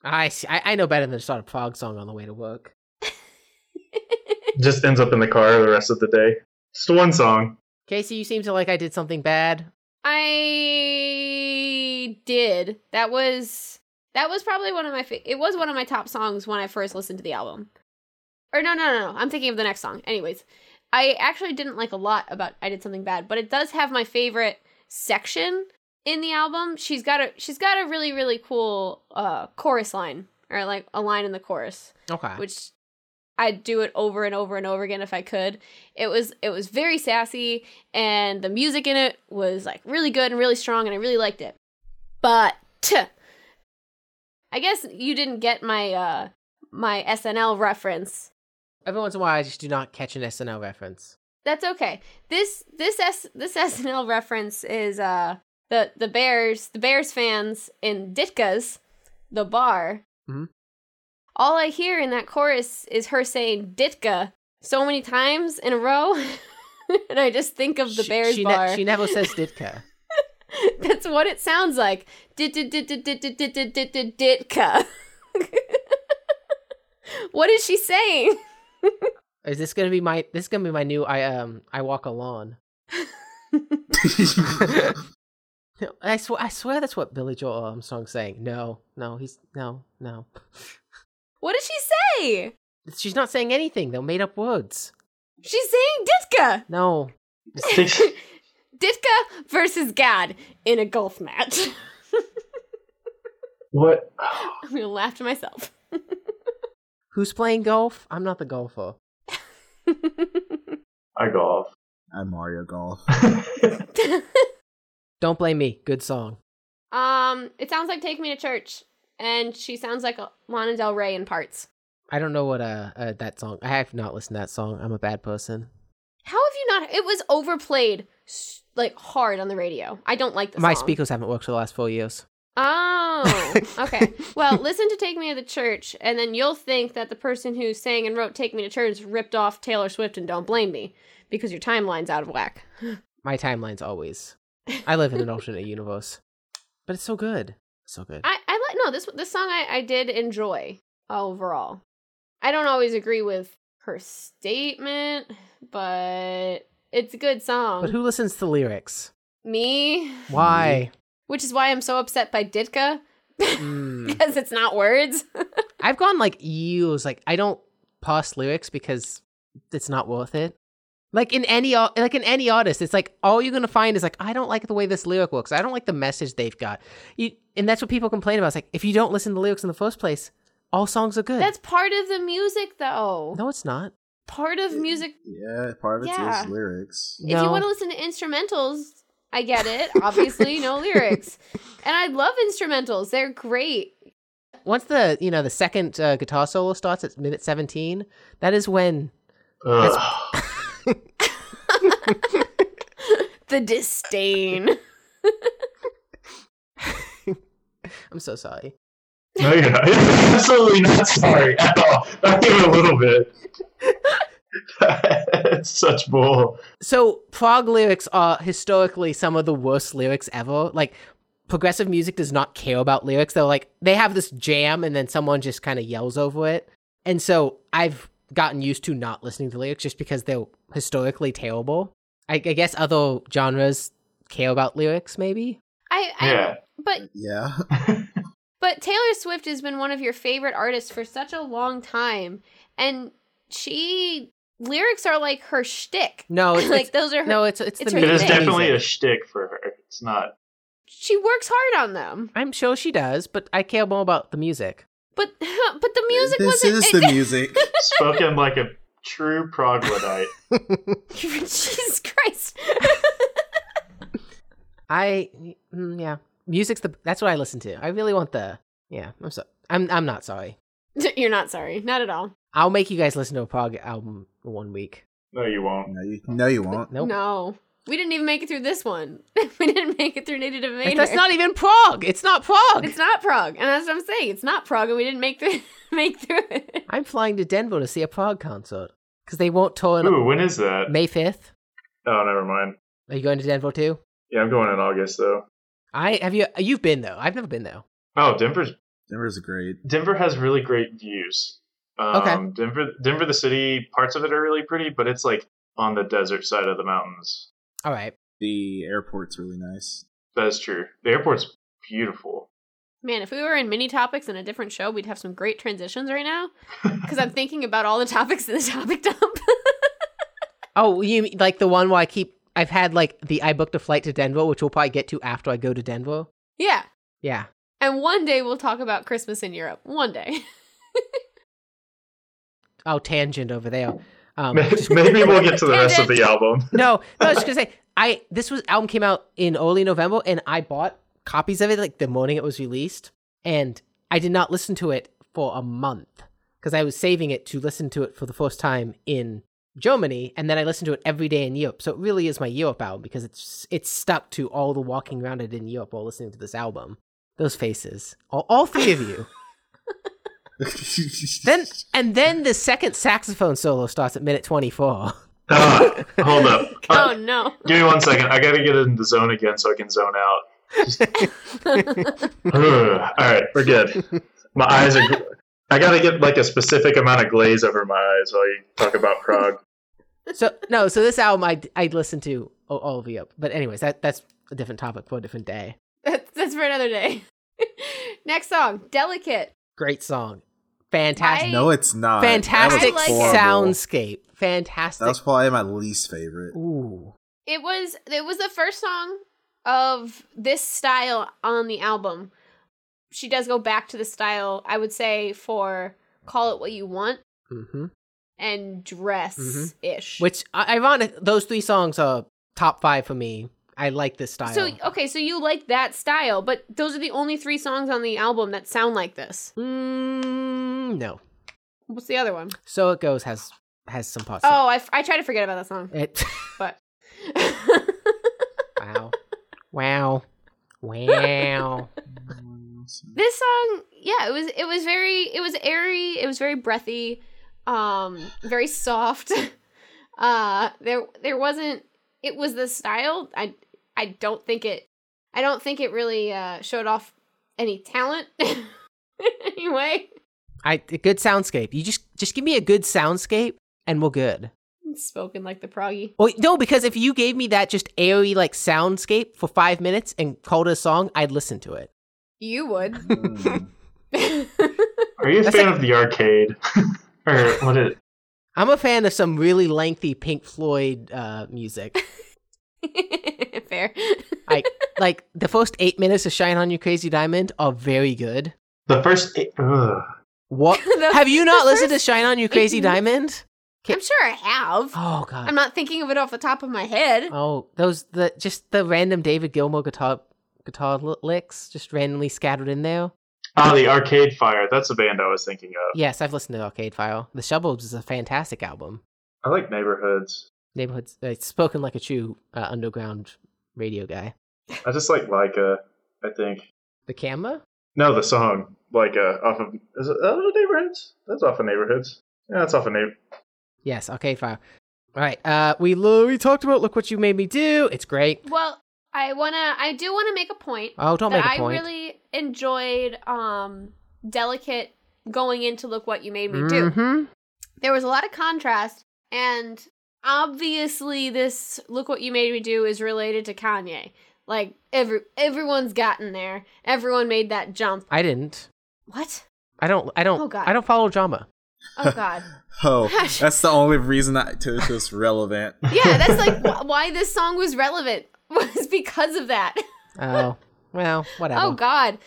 Speaker 4: I, s- I- I know better than to start a prog song on the way to work.
Speaker 1: Just ends up in the car the rest of the day. Just one song.
Speaker 4: Casey, you seem to like I did something bad.
Speaker 3: I did. That was. That was probably one of my. Fa- it was one of my top songs when I first listened to the album. Or no, no, no, no. I'm thinking of the next song. Anyways, I actually didn't like a lot about I did something bad, but it does have my favorite section in the album. She's got a she's got a really really cool uh chorus line or like a line in the chorus
Speaker 4: Okay.
Speaker 3: which I'd do it over and over and over again if I could. It was it was very sassy and the music in it was like really good and really strong and I really liked it. But I guess you didn't get my uh my SNL reference.
Speaker 4: Every once in a while, I just do not catch an SNL reference.
Speaker 3: That's okay. This this S this SNL reference is uh the the Bears the Bears fans in Ditka's the bar.
Speaker 4: Mhm.
Speaker 3: All I hear in that chorus is her saying Ditka so many times in a row, (laughs) and I just think of the
Speaker 4: She-
Speaker 3: Bears
Speaker 4: she, ne-
Speaker 3: bar.
Speaker 4: she never says Ditka.
Speaker 3: (laughs) That's what it sounds like. Dit- dit- dit- dit- dit- dit- dit- dit- dit- dit- Ditka. (laughs) What is she saying?
Speaker 4: Is this gonna be my? This is gonna be my new. I um. I walk a lawn. I swear. I swear that's what Billy Joel Armstrong's saying. No, no, he's no, no. (laughs)
Speaker 3: What does she say?
Speaker 4: She's not saying anything. They're made up words.
Speaker 3: She's saying Ditka.
Speaker 4: No.
Speaker 1: (laughs)
Speaker 3: Ditka versus Gad in a golf match. (laughs)
Speaker 1: what?
Speaker 3: I'm gonna laugh to myself. (laughs)
Speaker 4: Who's playing golf? I'm not the golfer.
Speaker 1: I golf. (laughs)
Speaker 2: I'm Mario Golf.
Speaker 4: Don't blame me. Good song.
Speaker 3: um, it sounds like Take Me to Church, and she sounds like a- Lana Del Rey in parts.
Speaker 4: I don't know what uh, uh that song. I have not listened to that song. I'm a bad person.
Speaker 3: How have you not? It was overplayed s- like hard on the radio. I don't like this.
Speaker 4: My
Speaker 3: song.
Speaker 4: speakers haven't worked for the last four years.
Speaker 3: Oh, okay. well, listen to Take Me to the Church, and then you'll think that the person who sang and wrote Take Me to Church ripped off Taylor Swift and Don't Blame Me because your timeline's out of whack.
Speaker 4: My timeline's always. I
Speaker 3: (laughs)
Speaker 4: live in an alternate universe, but it's so good. So good.
Speaker 3: I, I like no this this song I, I did enjoy overall. I don't always agree with her statement, but it's a good song.
Speaker 4: But who listens to lyrics?
Speaker 3: Me,
Speaker 4: Why?
Speaker 3: which is why I'm so upset by Ditka
Speaker 4: Mm.
Speaker 3: (laughs) Hmm. because it's not words.
Speaker 4: I've gone like years. Like I don't past lyrics because it's not worth it. Like in any au- like in any artist, it's like all you're gonna find is like I don't like the way this lyric works. I don't like the message they've got. You and that's what people complain about. It's like if you don't listen to the lyrics in the first place, all songs are good.
Speaker 3: That's part of the music, though.
Speaker 4: no, it's not.
Speaker 3: Part of music.
Speaker 2: Yeah, part of it's
Speaker 3: Yeah.
Speaker 2: lyrics.
Speaker 3: If you
Speaker 4: No.
Speaker 3: want to listen to instrumentals, I get it. Obviously,
Speaker 4: (laughs)
Speaker 3: no lyrics. And I love instrumentals. They're
Speaker 4: (laughs)
Speaker 3: great. (laughs)
Speaker 4: Once the you know the second uh, guitar solo starts at minute 17, that is when
Speaker 1: Ugh.
Speaker 3: The disdain.
Speaker 4: I'm so sorry.
Speaker 1: no, you're not. Absolutely not sorry at all. Not even a little bit. That's such bull.
Speaker 4: So prog lyrics are historically some of the worst lyrics ever. Like progressive music does not care about lyrics. They're like they have this jam and then someone just kind of yells over it. And so I've gotten used to not listening to lyrics just because they're historically terrible. I, I guess other genres care about lyrics, maybe.
Speaker 3: I, I
Speaker 1: Yeah.
Speaker 3: but
Speaker 2: Yeah.
Speaker 3: But Taylor Swift has been one of your favorite artists for such a long time, and she lyrics are like her shtick. (laughs)
Speaker 4: No, it's,
Speaker 3: like those are
Speaker 4: it's-
Speaker 3: her.
Speaker 4: no, it's it's,
Speaker 3: it's
Speaker 4: the
Speaker 3: her
Speaker 1: It is
Speaker 4: music.
Speaker 1: definitely a shtick for her. It's not.
Speaker 3: She works hard on them,
Speaker 4: I'm sure she does, but I care more about
Speaker 1: (laughs)
Speaker 4: the music.
Speaker 3: but (laughs) but the music
Speaker 2: this
Speaker 3: wasn't.
Speaker 2: is the
Speaker 3: (laughs)
Speaker 2: music.
Speaker 1: Spoken like a true troglodyte.
Speaker 3: (laughs) Jesus Christ! (laughs)
Speaker 4: I mm, yeah, music's the that's what I listen to. I really want the yeah. I'm so I'm I'm not sorry.
Speaker 3: You're not sorry, not at all.
Speaker 4: I'll make you guys listen to a prog album one week.
Speaker 1: No, you won't.
Speaker 2: No, you, no, you won't.
Speaker 4: Nope.
Speaker 3: No, we didn't even make it through this one. (laughs) we didn't make it through Native Invader.
Speaker 4: Like, that's not even prog. It's not prog.
Speaker 3: It's not Prague, and that's what I'm saying. It's not Prague, and we didn't make through (laughs) make through it.
Speaker 4: I'm flying to Denver to see a prog concert because they won't tour on
Speaker 1: Ooh, when is that?
Speaker 4: May 5th.
Speaker 1: Oh, never mind.
Speaker 4: Are you going to Denver too?
Speaker 1: Yeah, I'm going in August though.
Speaker 4: I have you. You've been though. I've never been though.
Speaker 1: Oh, Denver's
Speaker 2: Denver's great.
Speaker 1: Denver has really great views. Um,
Speaker 4: Okay.
Speaker 1: Denver, Denver, the city, parts of it are really pretty, but it's like on the desert side of the mountains.
Speaker 4: All right.
Speaker 2: The airport's really nice. (laughs)
Speaker 1: That is true. The airport's beautiful.
Speaker 3: Man, if we were in mini topics in a different show, we'd have some great transitions right now. Because I'm thinking about all the topics in the topic dump. (laughs)
Speaker 4: Oh, you mean, like the one where I keep. I've had like the I booked a flight to Denver, which we'll probably get to after I go to Denver.
Speaker 3: yeah.
Speaker 4: Yeah.
Speaker 3: And one day we'll talk about Christmas in Europe. One day.
Speaker 4: I'll Oh, tangent over there. Um,
Speaker 1: (laughs) Maybe we'll get to the rest of the album. (laughs)
Speaker 4: no, no, I was just gonna say I this was album came out in early November and I bought copies of it like the morning it was released and I did not listen to it for a month because I was saving it to listen to it for the first time in Germany and then I listened to it every day in Europe. So it really is my Europe album because it's it's stuck to all the walking around I did in Europe while listening to this album. Those faces. All, all three of you. then and then the second saxophone solo starts at minute 24.
Speaker 1: Ah, hold up. Uh,
Speaker 3: oh no.
Speaker 1: give me one second. I gotta get in the zone again so I can zone out. Ugh. All right, we're good. My eyes are. gl- I gotta get like a specific amount of glaze over my eyes while you talk about Prague.
Speaker 4: So no, so this album I I listened to all- all of you, but anyways, that that's a different topic for a different day.
Speaker 3: That's, that's for another day. (laughs) Next song, Delicate.
Speaker 4: Great song, fantastic,
Speaker 3: I-
Speaker 2: no, it's not. That was
Speaker 4: fantastic
Speaker 3: I like it.
Speaker 2: horrible.
Speaker 4: soundscape,
Speaker 2: That
Speaker 4: fantastic.
Speaker 2: was probably my least
Speaker 3: (laughs)
Speaker 2: favorite.
Speaker 4: Ooh,
Speaker 3: It was it was the first song of this style on the album. She does go back to the style, I would say, for Call It What You Want Mm-hmm.
Speaker 4: hmm
Speaker 3: and Dress ish.
Speaker 4: which i- ironic. Those three songs are top five for me. I like this style.
Speaker 3: So okay, so you like that style, but those are the only three songs on the album that sound like this.
Speaker 4: mm, no,
Speaker 3: What's the other one?
Speaker 4: so it goes has has some parts.
Speaker 3: Oh, I, f- I try to forget about that song,
Speaker 4: it, (laughs)
Speaker 3: but
Speaker 4: wow, wow, wow.
Speaker 3: (laughs) this song, yeah, it was it was very it was airy, it was very breathy, um, very soft. (laughs) Uh, there there wasn't. It was the style. I I don't think it. I don't think it really uh, showed off any talent. (laughs) anyway, (laughs)
Speaker 4: I a good soundscape. You just just give me a good soundscape and we're good.
Speaker 3: spoken like the proggy.
Speaker 4: Well, no, because if you gave me that just airy like soundscape for five minutes and called it a song, I'd listen to it.
Speaker 3: You would.
Speaker 2: Mm.
Speaker 1: Are you a
Speaker 3: (laughs)
Speaker 4: That's
Speaker 1: fan of the arcade? (laughs) Or what is?
Speaker 4: I'm a fan of some really lengthy Pink Floyd uh,
Speaker 3: (laughs)
Speaker 4: music.
Speaker 3: Fair.
Speaker 4: like the first eight minutes of "Shine on You Crazy Diamond" are very good.
Speaker 1: The first. Eight, ugh.
Speaker 3: (laughs)
Speaker 4: What
Speaker 3: The-
Speaker 4: have you
Speaker 3: the
Speaker 4: not listened to
Speaker 3: first
Speaker 4: "Shine on You
Speaker 3: eight
Speaker 4: Crazy
Speaker 3: minutes-
Speaker 4: Diamond"?
Speaker 3: I'm sure I have.
Speaker 4: Oh god.
Speaker 3: I'm not thinking of it off the top of my head.
Speaker 4: Oh, those the just the random David Gilmour guitar guitar li- licks just randomly scattered in there.
Speaker 1: Oh, the Arcade Fire. That's the band I was thinking of.
Speaker 4: Yes, I've listened to Arcade File. The Shovels is a fantastic album.
Speaker 1: I like Neighborhoods.
Speaker 4: Neighborhoods uh, spoken like a true uh, underground radio guy.
Speaker 1: I just like Leica. I think.
Speaker 4: The camera?
Speaker 1: No, the song Leica off of is it out of Neighborhoods? That's off of Neighborhoods. Yeah, that's off of Neighbor.
Speaker 4: Yes, Arcade File. All right. Uh, we lo- we talked about look what you made me do. It's great.
Speaker 3: Well, I wanna, I do wanna make a point
Speaker 4: Oh, don't
Speaker 3: that
Speaker 4: make a
Speaker 3: I
Speaker 4: point.
Speaker 3: really enjoyed. Um, delicate going into look what you made me do.
Speaker 4: Mhm.
Speaker 3: there was a lot of contrast and obviously this look what you made me do is related to kanye like every everyone's gotten there everyone made that jump
Speaker 4: I didn't.
Speaker 3: what
Speaker 4: I don't. I don't.
Speaker 3: Oh, God.
Speaker 4: I don't follow drama.
Speaker 3: oh god
Speaker 2: (laughs)
Speaker 3: (laughs)
Speaker 2: Oh, that's the only reason I to it was relevant.
Speaker 3: yeah that's like
Speaker 4: (laughs)
Speaker 3: wh- why this song was relevant (laughs) was because of that
Speaker 4: Oh, well, whatever.
Speaker 3: oh god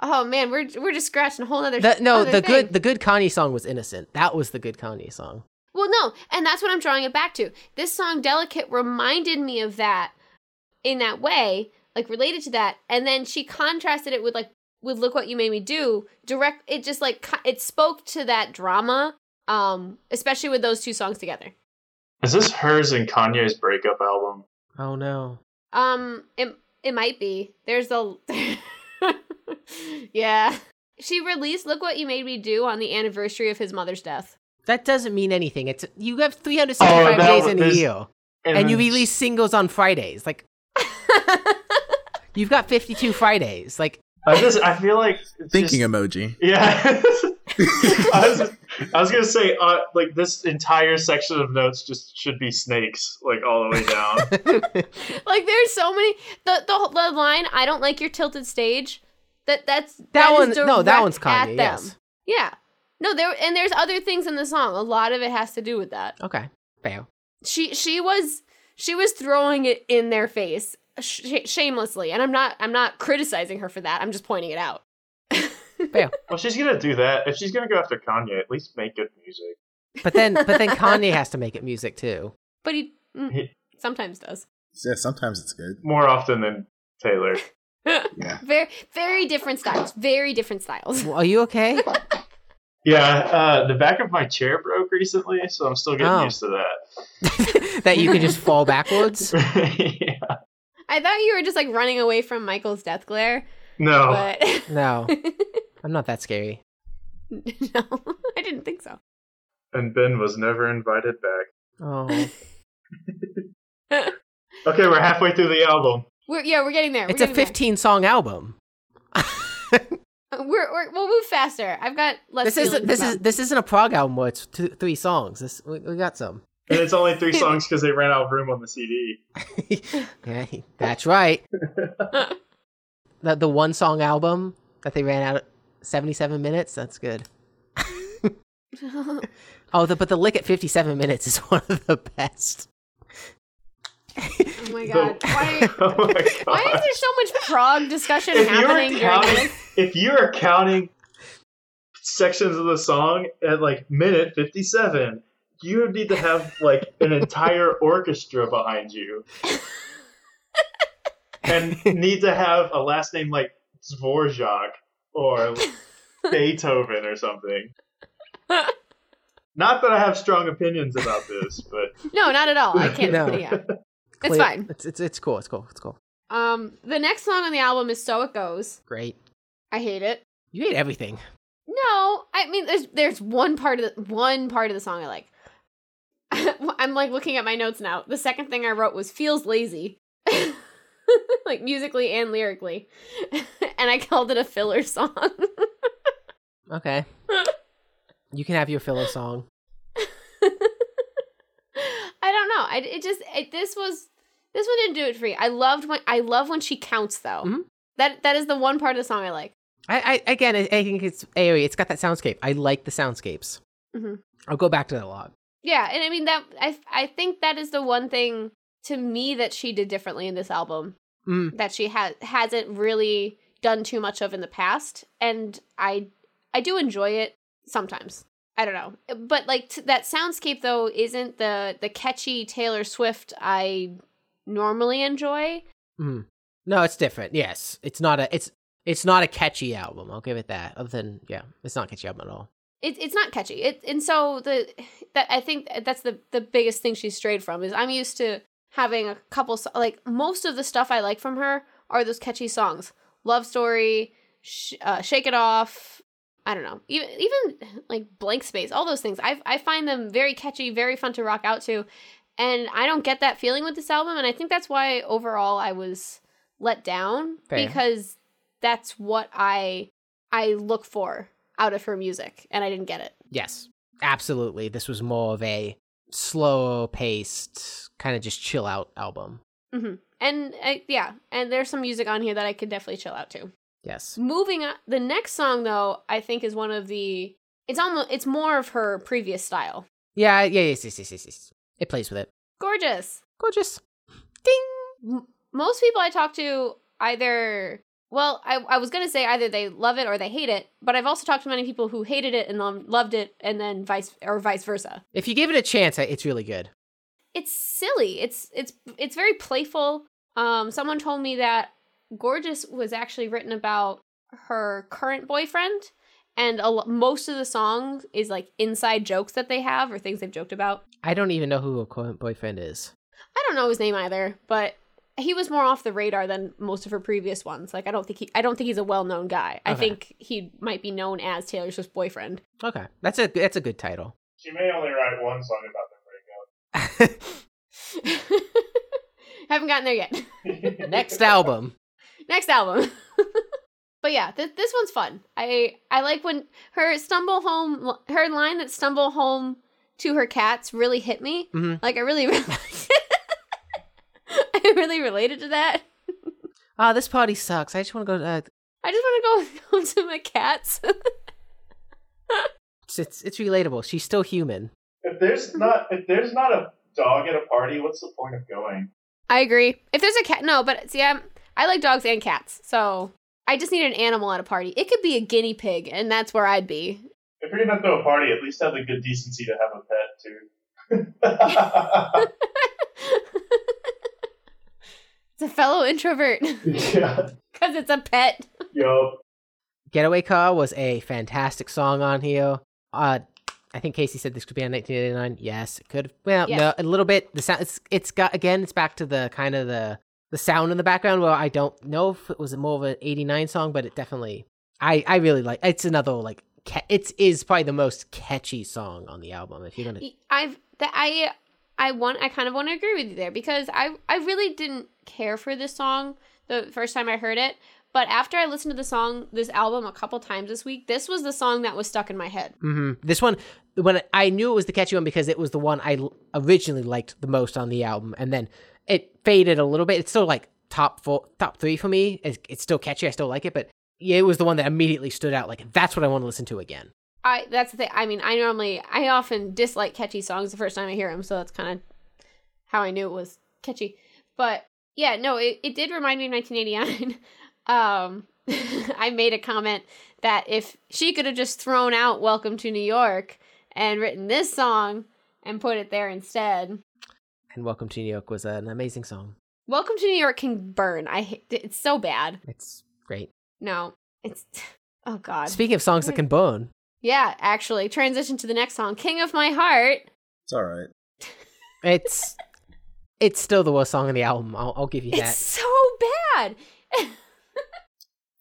Speaker 3: oh man we're we're just scratching a whole other
Speaker 4: The, no,
Speaker 3: other
Speaker 4: the
Speaker 3: thing.
Speaker 4: good the good Kanye song was innocent. That was the good Kanye song.
Speaker 3: Well, no, and that's what I'm drawing it back to. This song, Delicate, reminded me of that in that way, like related to that. And then she contrasted it with, like, with Look What You Made Me Do. Direct, it just, like, co- it spoke to that drama, um, especially with those two songs together.
Speaker 1: Is this hers and Kanye's breakup album?
Speaker 4: Oh no.
Speaker 3: Um, it, it might be. There's the. (laughs) yeah. She released Look What You Made Me Do on the anniversary of his mother's death. (laughs)
Speaker 4: That doesn't mean anything. It's you have 365
Speaker 1: Oh, that
Speaker 4: days
Speaker 1: was-
Speaker 4: in a
Speaker 1: this-
Speaker 4: year, and you release singles on Fridays. Like you've got 52 Fridays. Like (laughs)
Speaker 1: I just I feel like it's
Speaker 2: Thinking
Speaker 1: just-
Speaker 2: emoji.
Speaker 1: (laughs) Yeah. (laughs) I was I was gonna say uh, like this entire section of notes just should be snakes like all the way down.
Speaker 3: like there's so many the, the the line I don't like your tilted stage that that's that,
Speaker 4: that
Speaker 3: is
Speaker 4: one. No, that
Speaker 3: direct
Speaker 4: one's
Speaker 3: at them.
Speaker 4: Kanye. Yes.
Speaker 3: yeah no there and there's other things in the song a lot of it has to do with that
Speaker 4: Okay. Fair.
Speaker 3: she she was she was throwing it in their face sh- shamelessly and I'm not I'm not criticizing her for that I'm just pointing it out
Speaker 1: Well, she's gonna do that if she's gonna go after Kanye. At least make good music.
Speaker 4: But then, but then Kanye has to make it music too.
Speaker 3: but he mm,
Speaker 1: He-
Speaker 3: sometimes does
Speaker 2: Yeah, sometimes it's good.
Speaker 1: More often than Taylor.
Speaker 2: Yeah.
Speaker 3: very very different styles very different styles (laughs)
Speaker 4: Well, are you okay?
Speaker 1: Yeah, uh, the back of my chair broke recently, so I'm still getting
Speaker 4: Oh.
Speaker 1: used to that.
Speaker 4: that you can just fall
Speaker 1: (laughs)
Speaker 4: backwards.
Speaker 1: yeah.
Speaker 3: I thought you were just like running away from Michael's death glare
Speaker 1: No,
Speaker 3: but (laughs)
Speaker 4: No, I'm not that scary.
Speaker 3: no I didn't think so
Speaker 1: and Ben was never invited back.
Speaker 4: (laughs) Oh,
Speaker 1: Okay, we're halfway through the album.
Speaker 3: We're yeah, we're getting there.
Speaker 4: it's
Speaker 3: we're
Speaker 4: a
Speaker 3: getting there. Uh,
Speaker 4: 15 song album.
Speaker 3: We're, we're we'll move faster. I've got less.
Speaker 4: This isn't
Speaker 3: feelings
Speaker 4: this
Speaker 3: about-
Speaker 4: is this isn't a prog album where it's two, three songs. This we, we got some.
Speaker 1: And it's only
Speaker 3: (laughs)
Speaker 1: three songs because they ran out of room on the CD.
Speaker 4: Yeah, that's right. the the one song album that they ran out of seventy seven minutes. That's good.
Speaker 3: (laughs)
Speaker 4: Oh, the, but the lick at fifty seven minutes is (laughs) one of the best.
Speaker 3: oh my god! Why,
Speaker 1: (laughs) oh my god!
Speaker 3: why is there so much prog discussion
Speaker 1: (laughs) if you're
Speaker 3: happening during
Speaker 1: counting,
Speaker 3: this?
Speaker 1: if you are counting sections of the song at like minute fifty-seven, you need to have like an entire orchestra behind you, and need to have a last name like Dvorak or Beethoven or something. Not that I have strong opinions about this, but
Speaker 3: No, not at all. I can't.
Speaker 4: No.
Speaker 3: Yeah, it's
Speaker 4: Clear-
Speaker 3: fine.
Speaker 4: It's, it's it's cool. It's cool. It's cool.
Speaker 3: Um, the next song on the album is "So It Goes."
Speaker 4: Great.
Speaker 3: I hate it.
Speaker 4: You hate everything.
Speaker 3: No, I mean there's there's one part of the, one part of the song I like. (laughs) I'm like looking at my notes now. The second thing I wrote was feels lazy. (laughs) like musically and lyrically. (laughs) and I called it a filler song. (laughs)
Speaker 4: Okay. you can have your filler song.
Speaker 3: I don't know. I it just it, this was this one didn't do it for me. I loved when I love when she counts though.
Speaker 4: Mhm.
Speaker 3: That that is the one part of the song I like.
Speaker 4: E. I, I again, I, I think it's AOE. It's got that soundscape. I like the soundscapes.
Speaker 3: Mhm.
Speaker 4: I'll go back to the log.
Speaker 3: Yeah, and I mean that I I think that is the one thing to me that she did differently in this album
Speaker 4: Mm.
Speaker 3: that she has hasn't really done too much of in the past and I I do enjoy it sometimes. I don't know. But like t- that soundscape though isn't the the catchy Taylor Swift I normally enjoy.
Speaker 4: Mm. No, it's different. Yes, it's not a it's it's not a catchy album. I'll give it that. Other than yeah, it's not a catchy album at all.
Speaker 3: it, it's not catchy. It and so the that I think that's the the biggest thing she strayed from is I'm used to having a couple so- like most of the stuff I like from her are those catchy songs, love story, sh- uh, shake it off. I don't know, even even like blank space, all those things. I I find them very catchy, very fun to rock out to, and I don't get that feeling with this album, and I think that's why overall I was let down
Speaker 4: Fair.
Speaker 3: because that's what I I look for out of her music, and I didn't get it.
Speaker 4: Yes, absolutely. This was more of a slow paced kind of just chill out album.
Speaker 3: And I, yeah, and there's some music on here that I could definitely chill out to.
Speaker 4: Yes.
Speaker 3: Moving on, the next song though, I think is one of the. It's almost it's more of her previous style.
Speaker 4: Yeah. Yeah. Yes. Yes. Yes. Yes. yes. It plays with it.
Speaker 3: Gorgeous.
Speaker 4: Gorgeous. Ding.
Speaker 3: M- most people I talk to either well, I I was gonna say either they love it or they hate it, but I've also talked to many people who hated it and lo- loved it, and then vice or vice versa.
Speaker 4: If you give it a chance, I- it's really good.
Speaker 3: it's silly. It's it's it's very playful. Um, someone told me that "Gorgeous" was actually written about her current boyfriend, and a, lo- most of the song is like inside jokes that they have or things they've joked about.
Speaker 4: I don't even know who a current boyfriend is.
Speaker 3: I don't know his name either, but he was more off the radar than most of her previous ones. Like I don't think he I don't think he's a well known guy. I
Speaker 4: Okay.
Speaker 3: think he might be known as Taylor Swift's boyfriend. (laughs)
Speaker 4: Okay, that's a that's a good title.
Speaker 6: She may only write one song about their breakup.
Speaker 3: Haven't gotten there yet.
Speaker 6: (laughs)
Speaker 1: (laughs)
Speaker 4: Next album.
Speaker 3: next album (laughs) but yeah th- this one's fun i i like when her stumble home her line that stumble home to her cats really hit me
Speaker 4: Mhm.
Speaker 3: like i really (laughs) i really related to that
Speaker 4: Oh, this party sucks. I just want to go. Uh,
Speaker 3: i just want to go (laughs) home to my cats (laughs)
Speaker 4: it's, it's it's relatable. She's still human.
Speaker 6: If there's not if there's not a dog at a party, what's the point of going?
Speaker 3: i agree if there's a cat no but see i'm i like dogs and cats so i just need an animal at a party it could be a guinea pig and that's where i'd be (laughs)
Speaker 6: If you're gonna throw a party, at least have the good decency to have a pet too.
Speaker 3: it's a fellow introvert (laughs)
Speaker 6: yeah.
Speaker 3: because it's a pet
Speaker 6: Yo.
Speaker 4: Getaway Car was a fantastic song on here. Uh, I think Casey said this could be on 1989. Yes, it could. Well,
Speaker 3: Yes.
Speaker 4: no, a little bit. The sound. It's it's got again. It's back to the kind of the the sound in the background. Well, I don't know if it was more of an 89 song, but it definitely. I I really like. It's another like. Ca- it is probably the most catchy song on the album. If you're gonna
Speaker 3: I've that I I want I kind of want to agree with you there because I I really didn't care for this song the first time I heard it, but after I listened to the song this album a couple times this week, this was the song that was stuck in my head.
Speaker 4: hmm This one, when I, I knew it was the catchy one because it was the one I l- originally liked the most on the album, and then it faded a little bit. It's still like top four, top three for me. It's, it's still catchy. I still like it, but yeah, it was the one that immediately stood out. Like that's what I want to listen to again.
Speaker 3: I that's the thing. I mean, I normally I often dislike catchy songs the first time I hear them, so that's kind of how I knew it was catchy. But yeah, no, it, it did remind me of 1989. (laughs) um, (laughs) I made a comment that if she could have just thrown out "Welcome to New York" and written this song and put it there instead,
Speaker 4: And Welcome to New York was an amazing song.
Speaker 3: "Welcome to New York" can burn. I hate, it's so bad.
Speaker 4: It's great.
Speaker 3: No, it's oh god.
Speaker 4: Speaking of songs that can burn,
Speaker 3: yeah, actually, transition to the next song, "King of My Heart."
Speaker 2: It's all right.
Speaker 4: it's it's still the worst song on the album. I'll, I'll give you
Speaker 3: It's
Speaker 4: that.
Speaker 3: so bad.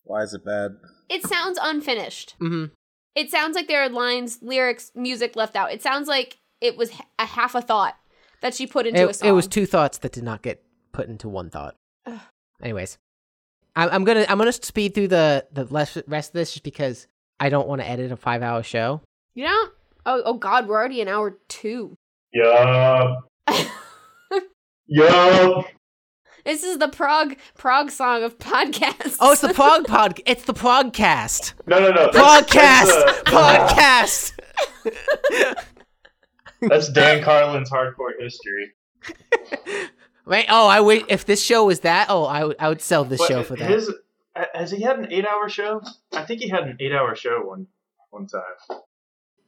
Speaker 2: Why is it bad?
Speaker 3: It sounds unfinished.
Speaker 4: hmm
Speaker 3: It sounds like there are lines, lyrics, music left out. It sounds like it was h- a half a thought that she put into a
Speaker 4: It,
Speaker 3: song.
Speaker 4: it was two thoughts that did not get put into one thought.
Speaker 3: Ugh.
Speaker 4: Anyways, I, I'm gonna I'm gonna speed through the the less- rest of this just because I don't want to edit a five hour show.
Speaker 3: you know? Oh, oh God, we're already in hour two.
Speaker 6: Yup. Yup.
Speaker 3: (laughs) This is the prog prog song of (laughs) podcasts. (laughs)
Speaker 4: Oh, it's the prog pod. It's the progcast.
Speaker 6: No, no, no. that's-
Speaker 4: (laughs)
Speaker 1: (laughs)
Speaker 4: Podcast.
Speaker 6: that's, uh,
Speaker 4: Podcast.
Speaker 6: That's Dan Carlin's hardcore history.
Speaker 4: Right? Oh, I wish if this show was that. Oh, I would I would sell this
Speaker 1: But
Speaker 4: show for that.
Speaker 1: His, has he had an eight-hour show? I think he had an eight-hour show one one time.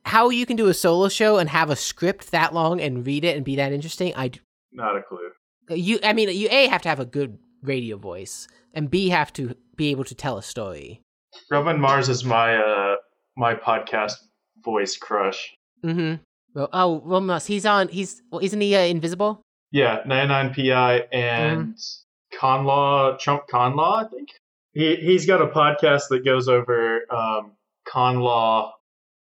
Speaker 4: How you can do a solo show and have a script that long and read it and be that interesting? I d-
Speaker 1: Not a clue.
Speaker 4: you I mean you a have to have a good radio voice and b have to be able to tell a story.
Speaker 1: Roman Mars is my uh my podcast voice crush.
Speaker 4: Mm-hmm. Well, oh, Romulus, he's on. He's well, isn't he uh, invisible?
Speaker 1: Yeah, 99 PI and
Speaker 4: Mm-hmm.
Speaker 1: Conlaw Trump Conlaw, I think. He he's got a podcast that goes over um Conlaw.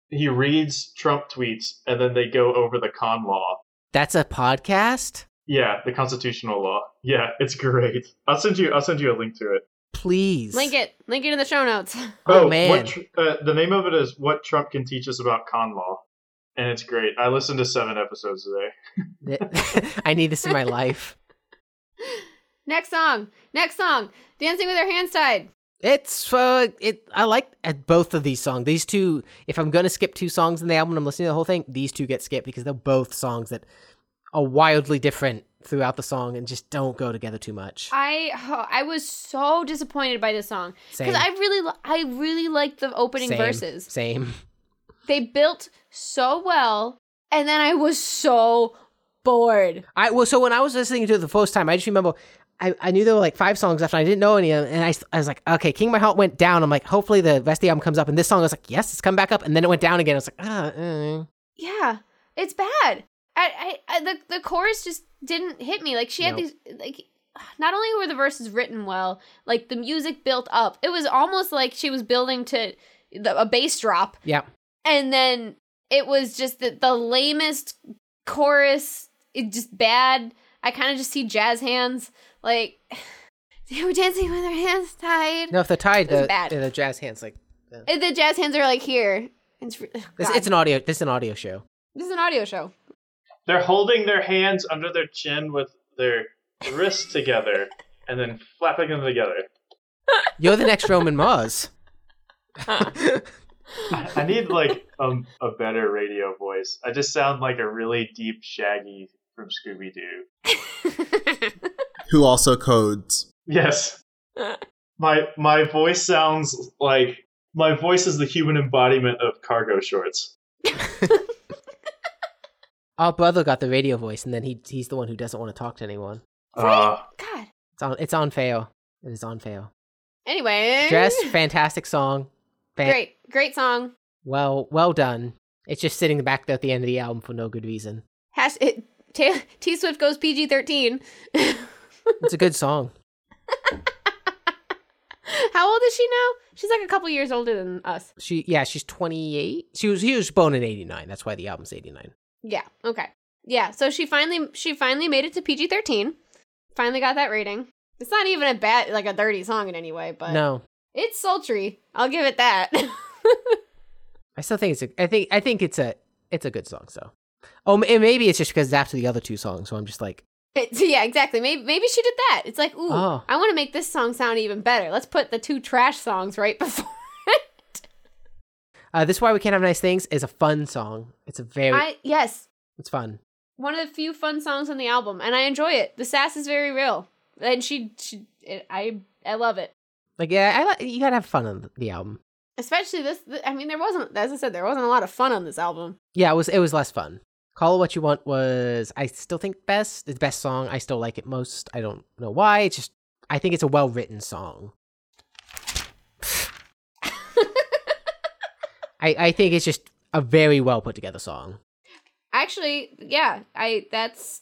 Speaker 1: He reads Trump tweets and then they go over the con law.
Speaker 4: That's a podcast.
Speaker 1: Yeah, the constitutional law. Yeah, it's great. I'll send you I'll send you a link to it.
Speaker 4: Please
Speaker 3: Link it. Link it in the show notes. (laughs)
Speaker 4: Oh, man.
Speaker 1: What, Tr- uh, the name of it is What Trump Can Teach Us About Con Law. And it's great. I listened to seven episodes today.
Speaker 4: (laughs) I need this in my life.
Speaker 3: Next song. Next song. Dancing with our hands tied.
Speaker 4: (laughs) It's uh, it. I like uh, both of these songs. These two. If I'm gonna skip two songs in the album, I'm listening to the whole thing. These two get skipped because they're both songs that are wildly different throughout the song and just don't go together too much.
Speaker 3: I oh, I was so disappointed by this song
Speaker 4: Same.
Speaker 3: because I really li- I really liked the opening
Speaker 4: Same.
Speaker 3: verses.
Speaker 4: Same.
Speaker 3: They built so well, and then I was so bored.
Speaker 4: I well, so when I was listening to it the first time, I just remember I, I knew there were like five songs left, and I didn't know any of them. And I, s- I was like, okay, King of My Heart went down. I'm like, hopefully the rest of the album comes up. And this song, I was like, yes, it's come back up. And then it went down again. I was like, ah, uh,
Speaker 3: Yeah, it's bad. I, I, I the the chorus just didn't hit me. Like she had
Speaker 4: Nope.
Speaker 3: these like. Not only were the verses written well, like the music built up. It was almost like she was building to the, a bass drop
Speaker 4: yeah.
Speaker 3: and then it was just the, the lamest chorus it just bad i kind of just see jazz hands like (sighs) they were dancing with their hands tied
Speaker 4: No, if they're tied,
Speaker 3: It was
Speaker 4: the,
Speaker 3: bad.
Speaker 4: the jazz hands like
Speaker 3: And the jazz hands are like here it's, re- oh,
Speaker 4: this,
Speaker 3: God.
Speaker 4: it's an audio. This is an audio show.
Speaker 3: This is an audio show
Speaker 1: They're holding their hands under their chin with their wrists together and then flapping them together.
Speaker 4: You're the next
Speaker 3: (laughs)
Speaker 4: Roman Mars.
Speaker 1: I I need like um, a better radio voice. I just sound like a really deep Shaggy from Scooby Doo.
Speaker 2: Who also codes.
Speaker 1: Yes. My my voice sounds like my voice is the human embodiment of cargo shorts.
Speaker 4: Our brother got the radio voice, and then he he's the one who doesn't want to talk to anyone.
Speaker 1: Uh,
Speaker 3: (laughs) god
Speaker 4: It's on. It's on fail. It is on fail.
Speaker 3: anyway
Speaker 4: Jess, fantastic song. Fan-
Speaker 3: great great song
Speaker 4: Well, well done. It's just sitting back there at the end of the album for no good reason.
Speaker 3: Hash- it, Ta- t swift goes pg-13
Speaker 4: It's a good song.
Speaker 3: (laughs) how old is she now she's like a couple years older than us
Speaker 4: She, yeah, she's 28. She was, he was born in 89. That's why the album's 89.
Speaker 3: Yeah. Okay. Yeah. So she finally she finally made it to PG thirteen. Finally got that rating. It's not even a bad like a dirty song in any way, but
Speaker 4: No,
Speaker 3: it's sultry. I'll give it that. (laughs)
Speaker 4: I still think it's a, I think, I think it's a, it's a good song. So, oh, m- and maybe it's just because it's after the other two songs. So I'm just like,
Speaker 3: It's- yeah, exactly. Maybe maybe she did that. It's like, ooh,
Speaker 4: Oh.
Speaker 3: I want to make this song sound even better. Let's put the two trash songs right (laughs) before.
Speaker 4: uh, this is why we can't have nice things is a fun song. It's a very,
Speaker 3: I yes,
Speaker 4: it's fun.
Speaker 3: one of the few fun songs on the album, and I enjoy it. The sass is very real, and she she it, I I love it.
Speaker 4: Like, yeah, I like, you gotta have fun on the album.
Speaker 3: Especially this. th- I mean, there wasn't as I said, there wasn't a lot of fun on this album.
Speaker 4: Yeah, it was, it was less fun. Call It What You Want was, I still think best, the best song. I still like it most. I don't know why. It's just, I think it's a well written song.
Speaker 3: (laughs)
Speaker 4: I, I think it's just a very well put together song.
Speaker 3: Actually, yeah, I that's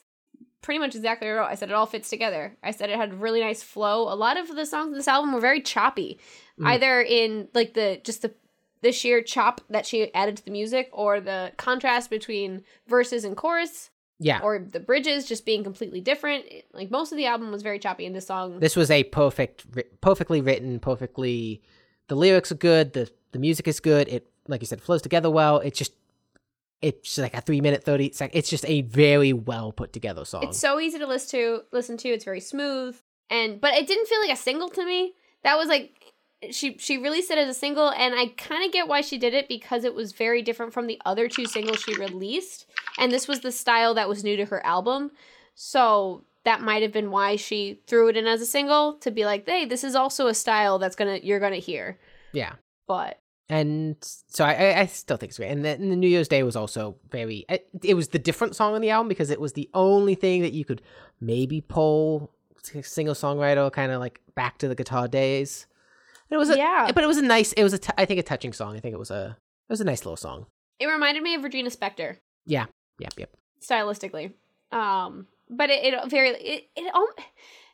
Speaker 3: pretty much exactly what I wrote. I said it all fits together. I said it had really nice flow. A lot of the songs in this album were very choppy,
Speaker 4: Mm.
Speaker 3: either in like the just the the sheer chop that she added to the music, or the contrast between verses and chorus,
Speaker 4: Yeah.
Speaker 3: or the bridges just being completely different. It- Like most of the album was very choppy, and this song
Speaker 4: This was a perfect wri- perfectly written, perfectly the lyrics are good, the the music is good. It like you said flows together well. It's just it's just like a 3 minute 30 sec. It's just a very well put together song.
Speaker 3: it's so easy to listen to. Listen to. It's very smooth, and but it didn't feel like a single to me. That was like she she released it as a single and I kind of get why she did it because it was very different from the other two singles she released and this was the style that was new to her album. So that might have been why she threw it in as a single to be like, "Hey, this is also a style that's going to you're going to hear."
Speaker 4: Yeah.
Speaker 3: But
Speaker 4: And so I, I- I still think it's great. And then the New Year's Day was also very. It, it was the different song on the album because it was the only thing that you could maybe pull single songwriter kind of like back to the guitar days. And it was a,
Speaker 3: yeah.
Speaker 4: but it was a nice. It was a t- I think a touching song. I think it was a it was a nice little song.
Speaker 3: It reminded me of Regina Spektor.
Speaker 4: Yep, yep.
Speaker 3: stylistically. Um, but it, it very it it al-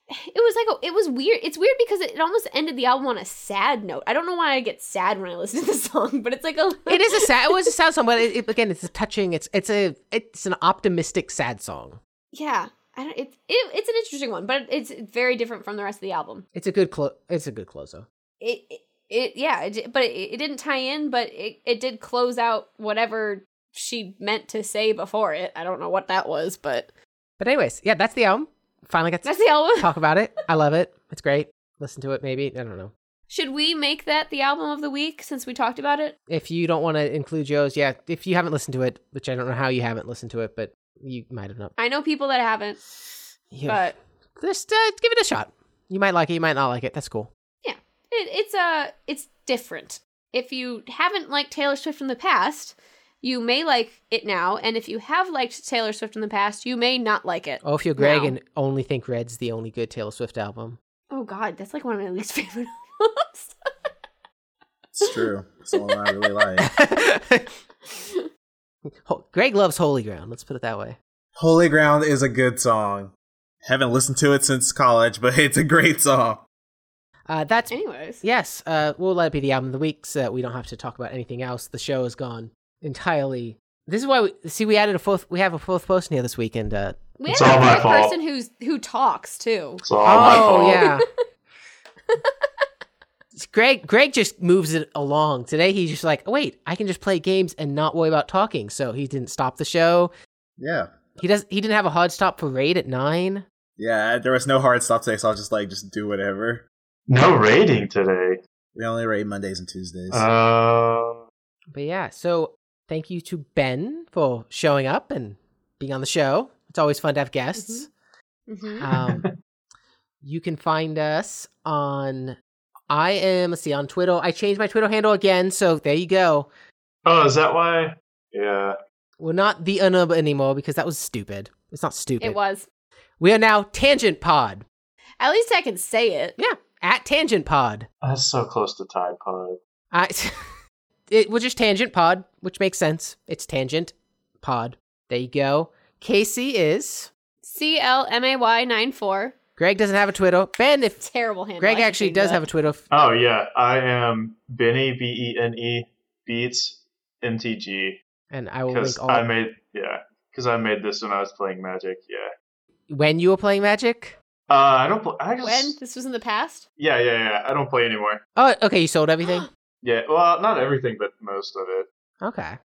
Speaker 3: it was like a, it was weird. It's weird because it, it almost ended the album on a sad note. I don't know why I get sad when I listen to this (laughs) song, but it's like a
Speaker 4: It is a sad. It was a sad song, but it, it- again, it's a touching. It's it's a it's an optimistic sad song.
Speaker 3: (laughs) yeah. I don't, it, it it's an interesting one, but it's very different from the rest of the album.
Speaker 4: It's a good clo- It's a good closer.
Speaker 3: It it, it yeah, it, di- but it, it didn't tie in, but it it did close out whatever she meant to say before it. I don't know what that was, but
Speaker 4: But anyways, yeah, that's the album. Finally got to
Speaker 3: that's the album. (laughs)
Speaker 4: talk about it. I love it. It's great. Listen to it, maybe. I don't know.
Speaker 3: Should we make that the album of the week since we talked about it?
Speaker 4: If you don't want to include yours, yeah. If you haven't listened to it, which I don't know how you haven't listened to it, but you might have not.
Speaker 3: I know people that haven't.
Speaker 4: Yeah. just uh, give it a shot. You might like it. You might not like it. That's cool.
Speaker 3: it, it's uh, it's different. If you haven't liked Taylor Swift in the past, you may like it now, and if you have liked Taylor Swift in the past, you may not like it. Oh,
Speaker 4: Oh, if you're Greg
Speaker 3: No.
Speaker 4: and only think Red's the only good Taylor Swift album, (laughs)
Speaker 3: Oh, God, that's like one of my least (laughs) favorite albums. (laughs)
Speaker 2: It's true. It's the one I really like.
Speaker 4: Ho- Greg loves Holy Ground. Let's put it that way.
Speaker 2: Holy Ground is a good song. Haven't listened to it since college, but (laughs) it's a great song.
Speaker 4: Uh, that's
Speaker 3: Anyways,
Speaker 4: yes. Uh, we'll let it be the album of the week, so that we don't have to talk about anything else. The show has gone entirely. This is why we see we added a fourth. We have a fourth person here this week, and uh,
Speaker 3: we
Speaker 6: It's
Speaker 3: have
Speaker 6: all my
Speaker 3: a
Speaker 6: fault.
Speaker 3: person who's who talks too.
Speaker 6: It's all Oh, my fault. (laughs)
Speaker 4: Oh, yeah. Greg Greg just moves it along. Today he's just like, oh, wait, I can just play games and not worry about talking. So he didn't stop the show.
Speaker 2: Yeah.
Speaker 4: He does he didn't have a hard stop for raid at nine.
Speaker 2: Yeah, there was no hard stop today, so I was just like, just do whatever.
Speaker 6: No rating today.
Speaker 2: We only rate Mondays and Tuesdays.
Speaker 6: Uh,
Speaker 4: But yeah, so thank you to Ben for showing up and being on the show. It's always fun to have
Speaker 6: Mm-hmm.
Speaker 4: guests.
Speaker 3: Mhm.
Speaker 4: Um, you can find us on I am let's see on Twitter. I changed my Twitter handle again, so there you go.
Speaker 6: oh, is that why? Yeah.
Speaker 4: We're not the Unub anymore because that was stupid. It's not stupid.
Speaker 3: it was.
Speaker 4: We are now Tangent Pod
Speaker 3: At least I can say it.
Speaker 4: at Tangent Pod.
Speaker 6: That's so close to Tide Pod.
Speaker 4: I, (laughs) it, we're just Tangent Pod, which makes sense. It's Tangent Pod. There you go. Casey is.
Speaker 3: C L M A Y nine four.
Speaker 4: Greg doesn't have a Twitter. Ben, if
Speaker 3: Terrible handle.
Speaker 4: Greg actually does have a Twitter, f-
Speaker 6: Oh yeah, I am Benny B E N E Beats MTG
Speaker 4: and I will
Speaker 6: because
Speaker 4: link all.
Speaker 6: I made yeah because I made this when I was playing Magic. Yeah.
Speaker 4: when you were playing Magic.
Speaker 6: Uh, I don't. Pl- I just
Speaker 3: When this was in the past.
Speaker 6: yeah yeah yeah. I don't play anymore.
Speaker 4: Oh, okay. You sold everything.
Speaker 6: Yeah. Well, not everything, but most of it.
Speaker 4: okay.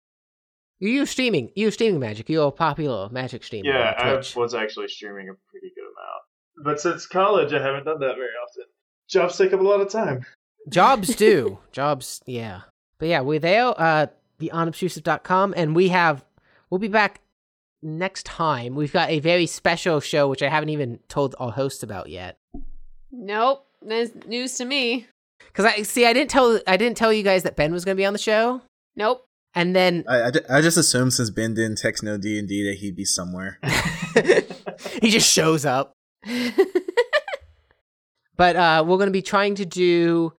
Speaker 4: You were streaming. You were streaming Magic. You're a popular Magic streamer.
Speaker 6: Yeah,
Speaker 4: on
Speaker 6: I
Speaker 4: Twitch.
Speaker 6: was actually streaming a pretty good amount, but since college, I haven't done that very often. Jobs take up a lot of time. (laughs)
Speaker 4: jobs do jobs yeah but yeah we're there uh the unobtrusive.com and we have we'll be back next time we've got a very special show which i haven't even told our hosts about yet
Speaker 3: Nope. That's news to me.
Speaker 4: because i see i didn't tell i didn't tell you guys that ben was going to be on the show
Speaker 3: Nope. (laughs)
Speaker 4: and then (laughs)
Speaker 2: I, I, ju- I just assumed since Ben didn't text no D and D that he'd be
Speaker 3: (laughs)
Speaker 2: somewhere.
Speaker 4: he just shows up but uh we're going to be trying to do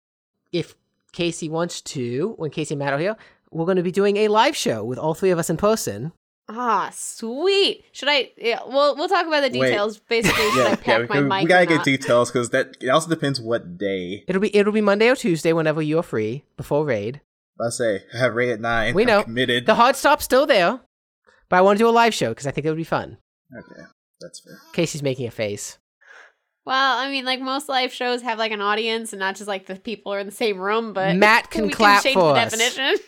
Speaker 4: if casey wants to when casey and matt are here we're going to be doing a live show with all three of us in person
Speaker 3: Ah, sweet. Should I? Yeah, we'll we'll talk about the
Speaker 2: Wait.
Speaker 3: details. Basically, should I
Speaker 2: yeah,
Speaker 3: pack
Speaker 2: yeah. We,
Speaker 3: my mic?
Speaker 2: we gotta
Speaker 3: or
Speaker 2: get
Speaker 3: not?
Speaker 2: details because that it also depends what day.
Speaker 4: It'll be it'll be Monday or Tuesday whenever you are free before raid.
Speaker 2: I say (laughs) I have rate at nine.
Speaker 4: We
Speaker 2: I'm
Speaker 4: know.
Speaker 2: committed.
Speaker 4: The hard stop's still there, but I want to do a live show because I think it would be fun.
Speaker 2: okay, that's fair.
Speaker 4: Casey's making a face.
Speaker 3: Well, I mean, like most live shows have like an audience, and not just like the people are in the same room. But
Speaker 4: Matt
Speaker 3: (laughs)
Speaker 4: can
Speaker 3: we
Speaker 4: clap
Speaker 3: change
Speaker 4: for
Speaker 3: the
Speaker 4: us.
Speaker 3: definition.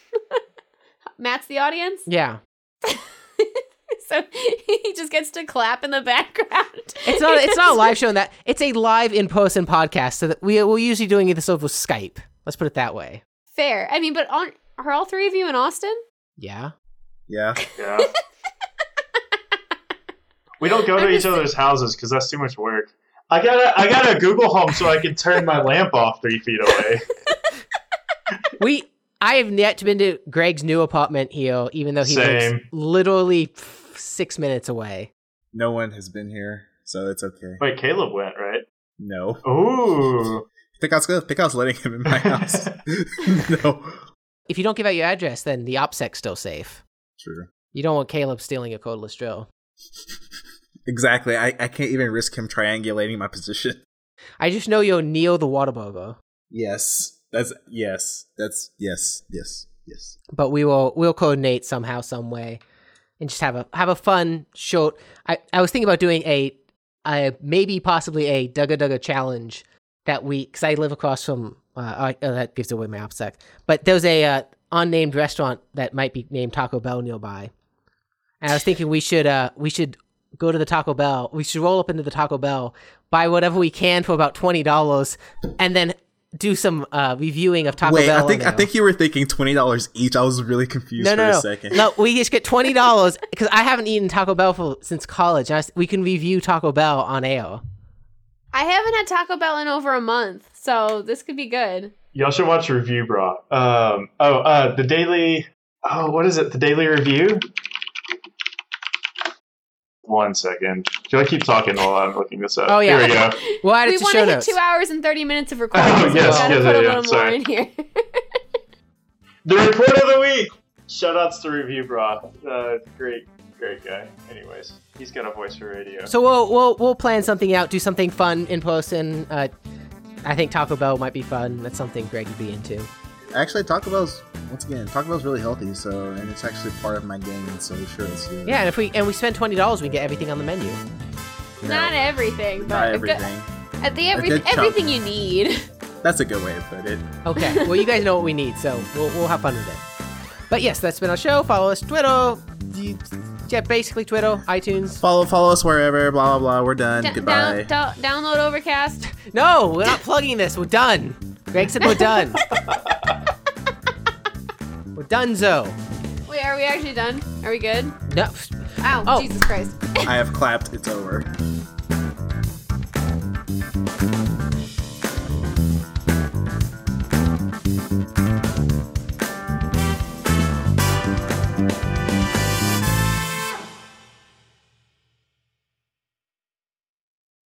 Speaker 3: (laughs) Matt's the audience, (laughs)
Speaker 4: Yeah,
Speaker 3: so he just gets to clap in the background.
Speaker 4: it's
Speaker 3: (laughs)
Speaker 4: not it's not a live show in that it's a live in person podcast. So that we we're usually doing this over Skype. Let's put it that way.
Speaker 3: Fair. I mean, but aren't are all three of you in Austin?
Speaker 4: Yeah.
Speaker 2: Yeah.
Speaker 1: Yeah. we don't go to
Speaker 3: I'm
Speaker 1: each
Speaker 3: just-
Speaker 1: other's houses because that's too much work. I got to I got a Google Home so I can turn my lamp off three feet away.
Speaker 4: We I have yet been to Greg's new apartment here, even though he lives
Speaker 1: Same.
Speaker 4: literally pff, six minutes away.
Speaker 2: No one has been here, so it's okay.
Speaker 1: Wait, Caleb went right.
Speaker 2: No.
Speaker 1: Ooh,
Speaker 2: Pickhouse good. Pickhouse letting him in my house. (laughs) no.
Speaker 4: If you don't give out your address, then the OPSEC's still safe.
Speaker 2: True.
Speaker 4: You don't want Caleb stealing a codeless drill.
Speaker 2: Exactly. I, I can't even risk him triangulating my position. (laughs)
Speaker 4: I just know you're Neo the Water Bogo.
Speaker 2: Yes. That's yes. That's yes. Yes. Yes.
Speaker 4: but we will we'll coordinate somehow some way and just have a have a fun short i i was thinking about doing a a maybe possibly a dugga dugga challenge that week because i live across from uh, I, oh, that gives away my OPSEC. but there's a uh, unnamed restaurant that might be named taco bell nearby and i was thinking we should uh we should go to the taco bell we should roll up into the taco bell buy whatever we can for about $20 and then do some uh reviewing of taco
Speaker 2: Wait,
Speaker 4: bell
Speaker 2: I think I
Speaker 4: and, uh,
Speaker 2: think you were thinking twenty dollars each. I was really confused
Speaker 4: no,
Speaker 2: for
Speaker 4: no,
Speaker 2: a
Speaker 4: no.
Speaker 2: second.
Speaker 4: (laughs) No, we just get twenty dollars because I haven't eaten Taco Bell for, since college. And I s we can review Taco Bell on AO.
Speaker 3: I haven't had Taco Bell in over a month, so this could be good.
Speaker 1: y'all should watch Review Bra. Um, oh, uh, the daily. Oh, what is it? The Daily Review. One second. Y'all keep talking while I'm looking this up.
Speaker 4: Oh, yeah.
Speaker 1: Here we go.
Speaker 4: We'll add it
Speaker 3: we
Speaker 4: to
Speaker 3: want to
Speaker 4: show
Speaker 3: hit
Speaker 4: notes.
Speaker 3: two hours and thirty minutes of recording.
Speaker 1: Oh,
Speaker 3: so we
Speaker 1: yes,
Speaker 3: gotta
Speaker 1: yes,
Speaker 3: put
Speaker 1: yeah,
Speaker 3: a
Speaker 1: yeah,
Speaker 3: little more
Speaker 1: sorry.
Speaker 3: in here. (laughs)
Speaker 1: The report of the week. Shoutouts to Review Bra. Uh, great, great guy. Anyways, he's got a voice for radio.
Speaker 4: So we'll we'll we'll plan something out, do something fun in person. Uh, I think Taco Bell might be fun. That's something Greg would be into.
Speaker 2: Actually, Taco Bell's once again Taco Bell's really healthy, so and it's actually part of my game. So sure, let's do it.
Speaker 4: Yeah, and if we and we spend twenty dollars, we get everything on the menu.
Speaker 2: You know,
Speaker 3: Not everything, but
Speaker 2: not
Speaker 3: a good-
Speaker 2: everything.
Speaker 3: uh, the every-
Speaker 2: good chunk.
Speaker 3: everything you need.
Speaker 2: That's a good way to put it.
Speaker 4: Okay. well, you guys know what we need, so we'll we'll have fun with it. But yes, that's been our show. Follow us Twitter. you- Yeah, basically Twitter, iTunes.
Speaker 2: Follow follow us wherever. Blah blah blah. We're done.
Speaker 3: Down-
Speaker 2: Goodbye.
Speaker 3: down- down- download Overcast.
Speaker 4: No, we're not plugging this. We're done. Greg said we're done. we're donezo.
Speaker 3: Wait, are we actually done? Are we good?
Speaker 4: No.
Speaker 3: Ow,
Speaker 4: Oh.
Speaker 3: Jesus Christ.
Speaker 2: I have clapped. It's over.